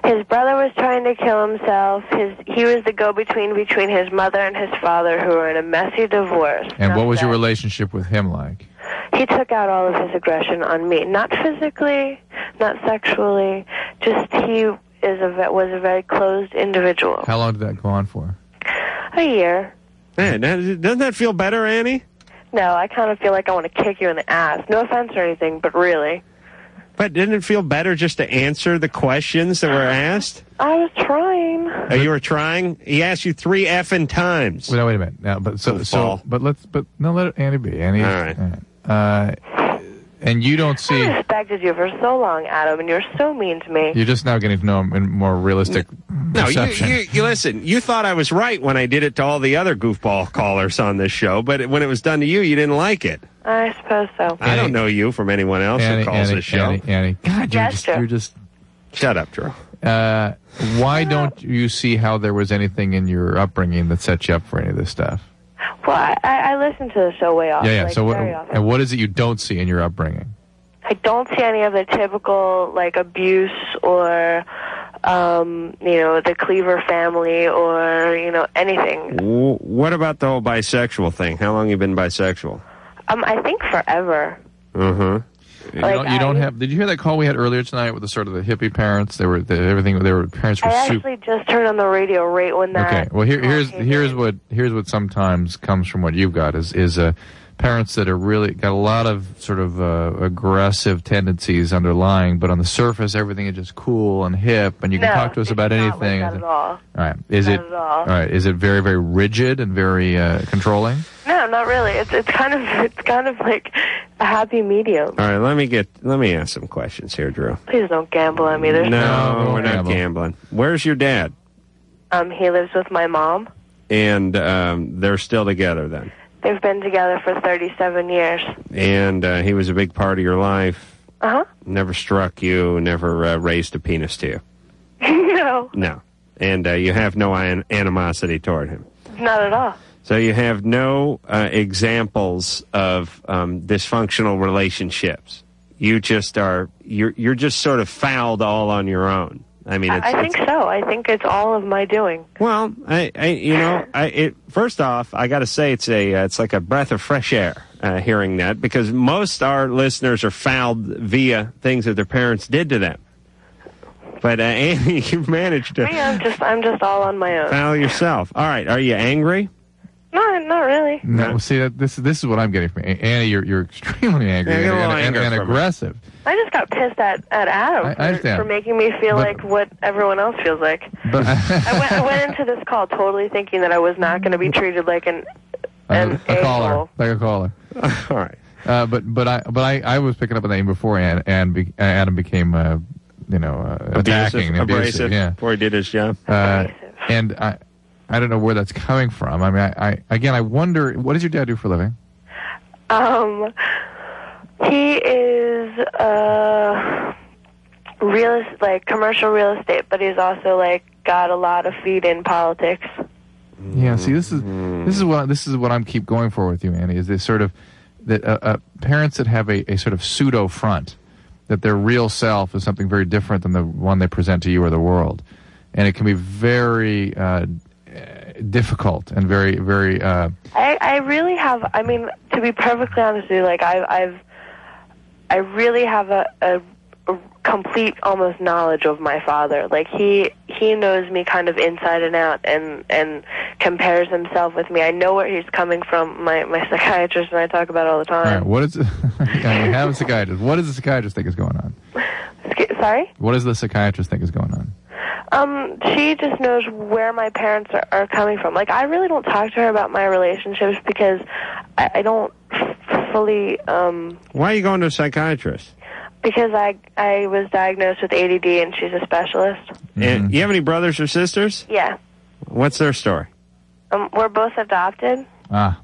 Speaker 24: His brother was trying to kill himself. His he was the go-between between his mother and his father, who were in a messy divorce.
Speaker 4: And what was your relationship with him like?
Speaker 24: He took out all of his aggression on me, not physically, not sexually. Just he is a ve- was a very closed individual.
Speaker 4: How long did that go on for?
Speaker 24: A year.
Speaker 3: Man, that- doesn't that feel better, Annie?
Speaker 24: No, I kind of feel like I want to kick you in the ass. No offense or anything, but really,
Speaker 3: But didn't it feel better just to answer the questions that were asked?
Speaker 24: I was trying.
Speaker 3: Oh, you were trying. He asked you three effing times.
Speaker 4: Wait, wait a minute. Now, but so, so,
Speaker 3: Football.
Speaker 4: but let's, but no, let Annie be. Annie. All right. Uh, and you don't see.
Speaker 24: I respected you for so long, Adam, and you're so mean to me.
Speaker 4: You're just now getting to know him in more realistic
Speaker 3: No, you,
Speaker 4: perception.
Speaker 3: you, you listen. You thought I was right when I did it to all the other goofball callers on this show, but when it was done to you, you didn't like it.
Speaker 24: I suppose so.
Speaker 3: I don't know you from anyone else
Speaker 4: Annie,
Speaker 3: who calls
Speaker 4: Annie,
Speaker 3: this show.
Speaker 4: Annie, Annie. God, you're just, you're just.
Speaker 3: Shut up, Drew.
Speaker 4: Uh, why don't you see how there was anything in your upbringing that set you up for any of this stuff?
Speaker 24: Well, I, I I listen to the show way off.
Speaker 4: yeah, yeah.
Speaker 24: Oh, Like,
Speaker 4: so, what,
Speaker 24: very often.
Speaker 4: and what is it you don't see in your upbringing?
Speaker 24: I don't see any of the typical like abuse or um, you know the Cleaver family or you know anything.
Speaker 3: W- what about the whole bisexual thing? How long you been bisexual?
Speaker 24: Um, I think forever.
Speaker 3: Uh huh.
Speaker 4: You don't, you don't have. Did you hear that call we had earlier tonight with the sort of the hippie parents? They were the, everything. They were parents were
Speaker 24: I
Speaker 4: super.
Speaker 24: actually just turned on the radio right when that.
Speaker 4: Okay. Well, here, here's here's what here's what sometimes comes from what you've got is is uh, parents that are really got a lot of sort of uh, aggressive tendencies underlying, but on the surface everything is just cool and hip, and you can
Speaker 24: No,
Speaker 4: talk to us about anything.
Speaker 24: Not at all.
Speaker 4: All right. Is
Speaker 24: Not
Speaker 4: it
Speaker 24: at all.
Speaker 4: right? Is it very very rigid and very uh, controlling?
Speaker 24: No, not really. It's it's kind of it's kind of like a happy medium.
Speaker 3: All right, let me get let me ask some questions here, Drew.
Speaker 24: Please don't gamble on me.
Speaker 3: No,
Speaker 24: There's
Speaker 3: we're not gambling. Where's your dad?
Speaker 24: Um, he lives with my mom.
Speaker 3: And um, they're still together then.
Speaker 24: They've been together for 37 years.
Speaker 3: And uh, he was a big part of your life.
Speaker 24: Uh huh.
Speaker 3: Never struck you. Never uh, raised a penis to you.
Speaker 24: no,
Speaker 3: No. And uh, you have no an- animosity toward him.
Speaker 24: not at all.
Speaker 3: So you have no uh, examples of um, dysfunctional relationships. You just are you're you're just sort of fouled all on your own. I mean, it's,
Speaker 24: I, I think so. I think it's all of my doing.
Speaker 3: Well, I, I you know, I it, first off, I got to say it's a uh, it's like a breath of fresh air uh, hearing that because most our listeners are fouled via things that their parents did to them. But uh, Annie, you've managed
Speaker 24: Me, I'm
Speaker 3: to
Speaker 24: just I'm just all on my own.
Speaker 3: foul yourself. All right, are you angry?
Speaker 24: No, not really.
Speaker 4: No. See, that, this this is what I'm getting from A- Annie. You're you're extremely angry
Speaker 3: Yeah, I
Speaker 4: and,
Speaker 3: get a little
Speaker 4: and-
Speaker 3: anger
Speaker 4: and
Speaker 3: from her.
Speaker 4: aggressive.
Speaker 24: I just got pissed at at Adam
Speaker 4: I- I
Speaker 24: for,
Speaker 4: understand.
Speaker 24: for making me feel
Speaker 4: But-
Speaker 24: like what everyone else feels like.
Speaker 4: But
Speaker 24: I went, I went into this call totally thinking that I was not going to be treated like an an
Speaker 4: a caller,
Speaker 24: a-hole.
Speaker 4: like a caller.
Speaker 3: All right.
Speaker 4: Uh, but but I but I, I was picking up on that even before and and be, Adam became uh, you know uh, attacking
Speaker 3: abrasive,
Speaker 4: abusive,
Speaker 3: abrasive
Speaker 4: yeah.
Speaker 3: before he did his job.
Speaker 4: Uh, and I I don't know where that's coming from. I mean I, I again I wonder what does your dad do for a living?
Speaker 24: Um, he is uh real es- like commercial real estate, but he's also like got a lot of feet in politics.
Speaker 4: Yeah, see, this is this is what this is what I'm keep going for with you, Annie. Is this sort of that uh, uh, parents that have a, a sort of pseudo front that their real self is something very different than the one they present to you or the world, and it can be very uh, eh, difficult and very very uh,
Speaker 24: I, I really have. I mean, to be perfectly honest with you, like I've, I've, I really have a, a, a complete almost knowledge of my father. Like he, he knows me kind of inside and out, and and compares himself with me. I know where he's coming from. My my psychiatrist and I talk about it all the
Speaker 4: all right.
Speaker 24: time.
Speaker 4: What is I mean, have a psychiatrist? What does the psychiatrist think is going on?
Speaker 24: Sc- Sorry.
Speaker 4: What does the psychiatrist think is going on?
Speaker 24: Um, she just knows where my parents are, are coming from. Like, I really don't talk to her about my relationships because I, I don't f- fully, um,
Speaker 3: Why are you going to a psychiatrist?
Speaker 24: Because I I was diagnosed with ADD and she's a specialist.
Speaker 4: Mm-hmm.
Speaker 3: And you have any brothers or sisters?
Speaker 24: Yeah.
Speaker 3: What's their story?
Speaker 24: Um, we're both adopted.
Speaker 4: Ah,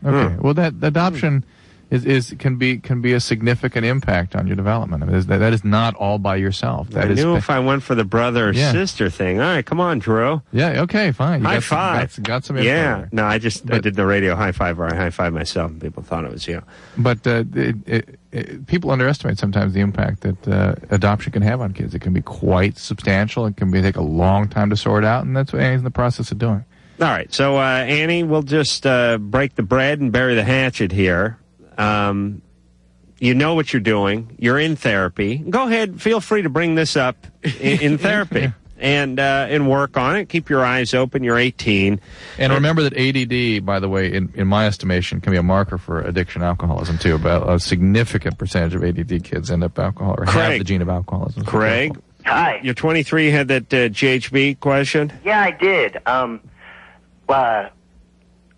Speaker 3: Hmm.
Speaker 4: okay. Well, that the adoption is, is can be can be a significant impact on your development. I mean, is- that, that is not all by yourself. That
Speaker 3: I
Speaker 4: is
Speaker 3: knew if I went for the brother or
Speaker 4: Yeah.
Speaker 3: sister thing. All right, come on, Drew.
Speaker 4: yeah. Okay, fine. You
Speaker 3: high
Speaker 4: got some-
Speaker 3: five.
Speaker 4: got some- got some info
Speaker 3: yeah.
Speaker 4: there.
Speaker 3: No, I just I did the radio high five where I high five myself, and people thought it was you.
Speaker 4: But uh, it, it, it, people underestimate sometimes the impact that uh, adoption can have on kids. It can be quite substantial. It can be take a long time to sort out, and that's what Annie's in the process of doing.
Speaker 3: All right, so uh, Annie, we'll just uh, break the bread and bury the hatchet here. Um, you know what you're doing. You're in therapy. Go ahead. Feel free to bring this up in, in therapy and uh, and work on it. Keep your eyes open. You're 18.
Speaker 4: And remember that ADD, by the way, in, in my estimation, can be a marker for addiction and alcoholism too. About a significant percentage of ADD kids end up alcohol or have
Speaker 3: Craig.
Speaker 4: the gene of alcoholism.
Speaker 3: Craig. Hi. You're 23. Had that uh, GHB question.
Speaker 7: Yeah, I did. Um, uh,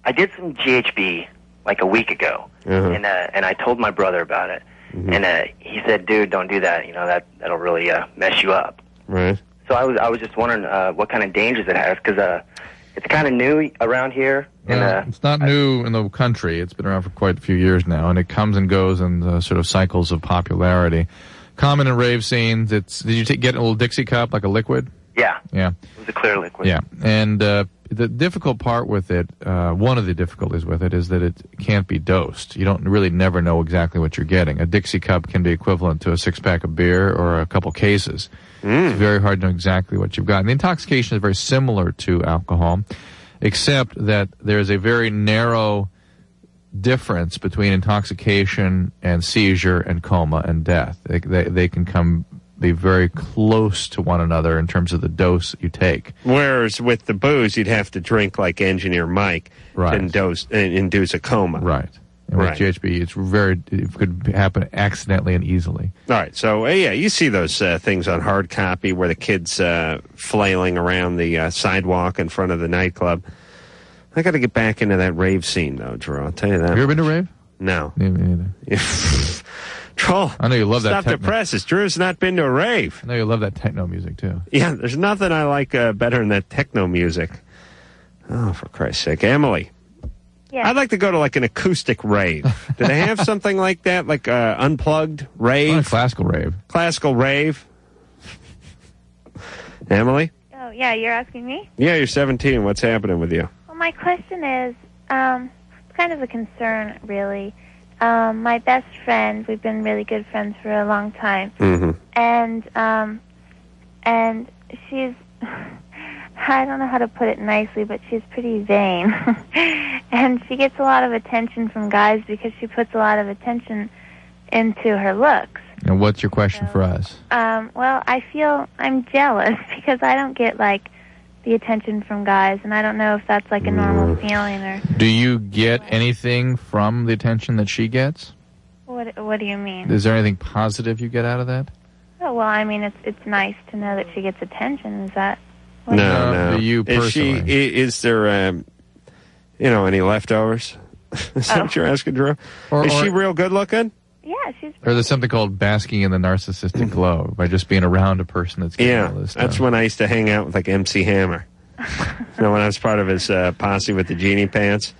Speaker 7: I did some GHB like a week ago,
Speaker 3: Uh-huh.
Speaker 7: and uh, and I told my brother about it, and uh, he said, "Dude, don't do that. You know that that'll really uh, mess you up."
Speaker 3: Right.
Speaker 7: So I was I was just wondering uh, what kind of dangers it has because uh, it's kind of new around here.
Speaker 4: Well,
Speaker 7: uh,
Speaker 4: it's not new in the country. It's been around for quite a few years now, and it comes and goes in the sort of cycles of popularity. Common in rave scenes. It's did you t- get a little Dixie cup like a liquid?
Speaker 7: Yeah,
Speaker 4: Yeah.
Speaker 7: it was a clear liquid.
Speaker 4: Yeah, and uh, the difficult part with it, uh, one of the difficulties with it, is that it can't be dosed. You don't really never know exactly what you're getting. A Dixie cup can be equivalent to a six pack of beer or a couple cases.
Speaker 3: Mm.
Speaker 4: It's very hard to know exactly what you've got. And the intoxication is very similar to alcohol, except that there is a very narrow difference between intoxication and seizure and coma and death. They, they, they can come be very close to one another in terms of the dose you take.
Speaker 3: Whereas with the booze, you'd have to drink like Engineer Mike
Speaker 4: Right.
Speaker 3: to induce, uh, induce a coma.
Speaker 4: Right. And
Speaker 3: Right.
Speaker 4: with GHB, it's very it could happen accidentally and easily.
Speaker 3: All right, so uh, yeah, you see those uh, things on hard copy where the kids uh, flailing around the uh, sidewalk in front of the nightclub. I got to get back into that rave scene, though, Drew. I'll tell you that.
Speaker 4: Have you ever been to rave?
Speaker 3: No.
Speaker 4: Yeah, me neither.
Speaker 3: Troll.
Speaker 4: I know you love that
Speaker 3: Stop the
Speaker 4: techno.
Speaker 3: presses. Drew's not been to a rave.
Speaker 4: I know you love that techno music too.
Speaker 3: Yeah, there's nothing I like uh, better than that techno music. Oh, for Christ's sake, Emily. I'd like to go to like an acoustic rave. Do they have something like that, like uh, unplugged rave?
Speaker 4: classical rave.
Speaker 3: Classical rave. Emily.
Speaker 25: Oh, yeah, you're asking me?
Speaker 3: Yeah, you're 17. What's happening with you?
Speaker 25: Well, my question is um, it's kind of a concern, really. Um, my best friend, we've been really good friends for a long time,
Speaker 3: Mm-hmm.
Speaker 25: and um, and she's I don't know how to put it nicely, but she's pretty vain, and she gets a lot of attention from guys because she puts a lot of attention into her look.
Speaker 4: And what's your question for us?
Speaker 25: Um, well, I feel I'm jealous because I don't get like the attention from guys, and I don't know if that's like a normal
Speaker 4: Mm.
Speaker 25: feeling or
Speaker 4: Do you get anything from the attention that she gets?
Speaker 25: what. What do you mean?
Speaker 4: Is there anything positive you get out of that?
Speaker 25: oh, well, I mean, it's it's nice to know that she gets attention. Is that?
Speaker 3: No, no.
Speaker 4: To you
Speaker 3: is she? i- Is there, um, you know, any leftovers? is that what you're asking, Drew?
Speaker 4: Or-
Speaker 3: is
Speaker 4: or-
Speaker 3: she real good looking?
Speaker 25: Yeah, she's.
Speaker 4: Or there's something called basking in the narcissistic glow by just being around a person that's getting
Speaker 3: Yeah,
Speaker 4: all this stuff.
Speaker 3: that's when I used to hang out with like MC Hammer. you know, when I was part of his uh, posse with the genie pants.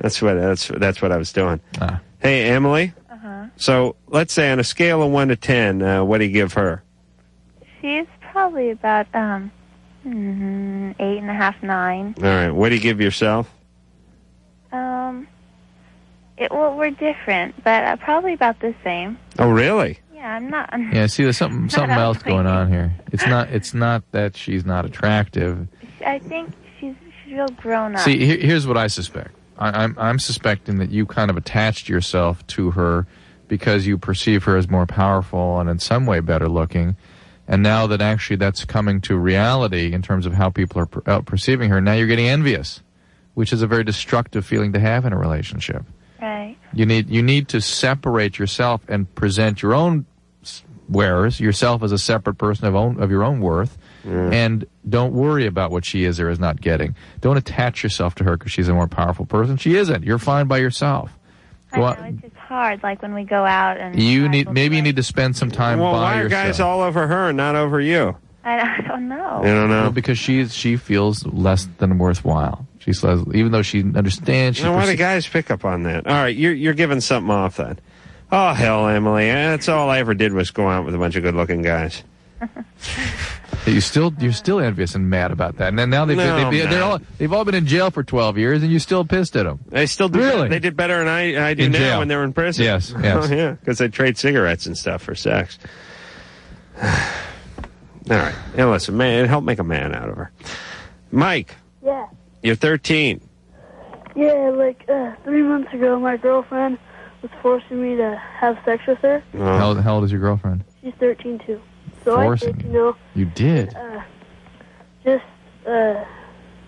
Speaker 3: that's what that's that's what I was doing.
Speaker 4: Uh-huh.
Speaker 3: Hey, Emily.
Speaker 25: Uh-huh.
Speaker 3: So let's say on a scale of one to ten, uh, what do you give her?
Speaker 25: She's probably about um mm, eight and a half, nine.
Speaker 3: All right, what do you give yourself?
Speaker 25: Um, it well, we're different, but uh, probably about the same.
Speaker 3: Oh, really?
Speaker 25: Yeah, I'm not. I'm
Speaker 4: Yeah, see, there's something
Speaker 25: not
Speaker 4: something else
Speaker 25: outgoing.
Speaker 4: going on here. It's not it's not that she's not attractive.
Speaker 25: I think she's she's real grown up.
Speaker 4: See, here, here's what I suspect. I, I'm I'm suspecting that you kind of attached yourself to her because you perceive her as more powerful and in some way better looking. And now that actually that's coming to reality in terms of how people are per- out perceiving her, now you're getting envious, which is a very destructive feeling to have in a relationship.
Speaker 25: Right.
Speaker 4: You need you need to separate yourself and present your own s- wares yourself as a separate person of own of your own worth, and don't worry about what she is or is not getting. Don't attach yourself to her because she's a more powerful person. She isn't. You're fine by yourself. Well,
Speaker 25: It's hard, like when we go out and
Speaker 4: you need maybe you need to spend some time
Speaker 3: well,
Speaker 4: by
Speaker 3: why are
Speaker 4: yourself.
Speaker 3: guys all over her and not over you?
Speaker 25: I, I don't know.
Speaker 4: know because she she feels less than worthwhile. She says even though she understands. She
Speaker 3: Now, why do
Speaker 4: perce-
Speaker 3: guys pick up on that? All right, you're you're giving something off then. Oh hell, Emily, that's all I ever did was go out with a bunch of good-looking guys.
Speaker 4: you still you're still envious and mad about that. And then now they've
Speaker 3: No,
Speaker 4: they,
Speaker 3: I'm
Speaker 4: they, are
Speaker 3: not.
Speaker 4: all they've all been in jail for twelve years, and you're still pissed at them.
Speaker 3: They still do.
Speaker 4: Really?
Speaker 3: They did better than I, I do
Speaker 4: In
Speaker 3: now
Speaker 4: jail.
Speaker 3: when they were in prison.
Speaker 4: Yes, yes.
Speaker 3: Oh, yeah, because they trade cigarettes and stuff for sex. All right. Now listen, man, help make a man out of her. Mike,
Speaker 5: Yeah.
Speaker 3: you're 13.
Speaker 5: Yeah, like uh, three months ago, my girlfriend was forcing me to have sex with her.
Speaker 3: Uh,
Speaker 4: How, old- how old is your girlfriend?
Speaker 5: She's 13 too. So I
Speaker 4: Forcing
Speaker 5: did, you know,
Speaker 4: You did.
Speaker 5: uh, just uh,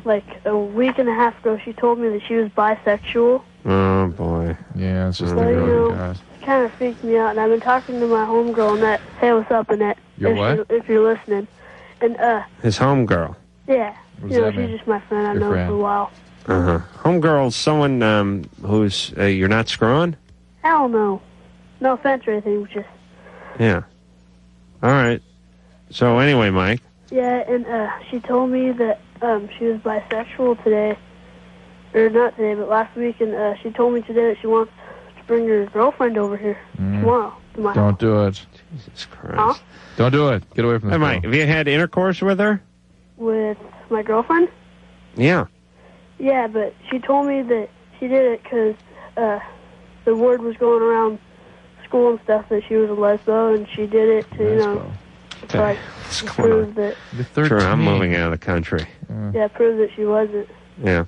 Speaker 5: like a week and a half ago, she told me that she was bisexual.
Speaker 3: Oh boy.
Speaker 4: Yeah, it's just
Speaker 5: So,
Speaker 4: the
Speaker 5: you
Speaker 4: girl
Speaker 5: know,
Speaker 4: you guys.
Speaker 5: it kind of freaked me out, and I've been talking to my homegirl, Annette. Hey, what's up, Annette?
Speaker 3: Your
Speaker 5: if
Speaker 3: what?
Speaker 5: you if you're listening. And, uh,
Speaker 3: His homegirl.
Speaker 5: yeah.
Speaker 3: What does
Speaker 5: you know,
Speaker 3: that
Speaker 5: she's
Speaker 3: mean?
Speaker 5: just my friend. I've
Speaker 3: Your
Speaker 5: known
Speaker 3: friend.
Speaker 5: for a while.
Speaker 3: Uh huh. Homegirl's someone um, who's uh, you're not screwing.
Speaker 5: I don't know. No offense or anything, just
Speaker 3: Yeah. All right. So anyway, Mike.
Speaker 5: Yeah, and uh, she told me that um, she was bisexual today, or not today, but last week, and uh, she told me today that she wants to bring her girlfriend over here
Speaker 4: Mm.
Speaker 3: Hmm.
Speaker 5: tomorrow. to my house.
Speaker 4: Don't do it.
Speaker 3: Jesus
Speaker 5: Huh?
Speaker 3: Christ.
Speaker 4: Don't do it. Get away from
Speaker 3: Hey,
Speaker 4: this.
Speaker 3: Mike,
Speaker 4: girl.
Speaker 3: have you had intercourse with her?
Speaker 5: With my girlfriend?
Speaker 3: Yeah.
Speaker 5: Yeah, but she told me that she did it because uh, the word was going around school and stuff that she was a lesbo, and she did it to, you know, to, like,
Speaker 3: going
Speaker 5: prove
Speaker 3: on?
Speaker 5: that,
Speaker 3: Sure, I'm moving out of the country.
Speaker 5: yeah, prove that she wasn't.
Speaker 3: Yeah.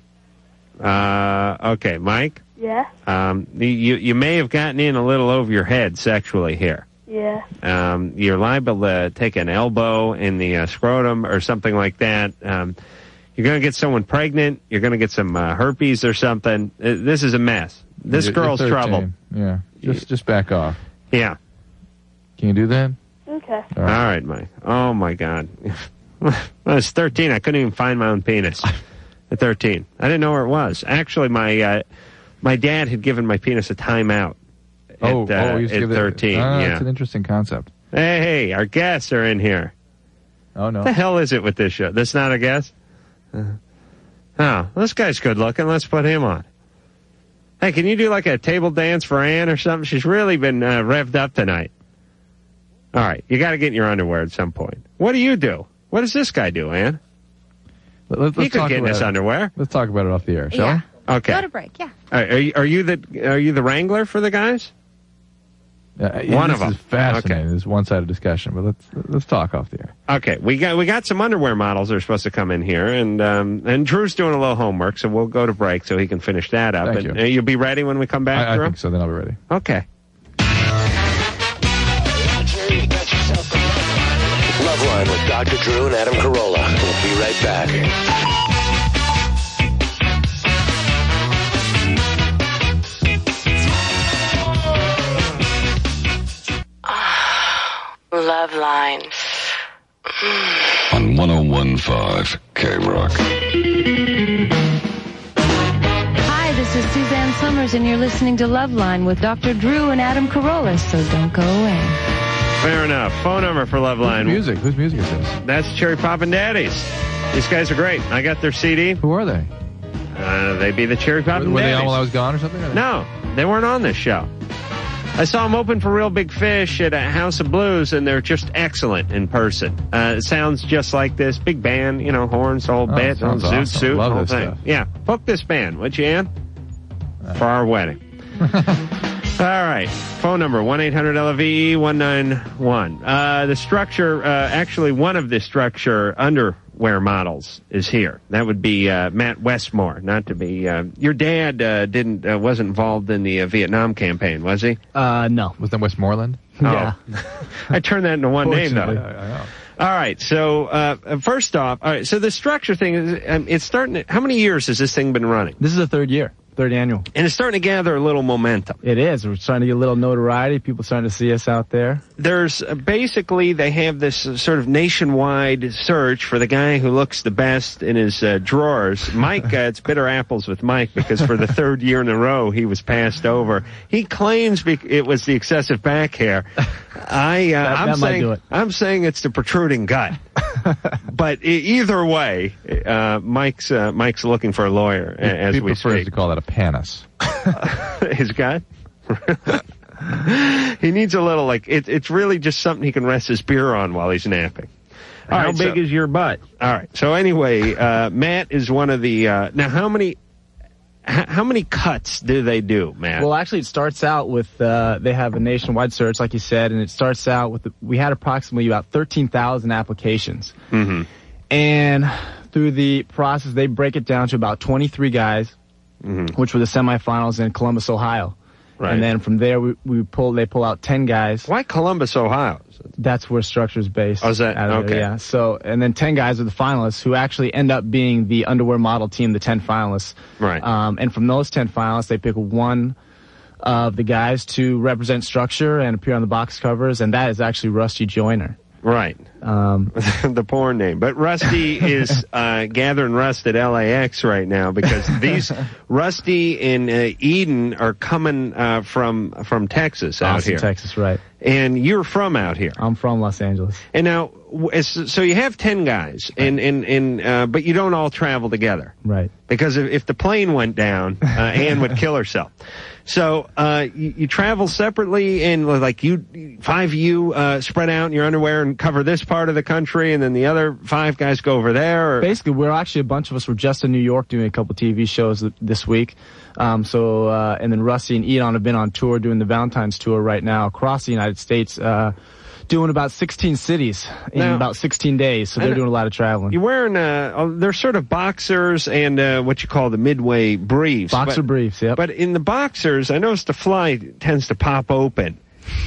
Speaker 3: Uh, okay, Mike.
Speaker 5: Yeah?
Speaker 3: Um, you you may have gotten in a little over your head sexually here.
Speaker 5: Yeah.
Speaker 3: Um, you're liable to take an elbow in the uh, scrotum or something like that. Um, you're going to get someone pregnant. You're going to get some uh, herpes or something. Uh, This is a mess. This
Speaker 4: You're- you're
Speaker 3: girl's
Speaker 4: 13.
Speaker 3: trouble.
Speaker 4: Yeah. Just just back off.
Speaker 3: Yeah.
Speaker 4: Can you do that?
Speaker 5: Okay.
Speaker 3: All right, Mike. Oh my God. when I was 13, I couldn't even find my own penis. At 13, I didn't know where it was. Actually, my uh, my dad had given my penis a timeout. At,
Speaker 4: oh,
Speaker 3: uh,
Speaker 4: oh, you used to
Speaker 3: at
Speaker 4: give that-
Speaker 3: 13.
Speaker 4: Ah,
Speaker 3: yeah.
Speaker 4: It's an interesting concept.
Speaker 3: Hey, hey, our guests are in here.
Speaker 4: Oh no.
Speaker 3: What the hell is it with this show? That's not a guest. Uh, Oh, this guy's good looking. Let's put him on. Hey, can you do like a table dance for Ann or something? She's really been uh, revved up tonight. All right, you got to get in your underwear at some point. What do you do? What does this guy do, Ann?
Speaker 4: Let, us
Speaker 3: he could get in his underwear.
Speaker 4: Let's talk about it off the air, shall
Speaker 6: Yeah.
Speaker 4: we?
Speaker 3: Okay.
Speaker 6: Go to break. Yeah.
Speaker 3: All right, are, you, are you the are you the wrangler for the guys?
Speaker 4: Uh,
Speaker 3: One
Speaker 4: this
Speaker 3: of 'em.
Speaker 4: is fascinating. This one-sided discussion, but let's let's talk off the air.
Speaker 3: Okay, we got we got some underwear models that are supposed to come in here, and um, and Drew's doing a little homework, so we'll go to break so he can finish that up.
Speaker 4: Thank
Speaker 3: and
Speaker 4: you.
Speaker 3: uh, you'll be ready when we come back,
Speaker 4: I, I
Speaker 3: Drew.
Speaker 4: think so. Then I'll be ready.
Speaker 3: Okay.
Speaker 23: Loveline with Dr. Drew and Adam Carolla. We'll be right back.
Speaker 8: Love line.
Speaker 13: On 1015 K Rock.
Speaker 26: Hi, this is Suzanne Summers, and you're listening to Loveline with Dr. Drew and Adam Carolla, so don't go away.
Speaker 3: Fair enough. Phone number for Loveline.
Speaker 4: Music. Whose music is this?
Speaker 3: That's Cherry Pop and Daddies. These guys are great. I got their CD. Who
Speaker 4: are they?
Speaker 3: Uh, they be the Cherry Pop and
Speaker 4: Were they
Speaker 3: Daddies.
Speaker 4: on while I was gone or something?
Speaker 3: No, they weren't on this show. I saw them open for Real Big Fish at a House of Blues, and they're just excellent in person. Uh, it sounds just like this big band, you know, horns, the whole
Speaker 4: Oh,
Speaker 3: bit,
Speaker 4: sounds
Speaker 3: whole zoot
Speaker 4: awesome.
Speaker 3: suit,
Speaker 4: Love
Speaker 3: whole
Speaker 4: this
Speaker 3: thing.
Speaker 4: stuff.
Speaker 3: Yeah, book this band, would you, Ann? For our wedding. All right. Phone number 1 800 LVE 191. Uh, the structure, uh, actually, one of the structure underwear models is here. That would be uh, Matt Westmore, not to be. Uh, your dad uh, didn't uh, was involved in the uh, Vietnam campaign, was he? Oh.
Speaker 27: Uh, no.
Speaker 4: Was that Westmoreland?
Speaker 27: Yeah.
Speaker 3: I turned that into one name,
Speaker 27: Fortunately.
Speaker 3: though. All right. So uh, first off, all right. So the structure thing is um, it's starting. To, how many years has this thing been running?
Speaker 27: This is the third year, third annual.
Speaker 3: And it's starting to gather a little momentum.
Speaker 27: It is. We're starting to get a little notoriety. People starting to see us out there.
Speaker 3: there's uh, basically they have this uh, sort of nationwide search for the guy who looks the best in his uh, drawers. Mike, uh, it's bitter apples with Mike because for the third year in a row he was passed over. He claims bec it was the excessive back hair. I uh,
Speaker 8: That-
Speaker 3: I'm
Speaker 8: that might
Speaker 3: saying
Speaker 8: do it.
Speaker 3: I'm saying it's the protruding gut. but e either way, uh, Mike's uh, Mike's looking for a lawyer a- as
Speaker 4: he
Speaker 3: we
Speaker 4: prefers
Speaker 3: speak.
Speaker 4: to call that a panis.
Speaker 3: his gut. he needs a little like it, it's really just something he can rest his beer on while he's napping.
Speaker 8: How big
Speaker 3: is your butt? All right. So anyway, uh, Matt is one of the uh, now how many h- how many cuts do they do, Matt?
Speaker 8: Well, actually, it starts out with uh, they have a nationwide search, like you said, and it starts out with we had approximately about thirteen thousand applications,
Speaker 3: mm-hmm.
Speaker 8: and through the process, they break it down to about twenty-three guys, which were the semifinals in Columbus, Ohio.
Speaker 3: Mm-hmm. Right.
Speaker 8: And then from there, we, we pull they pull out ten guys.
Speaker 3: Why Columbus, Ohio?
Speaker 8: That's where structure's based.
Speaker 3: Oh, is that-
Speaker 8: out of there,
Speaker 3: okay.
Speaker 8: yeah. So and then ten guys are the finalists who actually end up being the underwear model team, the ten finalists.
Speaker 3: Right.
Speaker 8: Um, and from those ten finalists, they pick one of the guys to represent structure and appear on the box covers, and that is actually Rusty Joyner.
Speaker 3: Right.
Speaker 8: Um,
Speaker 3: the porn name, but Rusty is uh, gathering rust at LAX right now because these Rusty and uh, Eden are coming uh, from from Texas out
Speaker 8: Austin,
Speaker 3: here,
Speaker 8: Texas, right?
Speaker 3: and you're from out here.
Speaker 8: I'm from Los Angeles.
Speaker 3: And now, w- it's- so you have ten guys, and and and uh, but you don't all travel together,
Speaker 8: Right.
Speaker 3: Because if, if the plane went down, uh, Anne would kill herself. So uh, you, you travel separately, and like you, five of you uh, spread out in your underwear and cover this part of the country, and then the other five guys go over there. Or,
Speaker 8: Basically, we're actually a bunch of us were just in New York doing a couple TV shows th- this week. Um, so uh, and then Rusty and Edon have been on tour doing the Valentine's tour right now across the United States, uh, doing about 16 cities in
Speaker 3: Now-
Speaker 8: about 16 days. So
Speaker 3: I
Speaker 8: they're
Speaker 3: know-
Speaker 8: doing a lot of traveling.
Speaker 3: you're wearing uh, oh, they're sort of boxers and uh, what you call the midway briefs.
Speaker 8: Boxer
Speaker 3: but,
Speaker 8: briefs, yeah.
Speaker 3: But in the boxers, I noticed the fly tends to pop open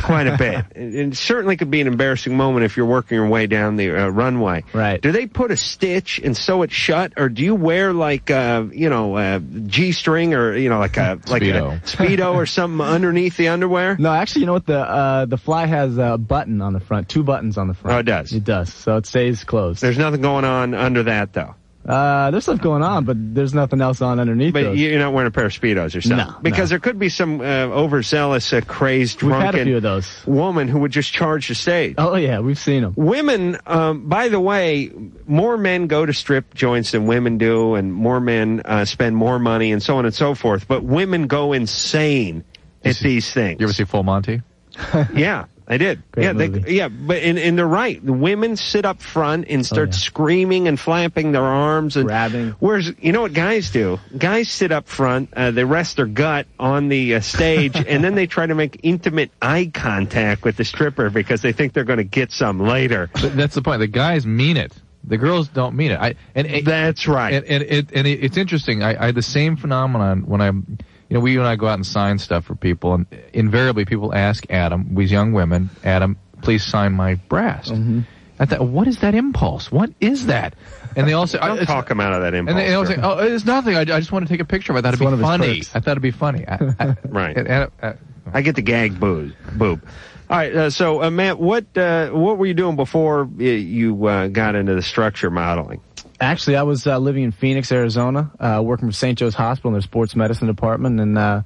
Speaker 3: quite a bit. and it certainly could be an embarrassing moment if you're working your way down the uh, runway. Right. Do they put a stitch and sew it shut, or do you wear like uh, you know uh, g-string or you know like a like a
Speaker 8: Speedo.
Speaker 3: speedo or something underneath the underwear?
Speaker 8: No, actually, you know what? The uh, the fly has a button on the front, two buttons on the front. Oh, it does. It does. So it stays closed.
Speaker 3: There's nothing going on under that though.
Speaker 8: Uh, there's stuff going on, but there's nothing else on underneath.
Speaker 3: But
Speaker 8: those.
Speaker 3: you're not wearing a pair of speedos or something,
Speaker 8: No,
Speaker 3: because there could be some uh, overzealous, uh, crazed,
Speaker 8: We've had a
Speaker 3: drunken
Speaker 8: few of those.
Speaker 3: woman who would just charge the stage.
Speaker 8: Oh yeah, we've seen them.
Speaker 3: Women, um, by the way, more men go to strip joints than women do, and more men uh, spend more money, and so on and so forth. But women go insane at these things. You ever
Speaker 4: see Full Monty?
Speaker 3: yeah, I did. yeah, They, yeah, but and, and they're right. The women sit up front
Speaker 4: Oh,
Speaker 3: and start screaming and flapping their arms and grabbing. Whereas you know what guys do? Guys sit up front. Uh, they rest their gut on the uh, stage and then they try to make intimate eye contact with the stripper because they think they're going to get some later.
Speaker 4: Th- That's the point. The guys mean it. The girls don't mean it. I and it,
Speaker 3: that's right.
Speaker 4: And and, it, and it, it's interesting. I, I had the same phenomenon when I'm, you know, we and I go out and sign stuff for people, and invariably people ask Adam, these young women, Adam, please sign my breast.
Speaker 3: Mm-hmm.
Speaker 4: I thought, what is that impulse? What is that? And they all say,
Speaker 3: Don't
Speaker 4: I,
Speaker 3: talk them out of that
Speaker 4: And
Speaker 3: impulse.
Speaker 4: they all
Speaker 3: sir.
Speaker 4: say, oh, it's nothing. I, I just want to take a picture of it. I thought
Speaker 3: one of
Speaker 4: it'd be
Speaker 3: his
Speaker 4: funny.
Speaker 3: perks.
Speaker 4: I thought it'd be funny. I, I,
Speaker 3: Right.
Speaker 4: and- and, uh,
Speaker 3: I get the gag boob. boob. All right, uh, so uh, Matt, what uh, what were you doing before y- you uh, got into the structure modeling?
Speaker 8: Actually, I was uh, living in Phoenix, Arizona, uh, working for St. Joe's Hospital in their sports medicine department, and uh,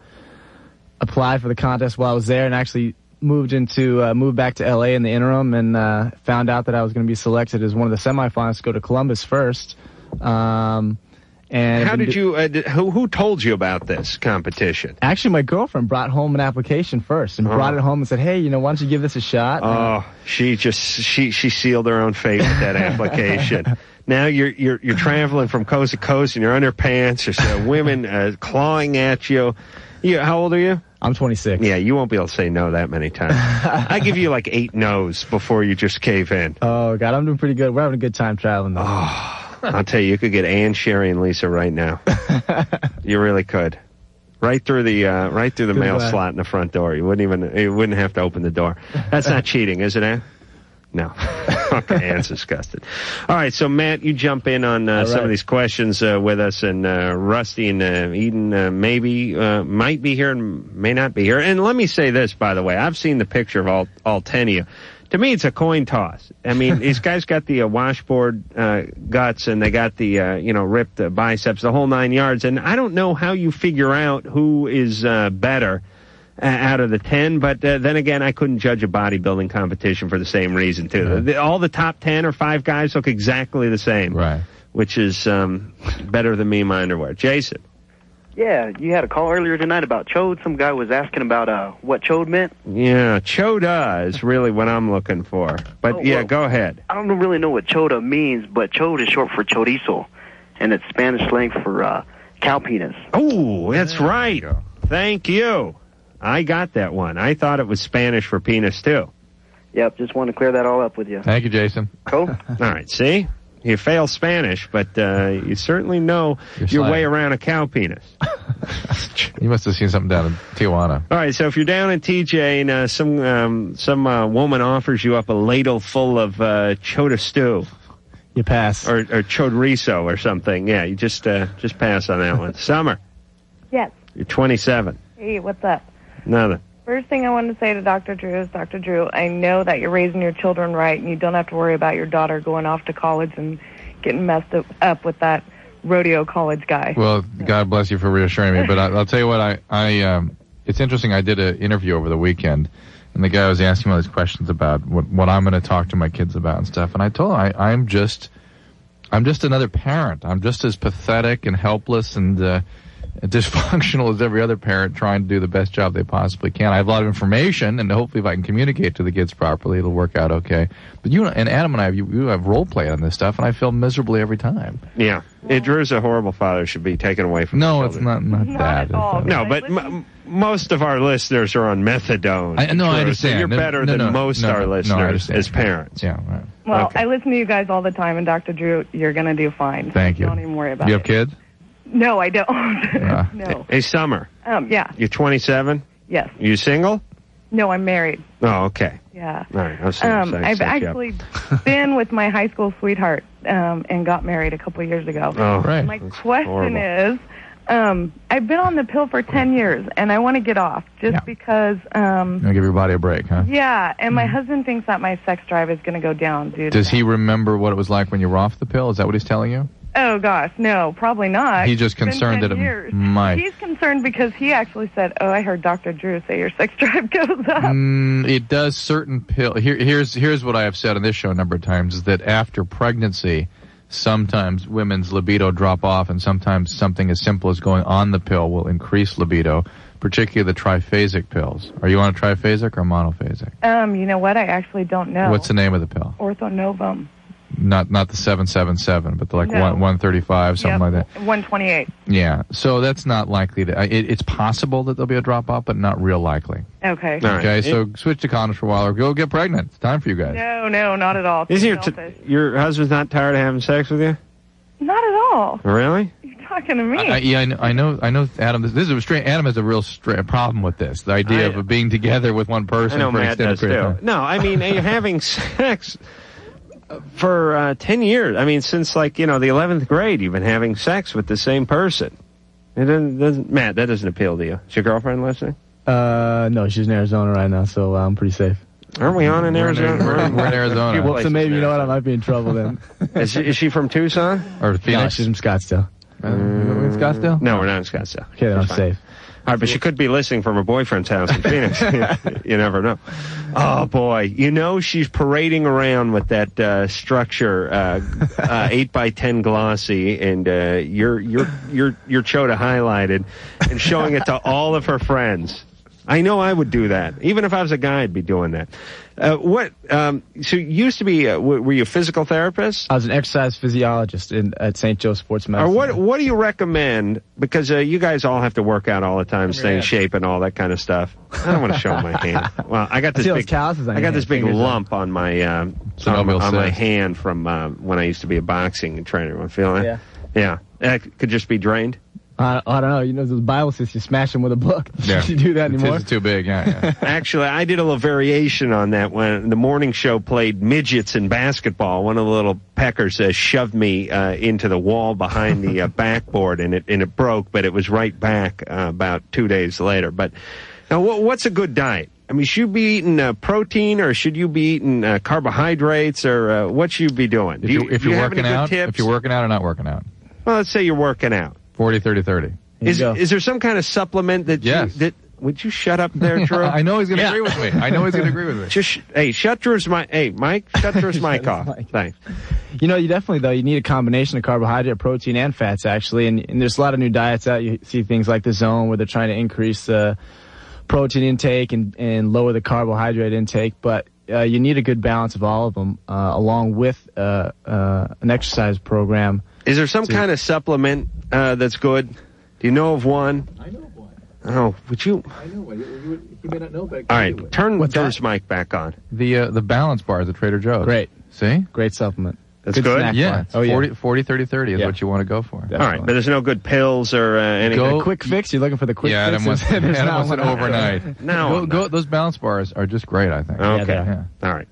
Speaker 8: applied for the contest while I was there, and actually moved into uh, moved back to LA in the interim, and uh, found out that I was going to be selected as one of the semifinalists to go to Columbus first. Um, and
Speaker 3: How did you? Uh, did, who who told you about this competition?
Speaker 8: Actually, my girlfriend brought home an application first and brought
Speaker 3: Oh.
Speaker 8: it home and said, "Hey, you know, why don't you give this a shot?"
Speaker 3: Oh, she just she she sealed her own fate with that application. Now you're you're you're traveling from coast to coast in your underpants. There's uh, women uh, clawing at you. You how old are you?
Speaker 8: I'm 26.
Speaker 3: Yeah, you won't be able to say no that many times. I give you like eight no's before you just cave in.
Speaker 8: Oh God, I'm doing pretty good. We're having a good time traveling though.
Speaker 3: Ah. I'll tell you, you could get Ann, Sherry, and Lisa right now. you really could. Right through the uh, right through the mail
Speaker 8: Goodbye.
Speaker 3: slot in the front door. You wouldn't even you wouldn't have to open the door. That's not cheating, is it? Ann? No. okay, Anne's disgusted. All right, so Matt, you jump in on uh,
Speaker 11: All
Speaker 3: some
Speaker 11: right.
Speaker 3: of these questions uh, with us, and uh, Rusty and uh, Eden uh, maybe uh, might be here and may not be here. And let me say this, by the way, I've seen the picture of all all ten of you. To me, it's a coin toss. I mean, these guys got the uh, washboard uh, guts, and they got the uh, you know ripped uh, biceps, the whole nine yards. And I don't know how you figure out who is uh, better uh, out of the 10, but uh, then again, I couldn't judge a bodybuilding competition for the same reason, too. The- all the top 10 or five guys look exactly the same. Right. Which is um, better than me in my underwear. Jason.
Speaker 11: Yeah, you had a call earlier tonight about chode. Some guy was asking about uh, what chode meant.
Speaker 3: Yeah, Choda is really what I'm looking for. But
Speaker 11: Oh,
Speaker 3: yeah,
Speaker 11: well.
Speaker 3: go ahead.
Speaker 11: I don't really know what choda means, but chode is short for chorizo, and it's Spanish slang for uh, cow penis.
Speaker 3: Oh, that's right. Thank you. I got that one. I thought it was Spanish for penis, too.
Speaker 11: Yep, just want to clear that all up with you.
Speaker 3: Thank you, Jason.
Speaker 11: Cool.
Speaker 3: All right, see? You fail Spanish, but uh, you certainly know your way around a cow penis.
Speaker 4: You must have seen something down in Tijuana.
Speaker 3: All right, so if you're down in TJ and uh, some um, some uh, woman offers you up a ladle full of uh, chota stew,
Speaker 8: you pass
Speaker 3: or, or chorizo or something. Yeah, you just uh, just pass on that one. Summer,
Speaker 14: Yes.
Speaker 3: you're 27.
Speaker 14: Hey, what's up?
Speaker 3: Nothing.
Speaker 14: First thing I wanted to say to Dr. Drew is, Dr. Drew, I know that you're raising your children right, and you don't have to worry about your daughter going off to college and getting messed up- up with that rodeo college guy.
Speaker 4: Well, God bless you for reassuring me, but I, I'll tell you what, I, I, um, it's interesting. I did an interview over the weekend, and the guy was asking me all these questions about what, what I'm going to talk to my kids about and stuff. And I told him I, I'm just, I'm just another parent. I'm just as pathetic and helpless and uh, dysfunctional as every other parent trying to do the best job they possibly can. I have a lot of information, and hopefully, if I can communicate to the kids properly, it'll work out okay. But you and Adam and I, you, you have role play on this stuff, and I fail miserably every time.
Speaker 3: Yeah, it, Drew's a horrible father. Should be taken away from.
Speaker 4: No, it's not not that. It's not-
Speaker 3: No, but m- most of our listeners are on methadone.
Speaker 4: I- no, I
Speaker 3: Drew, so
Speaker 4: understand.
Speaker 3: You're
Speaker 4: No,
Speaker 3: better
Speaker 4: no,
Speaker 3: than
Speaker 4: no,
Speaker 3: most
Speaker 4: no,
Speaker 3: our
Speaker 4: no, I
Speaker 3: listeners
Speaker 4: understand.
Speaker 3: as parents.
Speaker 4: Yeah, right.
Speaker 14: Well, I listen to you guys all the time, and Dr. Drew, you're going to do fine.
Speaker 3: Thank you.
Speaker 14: Don't even worry about
Speaker 3: You
Speaker 14: it.
Speaker 3: have kids?
Speaker 14: No, I don't. no.
Speaker 3: Hey, Summer,
Speaker 14: Um, yeah.
Speaker 3: you're 27.
Speaker 14: Yes.
Speaker 3: You single?
Speaker 14: No, I'm married.
Speaker 3: Oh, okay.
Speaker 14: Yeah.
Speaker 3: All right, I've seen
Speaker 14: Um,
Speaker 3: sex,
Speaker 14: I've
Speaker 3: sex, yep.
Speaker 14: actually been with my high school sweetheart um, and got married a couple years ago.
Speaker 3: Oh, right.
Speaker 14: My
Speaker 3: That's
Speaker 14: question
Speaker 3: horrible.
Speaker 14: is, um, I've been on the pill for ten years, and I want to get off just because. Um,
Speaker 4: You know, give your body a break, huh?
Speaker 14: yeah, and my husband thinks that my sex drive is going to go down due to.
Speaker 4: Does he remember what it was like when you were off the pill? Is that what he's telling you?
Speaker 14: Oh gosh, no, probably not.
Speaker 4: He's just
Speaker 14: It's been
Speaker 4: concerned
Speaker 14: 10
Speaker 4: that it
Speaker 14: years.
Speaker 4: might.
Speaker 14: He's concerned because he actually said, "Oh, I heard Dr. Drew say your sex drive goes up."
Speaker 4: Mm, it does certain pill. Here, here's here's what I have said on this show a number of times: is that after pregnancy, sometimes women's libido drop off, and sometimes something as simple as going on the pill will increase libido, particularly the triphasic pills. Are you on a triphasic or monophasic?
Speaker 14: Um, you know what? I actually don't know.
Speaker 4: What's the name of the pill?
Speaker 14: Orthonovum.
Speaker 4: Not not the seven seven seven, but the like
Speaker 14: No.
Speaker 4: one one thirty five, something
Speaker 14: Yep,
Speaker 4: like that.
Speaker 14: 128.
Speaker 4: Yeah, so that's not likely to. I- It, it's possible that there'll be a drop off, but not real likely.
Speaker 14: Okay.
Speaker 4: Okay, so switch to condoms for a while, or go get pregnant. It's time for you guys.
Speaker 14: No, no, not at all.
Speaker 3: Isn't your
Speaker 14: Too
Speaker 3: t-
Speaker 14: selfish.
Speaker 3: your husband's not tired of having sex with you?
Speaker 14: not at all.
Speaker 3: Really?
Speaker 14: You're talking to me.
Speaker 4: I, yeah, I know, I know. I know. Adam, this, this is a straight. Adam has a real straight problem with this. The idea of being together with one person
Speaker 3: I know
Speaker 4: for an
Speaker 3: Matt
Speaker 4: extended
Speaker 3: does
Speaker 4: period of time.
Speaker 3: too. No, I mean you're having sex for uh, ten years. I mean since like you know the eleventh grade, you've been having sex with the same person. It doesn't, doesn't Matt. That doesn't appeal to you. Is your girlfriend listening?
Speaker 8: Uh, no, she's in Arizona right now, so uh, I'm pretty safe.
Speaker 3: Aren't we on in
Speaker 8: We're in
Speaker 3: Arizona?
Speaker 8: Ari- we're in- we're in Arizona. Well, so maybe, you know what, I might be in trouble then.
Speaker 3: is, she, is she from Tucson
Speaker 4: or
Speaker 8: No, she's from Scottsdale. Mm.
Speaker 3: in
Speaker 4: Scottsdale?
Speaker 3: No, we're not in Scottsdale.
Speaker 8: Okay, then
Speaker 3: She's
Speaker 8: I'm
Speaker 3: fine.
Speaker 8: safe.
Speaker 3: All right, but she could be listening from her boyfriend's house in Phoenix. you never know. Oh boy, you know she's parading around with that uh, structure, uh, uh, eight by ten glossy, and uh, your your your your chota highlighted, and showing it to all of her friends. I know I would do that. Even if I was a guy, I'd be doing that. Uh, what? Um, so you used to be? Uh, w- were you a physical therapist?
Speaker 8: I was an exercise physiologist in, at St. Joe Sports
Speaker 3: Or
Speaker 8: Medicine.
Speaker 3: what? What do you recommend? Because uh, you guys all have to work out all the time, stay in shape and all that kind of stuff. I don't want to show my hand. Well, I got
Speaker 8: I
Speaker 3: this
Speaker 8: see those
Speaker 3: big
Speaker 8: calluses on
Speaker 3: I
Speaker 8: your
Speaker 3: got this
Speaker 8: hand,
Speaker 3: big
Speaker 8: fingers
Speaker 3: lump on my um,
Speaker 8: an
Speaker 3: on,
Speaker 8: ovial
Speaker 3: on my
Speaker 8: cyst.
Speaker 3: hand from uh, when I used to be a boxing trainer. I'm feeling
Speaker 8: Yeah.
Speaker 3: yeah. That c- could just be drained.
Speaker 8: I, I don't know. You know, those Bible says you smash them with a book.
Speaker 3: Yeah.
Speaker 8: you do that
Speaker 3: The tits
Speaker 8: anymore?
Speaker 3: is
Speaker 4: too big.
Speaker 3: Actually, I did a little variation on that when the morning show played midgets in basketball. One of the little peckers uh, shoved me uh, into the wall behind the uh, backboard, and it and it broke, but it was right back uh, about two days later. But now, wha what's a good diet? I mean, should you be eating uh, protein, or should you be eating uh, carbohydrates, or uh, what should you be doing?
Speaker 4: If,
Speaker 3: Do
Speaker 4: you, if
Speaker 3: do
Speaker 4: you're
Speaker 3: have any
Speaker 4: working
Speaker 3: good
Speaker 4: out,
Speaker 3: tips?
Speaker 4: if you're working out or not working out,
Speaker 3: well, let's say you're working out.
Speaker 4: 40, 30, 30.
Speaker 3: Is, is there some kind of supplement that you, that would you shut up there, Drew?
Speaker 4: I know he's gonna agree with me. I know he's gonna agree with me.
Speaker 3: Just sh- hey, shut Drew's mic. Hey, Mike, shut Drew's mic off. Thanks.
Speaker 8: You know, you definitely though you need a combination of carbohydrate, protein, and fats actually. And, and there's a lot of new diets out. You see things like the Zone where they're trying to increase the protein intake and and lower the carbohydrate intake, but uh, you need a good balance of all of them, uh, along with uh, uh, an exercise program.
Speaker 3: Is there some kind of supplement uh, that's good? Do you know of one? I know of one. Oh, would you?
Speaker 4: I know. You, may not know, but
Speaker 3: All right, turn Drew's mic back on.
Speaker 4: the uh, the balance bars at Trader Joe's. Great. See?
Speaker 8: Great supplement.
Speaker 3: That's good?
Speaker 4: Yeah.
Speaker 3: Oh,
Speaker 4: Oh,
Speaker 3: yeah.
Speaker 4: 40, 40, 30, 30 is what you want to go for.
Speaker 3: All right, but there's no good pills or uh, anything.
Speaker 4: Go- A
Speaker 8: quick fix? You're looking for the quick
Speaker 4: yeah, Adam
Speaker 8: fix?
Speaker 4: wants,
Speaker 8: There's
Speaker 4: Adam
Speaker 8: not one
Speaker 4: wants it
Speaker 8: out
Speaker 4: overnight.
Speaker 8: there. No,
Speaker 4: Go, go, those balance bars are just great, I think.
Speaker 3: Okay. All right.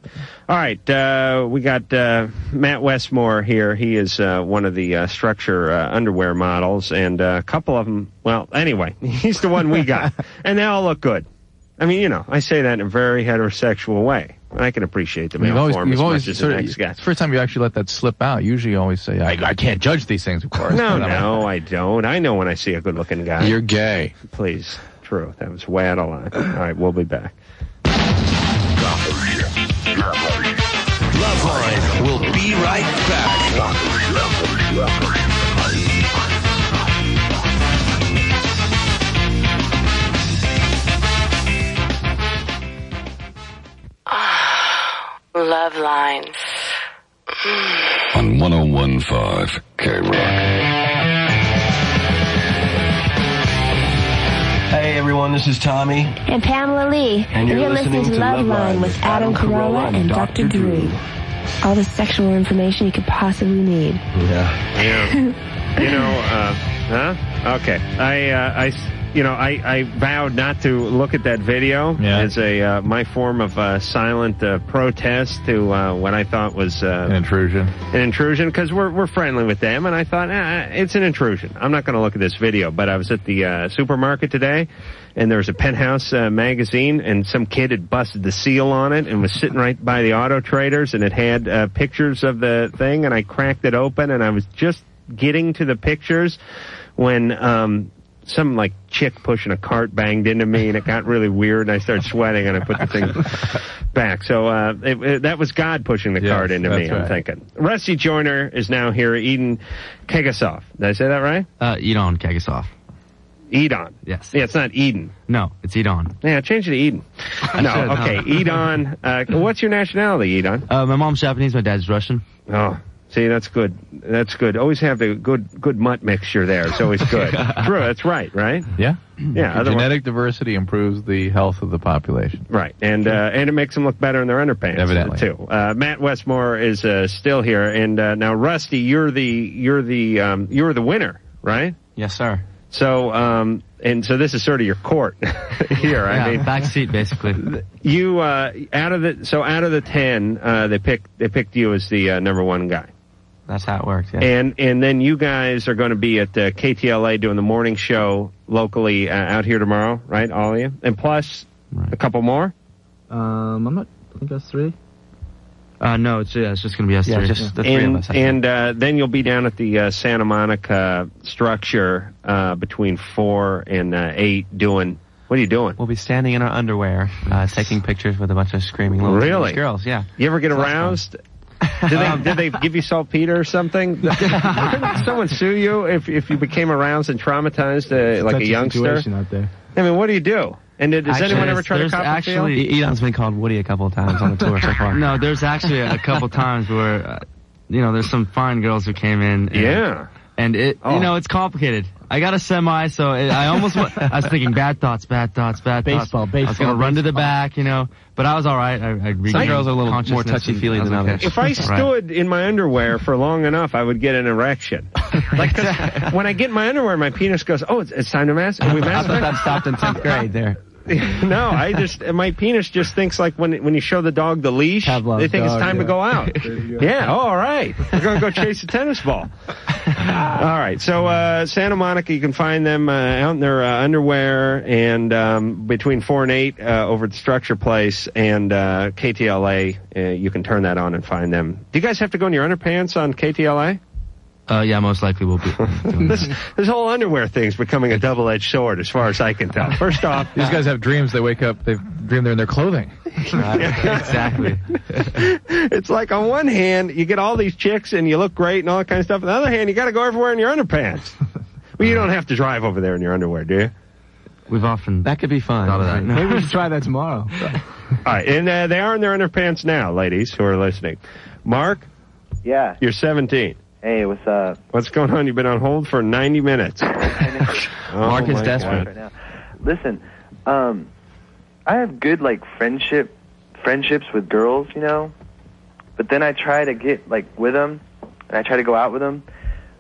Speaker 3: All right. Uh, we got uh, Matt Westmore here. He is uh, one of the uh, structure uh, underwear models, and uh, a couple of them. Well, anyway, he's the one we got, and they all look good. I mean, you know, I say that in a very heterosexual way. I can appreciate the
Speaker 4: You've
Speaker 3: male
Speaker 4: always,
Speaker 3: form
Speaker 4: you've
Speaker 3: as
Speaker 4: always
Speaker 3: much as
Speaker 4: sort
Speaker 3: the
Speaker 4: of,
Speaker 3: next guy.
Speaker 4: it's the first time you actually let that slip out. Usually you always say, I, I can't judge these things, of course.
Speaker 3: No,
Speaker 4: But uh, I'm-
Speaker 3: no, I don't. I know when I see a good-looking guy.
Speaker 4: You're gay.
Speaker 3: Please, true. That was way out of line. All right, we'll be back.
Speaker 23: Loveline will be right back.
Speaker 12: Ah,
Speaker 1: Love line.
Speaker 13: On 1015 K
Speaker 23: Hey everyone, this is Tommy.
Speaker 1: And Pamela Lee.
Speaker 23: And you're listening to Love Line
Speaker 1: with Adam Carolla and Dr. Drew. All the sexual information you could possibly need.
Speaker 3: Yeah. you know, uh, huh? Okay. I, uh, I, s- you know, I, I vowed not to look at that video as a uh, my form of uh, silent uh, protest to uh, what I thought was uh, an
Speaker 4: intrusion.
Speaker 3: An intrusion because we're we're friendly with them, and I thought ah, it's an intrusion. I'm not going to look at this video. But I was at the uh, supermarket today, and there was a Penthouse uh, magazine, and some kid had busted the seal on it and was sitting right by the auto traders, and it had uh, pictures of the thing, and I cracked it open, and I was just getting to the pictures when um some like chick pushing a cart banged into me and it got really weird and I started sweating and I put the thing back. So uh it, it- that was God pushing the cart into me,
Speaker 15: that's
Speaker 3: I'm
Speaker 15: right.
Speaker 3: thinking. Rusty Joyner is now here. Eden Kegasoff. Did I say that right?
Speaker 15: Uh, Edon Kagasoff.
Speaker 3: Edon.
Speaker 15: Yes.
Speaker 3: Yeah, it's not Eden.
Speaker 15: No, it's Edon.
Speaker 3: Yeah, change it to Eden.
Speaker 15: I should,
Speaker 3: No,
Speaker 15: huh?
Speaker 3: okay. Edon. Uh, what's your nationality, Edon?
Speaker 15: Uh, my mom's Japanese, my dad's Russian.
Speaker 3: Oh, see, that's good. That's good. Always have the good good mutt mixture there. It's always good. True. That's right. Right.
Speaker 4: Yeah.
Speaker 3: Yeah. Otherwise,
Speaker 4: Genetic diversity improves the health of the population.
Speaker 3: Right, and uh, and it makes them look better in their underpants,
Speaker 4: Evidently.
Speaker 3: Too. Uh, Matt Westmore is uh, still here, and uh, now Rusty, you're the you're the um, you're the winner, right?
Speaker 15: Yes, sir.
Speaker 3: So, um, and so this is sort of your court
Speaker 15: yeah,
Speaker 3: here. I mean,
Speaker 15: back seat basically.
Speaker 3: you uh, out of the so out of the ten, uh, they picked they picked you as the uh, number one guy.
Speaker 15: That's how it works. Yeah.
Speaker 3: And and then you guys are going to be at uh, KTLA doing the morning show locally uh, out here tomorrow, right? All of you, and plus a couple more.
Speaker 8: Um, I'm not. I think that's three.
Speaker 15: Uh, no, it's yeah, it's just gonna be us
Speaker 8: Yeah,
Speaker 15: three.
Speaker 8: just
Speaker 15: the three
Speaker 3: and
Speaker 15: of us. I think.
Speaker 3: and uh, then you'll be down at the uh, Santa Monica uh, structure uh, between four and uh, eight doing. What are you doing?
Speaker 15: We'll be standing in our underwear, uh, taking pictures with a bunch of screaming little
Speaker 3: Really?
Speaker 15: teenage girls. Yeah.
Speaker 3: You ever get
Speaker 15: It's lots of fun.
Speaker 3: aroused? Did they, did they give you saltpeter or something? Couldn't someone sue you if if you became aroused and traumatized uh, like a
Speaker 8: touchy
Speaker 3: youngster?
Speaker 8: situation out there.
Speaker 3: I mean, what do you do? And did, does anyone ever try to
Speaker 15: there's
Speaker 3: cop a
Speaker 15: actually,
Speaker 28: e-
Speaker 3: feel?
Speaker 15: Elon's been called Woody a couple of times on the tour so far. No, there's actually a couple times where, uh, you know, there's some fine girls who came in. And,
Speaker 3: Yeah. Oh.
Speaker 29: and it you know it's complicated. I got a semi, so it, I almost wa- I was thinking bad thoughts, bad thoughts, bad
Speaker 8: Baseball,
Speaker 29: thoughts. I was
Speaker 8: baseball,
Speaker 29: gonna run to the back, you know, but I was all right. I, I regained
Speaker 3: girls are a little more
Speaker 29: consciousness and
Speaker 3: touchy-feely
Speaker 29: I was
Speaker 3: than
Speaker 29: okay.
Speaker 3: If I stood in my underwear for long enough, I would get an erection. Like 'cause when I get in my underwear, my penis goes, "Oh, it's, it's time to masturbate." we
Speaker 28: I thought that
Speaker 3: masturbate.
Speaker 28: stopped in tenth grade. There.
Speaker 3: no, I just my penis just thinks like when when you show the dog the leash, they think
Speaker 28: dog,
Speaker 3: it's time
Speaker 28: yeah.
Speaker 3: to go out.
Speaker 28: There you go.
Speaker 3: yeah, oh, all right, we're gonna go chase a tennis ball. all right, so uh, Santa Monica, you can find them uh, out in their uh, underwear and um, between four and eight uh, over at the Structure Place and uh, KTLA. Uh, you can turn that on and find them. Do you guys have to go in your underpants on KTLA?
Speaker 29: Uh, yeah, most likely will be.
Speaker 3: this this whole underwear thing's becoming a double edged sword, as far as I can tell. First off, uh,
Speaker 4: These guys have dreams. They wake up. They dream they're in their clothing.
Speaker 29: exactly.
Speaker 3: it's like on one hand you get all these chicks and you look great and all that kind of stuff. On the other hand, you got to go everywhere in your underpants. well, you don't have to drive over there in your underwear, do you?
Speaker 29: We've often that could be fun. Thought of that.
Speaker 8: Maybe we should try that tomorrow.
Speaker 3: all right, and uh, they are in their underpants now, ladies who are listening. Mark,
Speaker 30: Yeah.
Speaker 3: you're 17.
Speaker 30: Hey, what's up?
Speaker 3: What's going on? You've been on hold for 90 minutes. Oh Mark
Speaker 30: Oh my God, right now. Listen, um, I have good like friendship friendships with girls, you know, but then I try to get like with them, and I try to go out with them,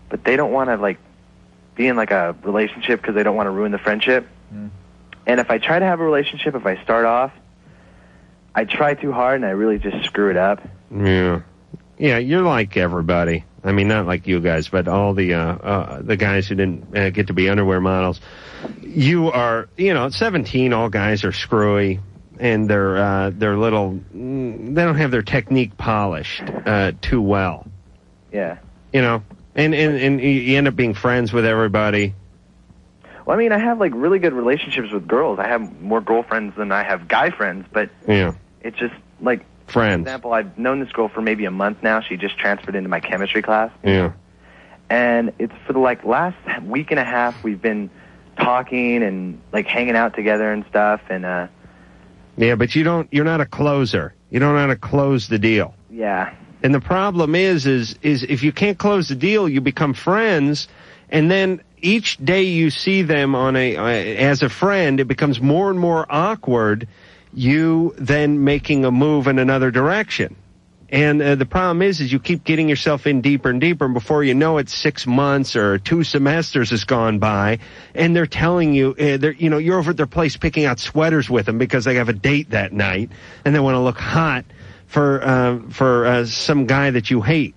Speaker 30: but they don't want to like be in like a relationship because they don't want to ruin the friendship. And if I try to have a relationship, if I start off, I try too hard and I really just screw it up.
Speaker 3: Yeah, yeah, you're like everybody. I mean, not like you guys, but all the uh, uh, the guys who didn't uh, get to be underwear models. You are, you know, at 17. All guys are screwy, and they're uh, they're little. mm, They don't have their technique polished uh, too well.
Speaker 30: Yeah.
Speaker 3: You know, and and and you- you end up being friends with everybody.
Speaker 30: Well, I mean, I have like really good relationships with girls. I have more girlfriends than I have guy friends, but
Speaker 3: Yeah,
Speaker 30: it's just like For
Speaker 3: friends.
Speaker 30: example, I've known this girl for maybe a month now. She just transferred into my chemistry class,
Speaker 3: Yeah.
Speaker 30: and it's for the like last week and a half we've been talking and like hanging out together and stuff. And uh,
Speaker 3: Yeah, but you don't. You're not a closer. You don't know how to close the deal.
Speaker 30: yeah,
Speaker 3: And the problem is, is, is if you can't close the deal, you become friends, and then each day you see them on a uh, as a friend, it becomes more and more awkward. You then making a move in another direction, and uh, the problem is, is you keep getting yourself in deeper and deeper, and before you know it, six months or two semesters has gone by, and they're telling you, uh, they're, you know, you're over at their place picking out sweaters with them because they have a date that night, and they want to look hot for uh, for uh, some guy that you hate.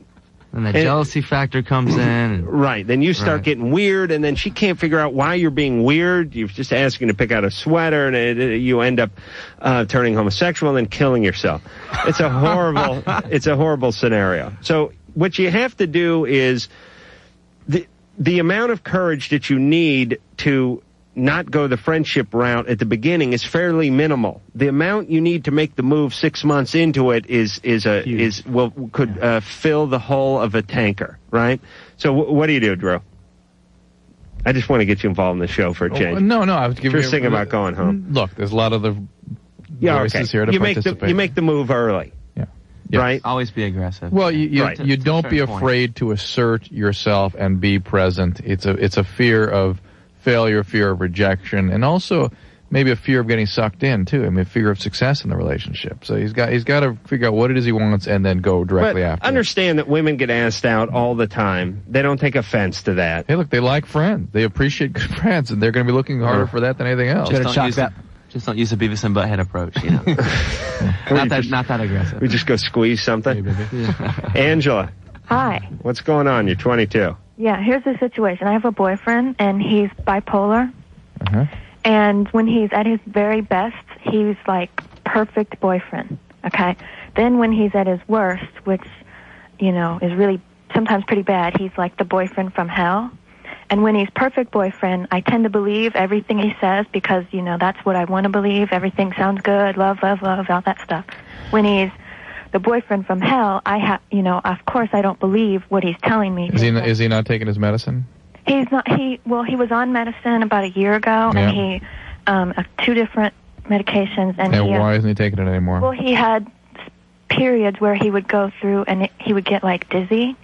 Speaker 29: And the
Speaker 3: And-
Speaker 29: jealousy factor comes in. and-
Speaker 3: Right. Then you start
Speaker 29: Right.
Speaker 3: getting weird, and then she can't figure out why you're being weird. You're just asking to pick out a sweater, and it, it- you end up uh, turning homosexual and then killing yourself. It's a horrible. it's a horrible scenario. So what you have to do is the the amount of courage that you need to not go the friendship route at the beginning is fairly minimal. The amount you need to make the move six months into it is is a is will could uh, fill the hull of a tanker, right? So wh- what do you do, Drew? I just want to get you involved in the show for a change.
Speaker 4: Oh, no, no. I was
Speaker 3: If
Speaker 4: giving
Speaker 3: you're
Speaker 4: you- Mm-hmm.
Speaker 3: thinking about going home.
Speaker 4: Look, there's a lot of the
Speaker 3: Yeah,
Speaker 4: voices
Speaker 3: okay.
Speaker 4: here to
Speaker 3: you make the
Speaker 4: participate.
Speaker 3: you make the move early. Yeah. Right.
Speaker 29: Always be aggressive.
Speaker 4: Well, you you,
Speaker 29: Right. To-
Speaker 4: you
Speaker 29: to
Speaker 4: don't
Speaker 29: a
Speaker 4: be
Speaker 29: certain point.
Speaker 4: afraid to assert yourself and be present. It's a it's a fear of failure, fear of rejection, and also maybe a fear of getting sucked in too. I mean, a fear of success in the relationship. So he's got he's got to figure out what it is he wants and then go directly
Speaker 3: but
Speaker 4: after.
Speaker 3: understand that women get asked out all the time. They don't take offense to that.
Speaker 4: Hey, look, they like friends. They appreciate good friends, and they're going to be looking harder for that than anything else.
Speaker 29: Just don't, use the, just don't use the Beavis and Butthead approach. You know? not that not that aggressive.
Speaker 3: We just go squeeze something. Angela,
Speaker 31: Hi.
Speaker 3: what's going on? You're 22.
Speaker 31: Yeah, here's the situation. I have a boyfriend, and he's bipolar. And when he's at his very best, he's like perfect boyfriend. Okay. Then when he's at his worst, which you know is really sometimes pretty bad, he's like the boyfriend from hell. And when he's perfect boyfriend, I tend to believe everything he says because you know that's what I want to believe. Everything sounds good, love, love, love, all that stuff. When he's the boyfriend from hell, I have you know of course I don't believe what he's telling me.
Speaker 4: Is he not, is he not taking his medicine?
Speaker 31: He's not. He well, he was on medicine about a year ago,
Speaker 4: Yeah.
Speaker 31: and he um, uh, two different medications, and,
Speaker 4: And
Speaker 31: he, uh,
Speaker 4: why isn't he taking it anymore?
Speaker 31: well, he had periods where he would go through and it, he would get like dizzy,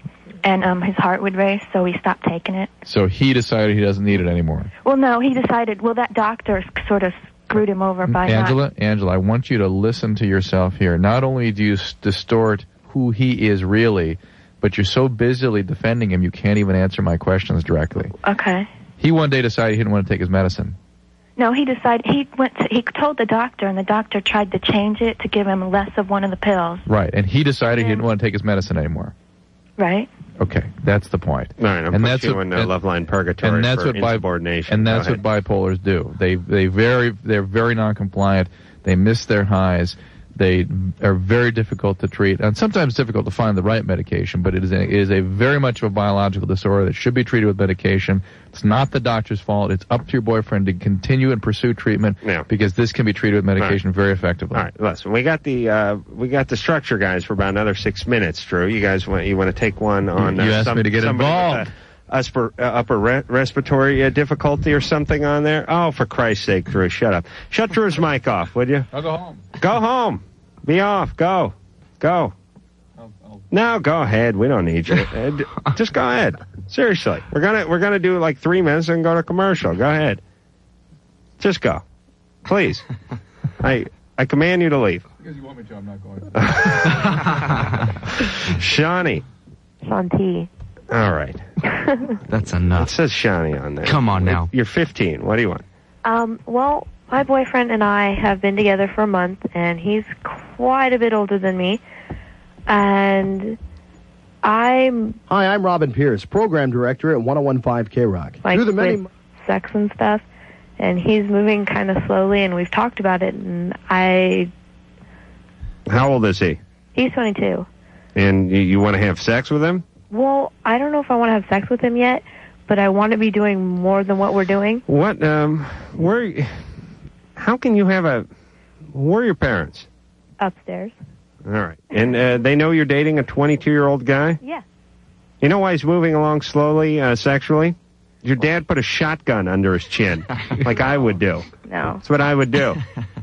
Speaker 17: and um, his heart would race, so he stopped taking it.
Speaker 4: So he decided he doesn't need it anymore.
Speaker 17: Well, no, he decided. Well, that doctor s- sort of screwed him over by
Speaker 4: Angela,
Speaker 17: not.
Speaker 4: Angela, I want you to listen to yourself here. Not only do you s- distort who he is really, but you're so busily defending him, you can't even answer my questions directly.
Speaker 17: Okay.
Speaker 4: He one day decided he didn't want to take his medicine.
Speaker 17: No, he decided he went. To, he told the doctor, and the doctor tried to change it to give him less of one of the pills.
Speaker 4: Right. And he decided he didn't want to take his medicine anymore.
Speaker 17: Right.
Speaker 4: Okay. That's the point.
Speaker 3: All right,
Speaker 4: And
Speaker 3: I'm putting
Speaker 4: that's
Speaker 3: you
Speaker 4: what-
Speaker 3: in a
Speaker 4: and-
Speaker 3: love line purgatory
Speaker 4: and that's
Speaker 3: for
Speaker 4: what bi-
Speaker 3: insubordination.
Speaker 4: and
Speaker 3: Go
Speaker 4: that's what
Speaker 3: ahead.
Speaker 4: bipolars do. They they very they're very non-compliant. They miss their highs. They are very difficult to treat, and sometimes difficult to find the right medication. But it is a, it is a very much of a biological disorder that should be treated with medication. It's not the doctor's fault. It's up to your boyfriend to continue and pursue treatment because this can be treated with medication very effectively.
Speaker 3: All right, listen, we got the uh, we got the structure guys for about another six minutes. Drew, you guys want you want to take one on?
Speaker 4: You
Speaker 3: uh,
Speaker 4: asked
Speaker 3: some-
Speaker 4: me to get
Speaker 3: somebody with
Speaker 4: involved.
Speaker 3: a Upper, uh, upper re- respiratory uh, difficulty or something on there? Oh, for Christ's sake, Drew, shut up. Shut Drew's mic off, would you?
Speaker 4: I'll go home.
Speaker 3: Go home. Be off. Go. Go. No, go ahead. We don't need you. Uh, d- Just go ahead. Seriously, we're gonna we're gonna do like three minutes and go to commercial. Go ahead. Just go, please. I I command you to leave.
Speaker 4: Because you want me to, I'm not going.
Speaker 3: Shawnee.
Speaker 22: Shanti.
Speaker 3: All right. That's enough. It says Shawnee on there. Come on now. You're 15. What do you want?
Speaker 22: Um, well, my boyfriend and I have been together for a month, and he's quite a bit older than me. And I'm
Speaker 18: Hi, I'm Robin Pierce, program director at 1015 K Rock.
Speaker 22: like
Speaker 18: Through the many
Speaker 22: with sex and stuff, and he's moving kind of slowly, and we've talked about it, and I
Speaker 3: How old is he?
Speaker 22: he's 22.
Speaker 3: And you, you want to have sex with him?
Speaker 22: Well, I don't know if I want to have sex with him yet, but I want to be doing more than what we're doing.
Speaker 3: What? Um. Where? How can you have a? Where are your parents?
Speaker 22: Upstairs.
Speaker 3: All right. And uh, they know you're dating a 22 year old guy.
Speaker 22: Yeah.
Speaker 3: You know why he's moving along slowly uh, sexually? Your dad put a shotgun under his chin, like I would do.
Speaker 22: No.
Speaker 3: That's what I would do.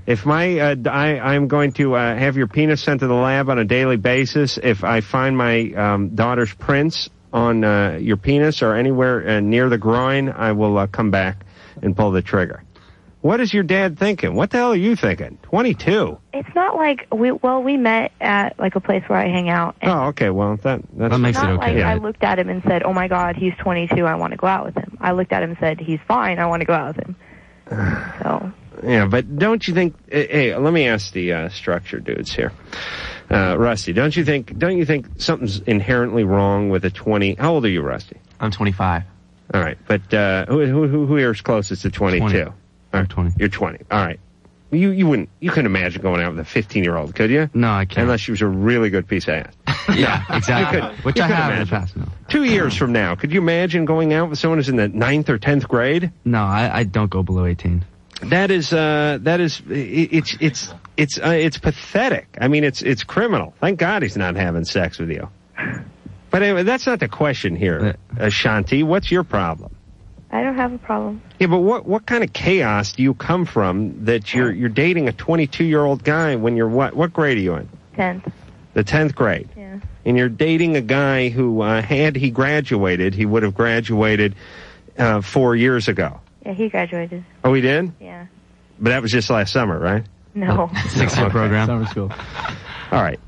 Speaker 3: If my, uh, d- I, am going to uh, have your penis sent to the lab on a daily basis. If I find my um, daughter's prints on uh, your penis or anywhere uh, near the groin, I will uh, come back and pull the trigger. What is your dad thinking? What the hell are you thinking? 22.
Speaker 22: It's not like we well we met at like a place where I hang out.
Speaker 3: Oh, okay. Well, that that's,
Speaker 22: It's not Like I looked at him and said, "Oh my God, he's 22. I want to go out with him." I looked at him and said, "He's fine. I want to go out with him." So
Speaker 3: Yeah, but don't you think? eh, Hey, let me ask the uh, structure dudes here, uh, Rusty. Don't you think? Don't you think something's inherently wrong with a twenty? How old are you, Rusty?
Speaker 15: I'm 25.
Speaker 3: All right, but uh, who who who who here is closest to twenty-two?
Speaker 15: 20.
Speaker 3: I'm twenty. You're twenty. All right. You you wouldn't you couldn't imagine going out with a fifteen year old, could you? No, I can't. Unless she was a really good piece of ass.
Speaker 15: yeah, exactly.
Speaker 3: could-
Speaker 15: Which
Speaker 3: you
Speaker 15: I
Speaker 3: could
Speaker 15: have in the
Speaker 3: imagine.
Speaker 15: past. No,
Speaker 3: Two years from now, could you imagine going out with someone who's in the ninth or tenth grade?
Speaker 15: no I, I don't go below 18.
Speaker 3: That is uh, that is i- i- it's it's it's uh, it's pathetic. I mean, it's it's criminal. Thank God he's not having sex with you. But anyway, that's not the question here,
Speaker 15: Uh,
Speaker 3: Ashanti. What's your problem?
Speaker 22: I don't have a problem.
Speaker 3: Yeah, but what what kind of chaos do you come from that you're you're dating a 22 year old guy when you're what what grade are you in?
Speaker 22: Tenth.
Speaker 3: The 10th grade.
Speaker 22: Yeah.
Speaker 3: And you're dating a guy who, uh, had he graduated, he would have graduated uh, four years ago.
Speaker 22: Yeah, he graduated.
Speaker 3: Oh, he did.
Speaker 22: Yeah.
Speaker 3: But that was just last summer, right?
Speaker 22: No.
Speaker 4: Oh.
Speaker 3: Six year program.
Speaker 8: Summer school.
Speaker 3: All right.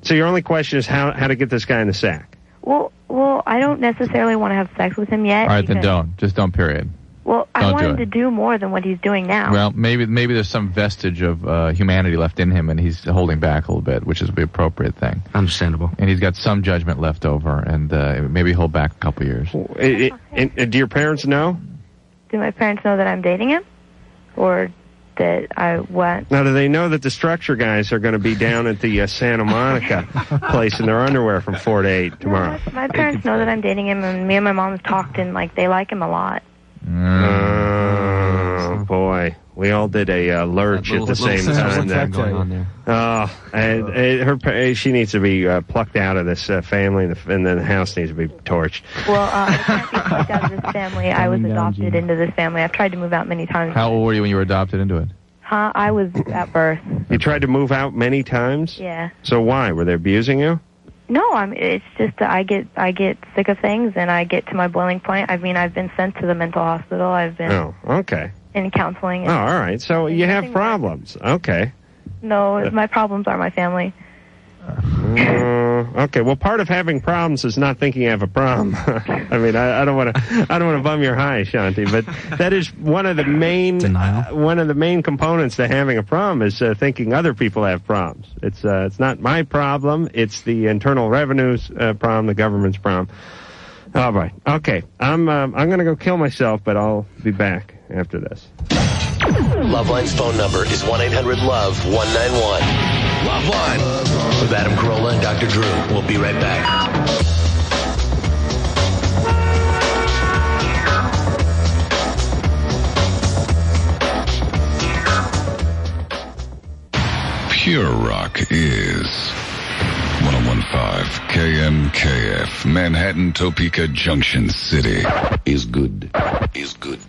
Speaker 3: So your only question is how how to get this guy in the sack.
Speaker 22: Well, well, I don't necessarily want to have sex with him yet.
Speaker 4: All right, then
Speaker 22: because-
Speaker 4: don't. Just don't. Period.
Speaker 22: Well, I
Speaker 4: Don't
Speaker 22: want
Speaker 4: do
Speaker 22: him
Speaker 4: it.
Speaker 22: to do more than what he's doing now.
Speaker 4: Well, maybe maybe there's some vestige of uh, humanity left in him, and he's holding back a little bit, which is the appropriate thing.
Speaker 15: Understandable.
Speaker 4: And he's got some judgment left over, and uh, maybe hold back a couple years.
Speaker 3: I- I- and- and do your parents know?
Speaker 22: Do my parents know that I'm dating him, or uh, that I want?
Speaker 3: Now, do they know that the structure guys are going to be down at the uh, Santa Monica place in their underwear from four to eight tomorrow?
Speaker 22: My parents know that I'm dating him, and me and my mom have talked, and like they like him a lot.
Speaker 4: Mm.
Speaker 3: Oh boy, we all did a uh, lurch
Speaker 15: Little-
Speaker 3: at the
Speaker 15: little
Speaker 3: same
Speaker 15: sense of
Speaker 3: time.
Speaker 15: what's
Speaker 3: there.
Speaker 15: going on there.
Speaker 3: Oh, and, and her pa- she needs to be uh, plucked out of this uh, family, and the, and then the house needs to be torched.
Speaker 22: Well, uh, I can't be kicked out of this family. I was adopted into this family. I've tried to move out many times.
Speaker 4: How old were you when you were adopted into it?
Speaker 22: Huh? I was at birth.
Speaker 3: You tried to move out many times.
Speaker 22: Yeah.
Speaker 3: So why were they abusing you?
Speaker 22: No, I'm. It's just that I get I get sick of things and I get to my boiling point. I mean, I've been sent to the mental hospital. I've been
Speaker 3: Oh, okay.
Speaker 22: in counseling.
Speaker 3: Oh,
Speaker 22: And
Speaker 3: all right. So you have problems. Okay.
Speaker 22: No, it's- my problems are my family.
Speaker 3: Uh, okay. Well, part of having problems is not thinking you have a problem. I mean, I, I don't want to, I don't want to bum your high, Shanti, but that is one of the main, uh, one of the main components to having a problem is uh, thinking other people have problems. It's, uh, it's not my problem. It's the internal revenues uh, problem, the government's problem. All right. Okay. I'm, um, I'm going to go kill myself, but I'll be back after this.
Speaker 23: Loveline's phone number is 1-800-LOVE-191. Loveline with Adam Carolla and Dr. Drew. We'll be right back.
Speaker 13: Pure Rock is 1015 KMKF, Manhattan, Topeka, Junction City. Is good. Is good.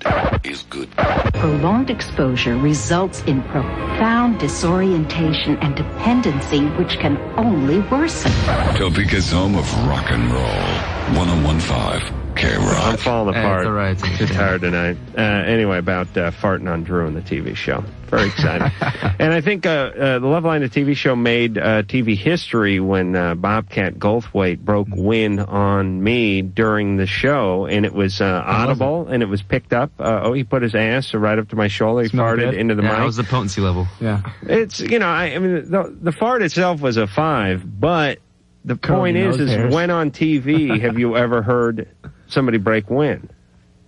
Speaker 13: Is good.
Speaker 12: Prolonged exposure results in profound disorientation and dependency, which can only worsen.
Speaker 13: Topeka's home of rock and roll. 1015 K Rock.
Speaker 3: I'm falling apart.
Speaker 13: It's all
Speaker 3: right. It's just hard tonight. Uh, anyway, about uh, farting on Drew and the TV show. Very exciting. and I think uh, uh, the Love Line, the TV show, made uh, TV history when uh, Bobcat Goldthwait broke wind on me during the show, and it was uh, audible, and it was picked up. Uh, oh, he put his ass right up to my shoulder. He farted into the
Speaker 15: yeah,
Speaker 3: mic.
Speaker 15: That was the potency level. Yeah.
Speaker 3: It's you know I, I mean the, the fart itself was a five, but the
Speaker 15: Curly
Speaker 3: point is
Speaker 15: nose
Speaker 3: is
Speaker 15: hairs.
Speaker 3: when on TV have you ever heard somebody break wind?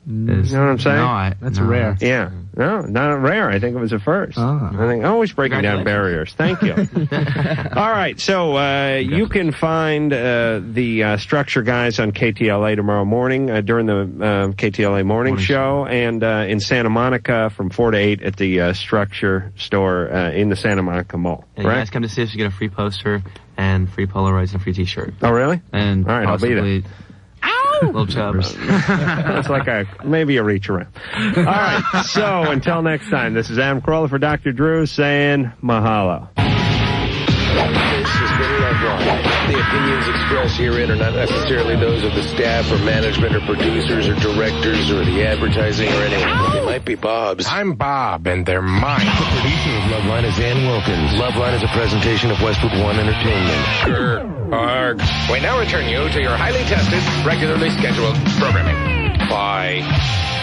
Speaker 3: you know what I'm saying?
Speaker 15: no, I- That's no, rare. that's-
Speaker 3: Yeah, no, not rare. I think it was a first. I think always breaking down barriers. Thank you. All right, so uh, you can find uh, the uh, structure guys on KTLA tomorrow morning uh, during the um KTLA morning, show, and uh, in Santa Monica from four to eight at the uh, structure store uh, in the Santa Monica Mall.
Speaker 15: And You
Speaker 3: right?
Speaker 15: guys come to see us, you get a free poster and free Polaroids and free T-shirt.
Speaker 3: Oh, really?
Speaker 15: And
Speaker 3: All right, I'll be there.
Speaker 15: possibly Little chubs.
Speaker 3: That's like a maybe a reach around. All right. So until next time, this is Adam Carolla for Dr. Drew saying mahalo.
Speaker 23: This has been Loveline. The opinions expressed herein are not necessarily those of the staff or management or producers or directors or the advertising or anyone. They might be Bob's. I'm Bob, and they're mine. The producer of Loveline is Ann Wilkins. Loveline is a presentation of Westwood One Entertainment. Grr, arg. We now return you to your highly tested, regularly scheduled programming. Bye.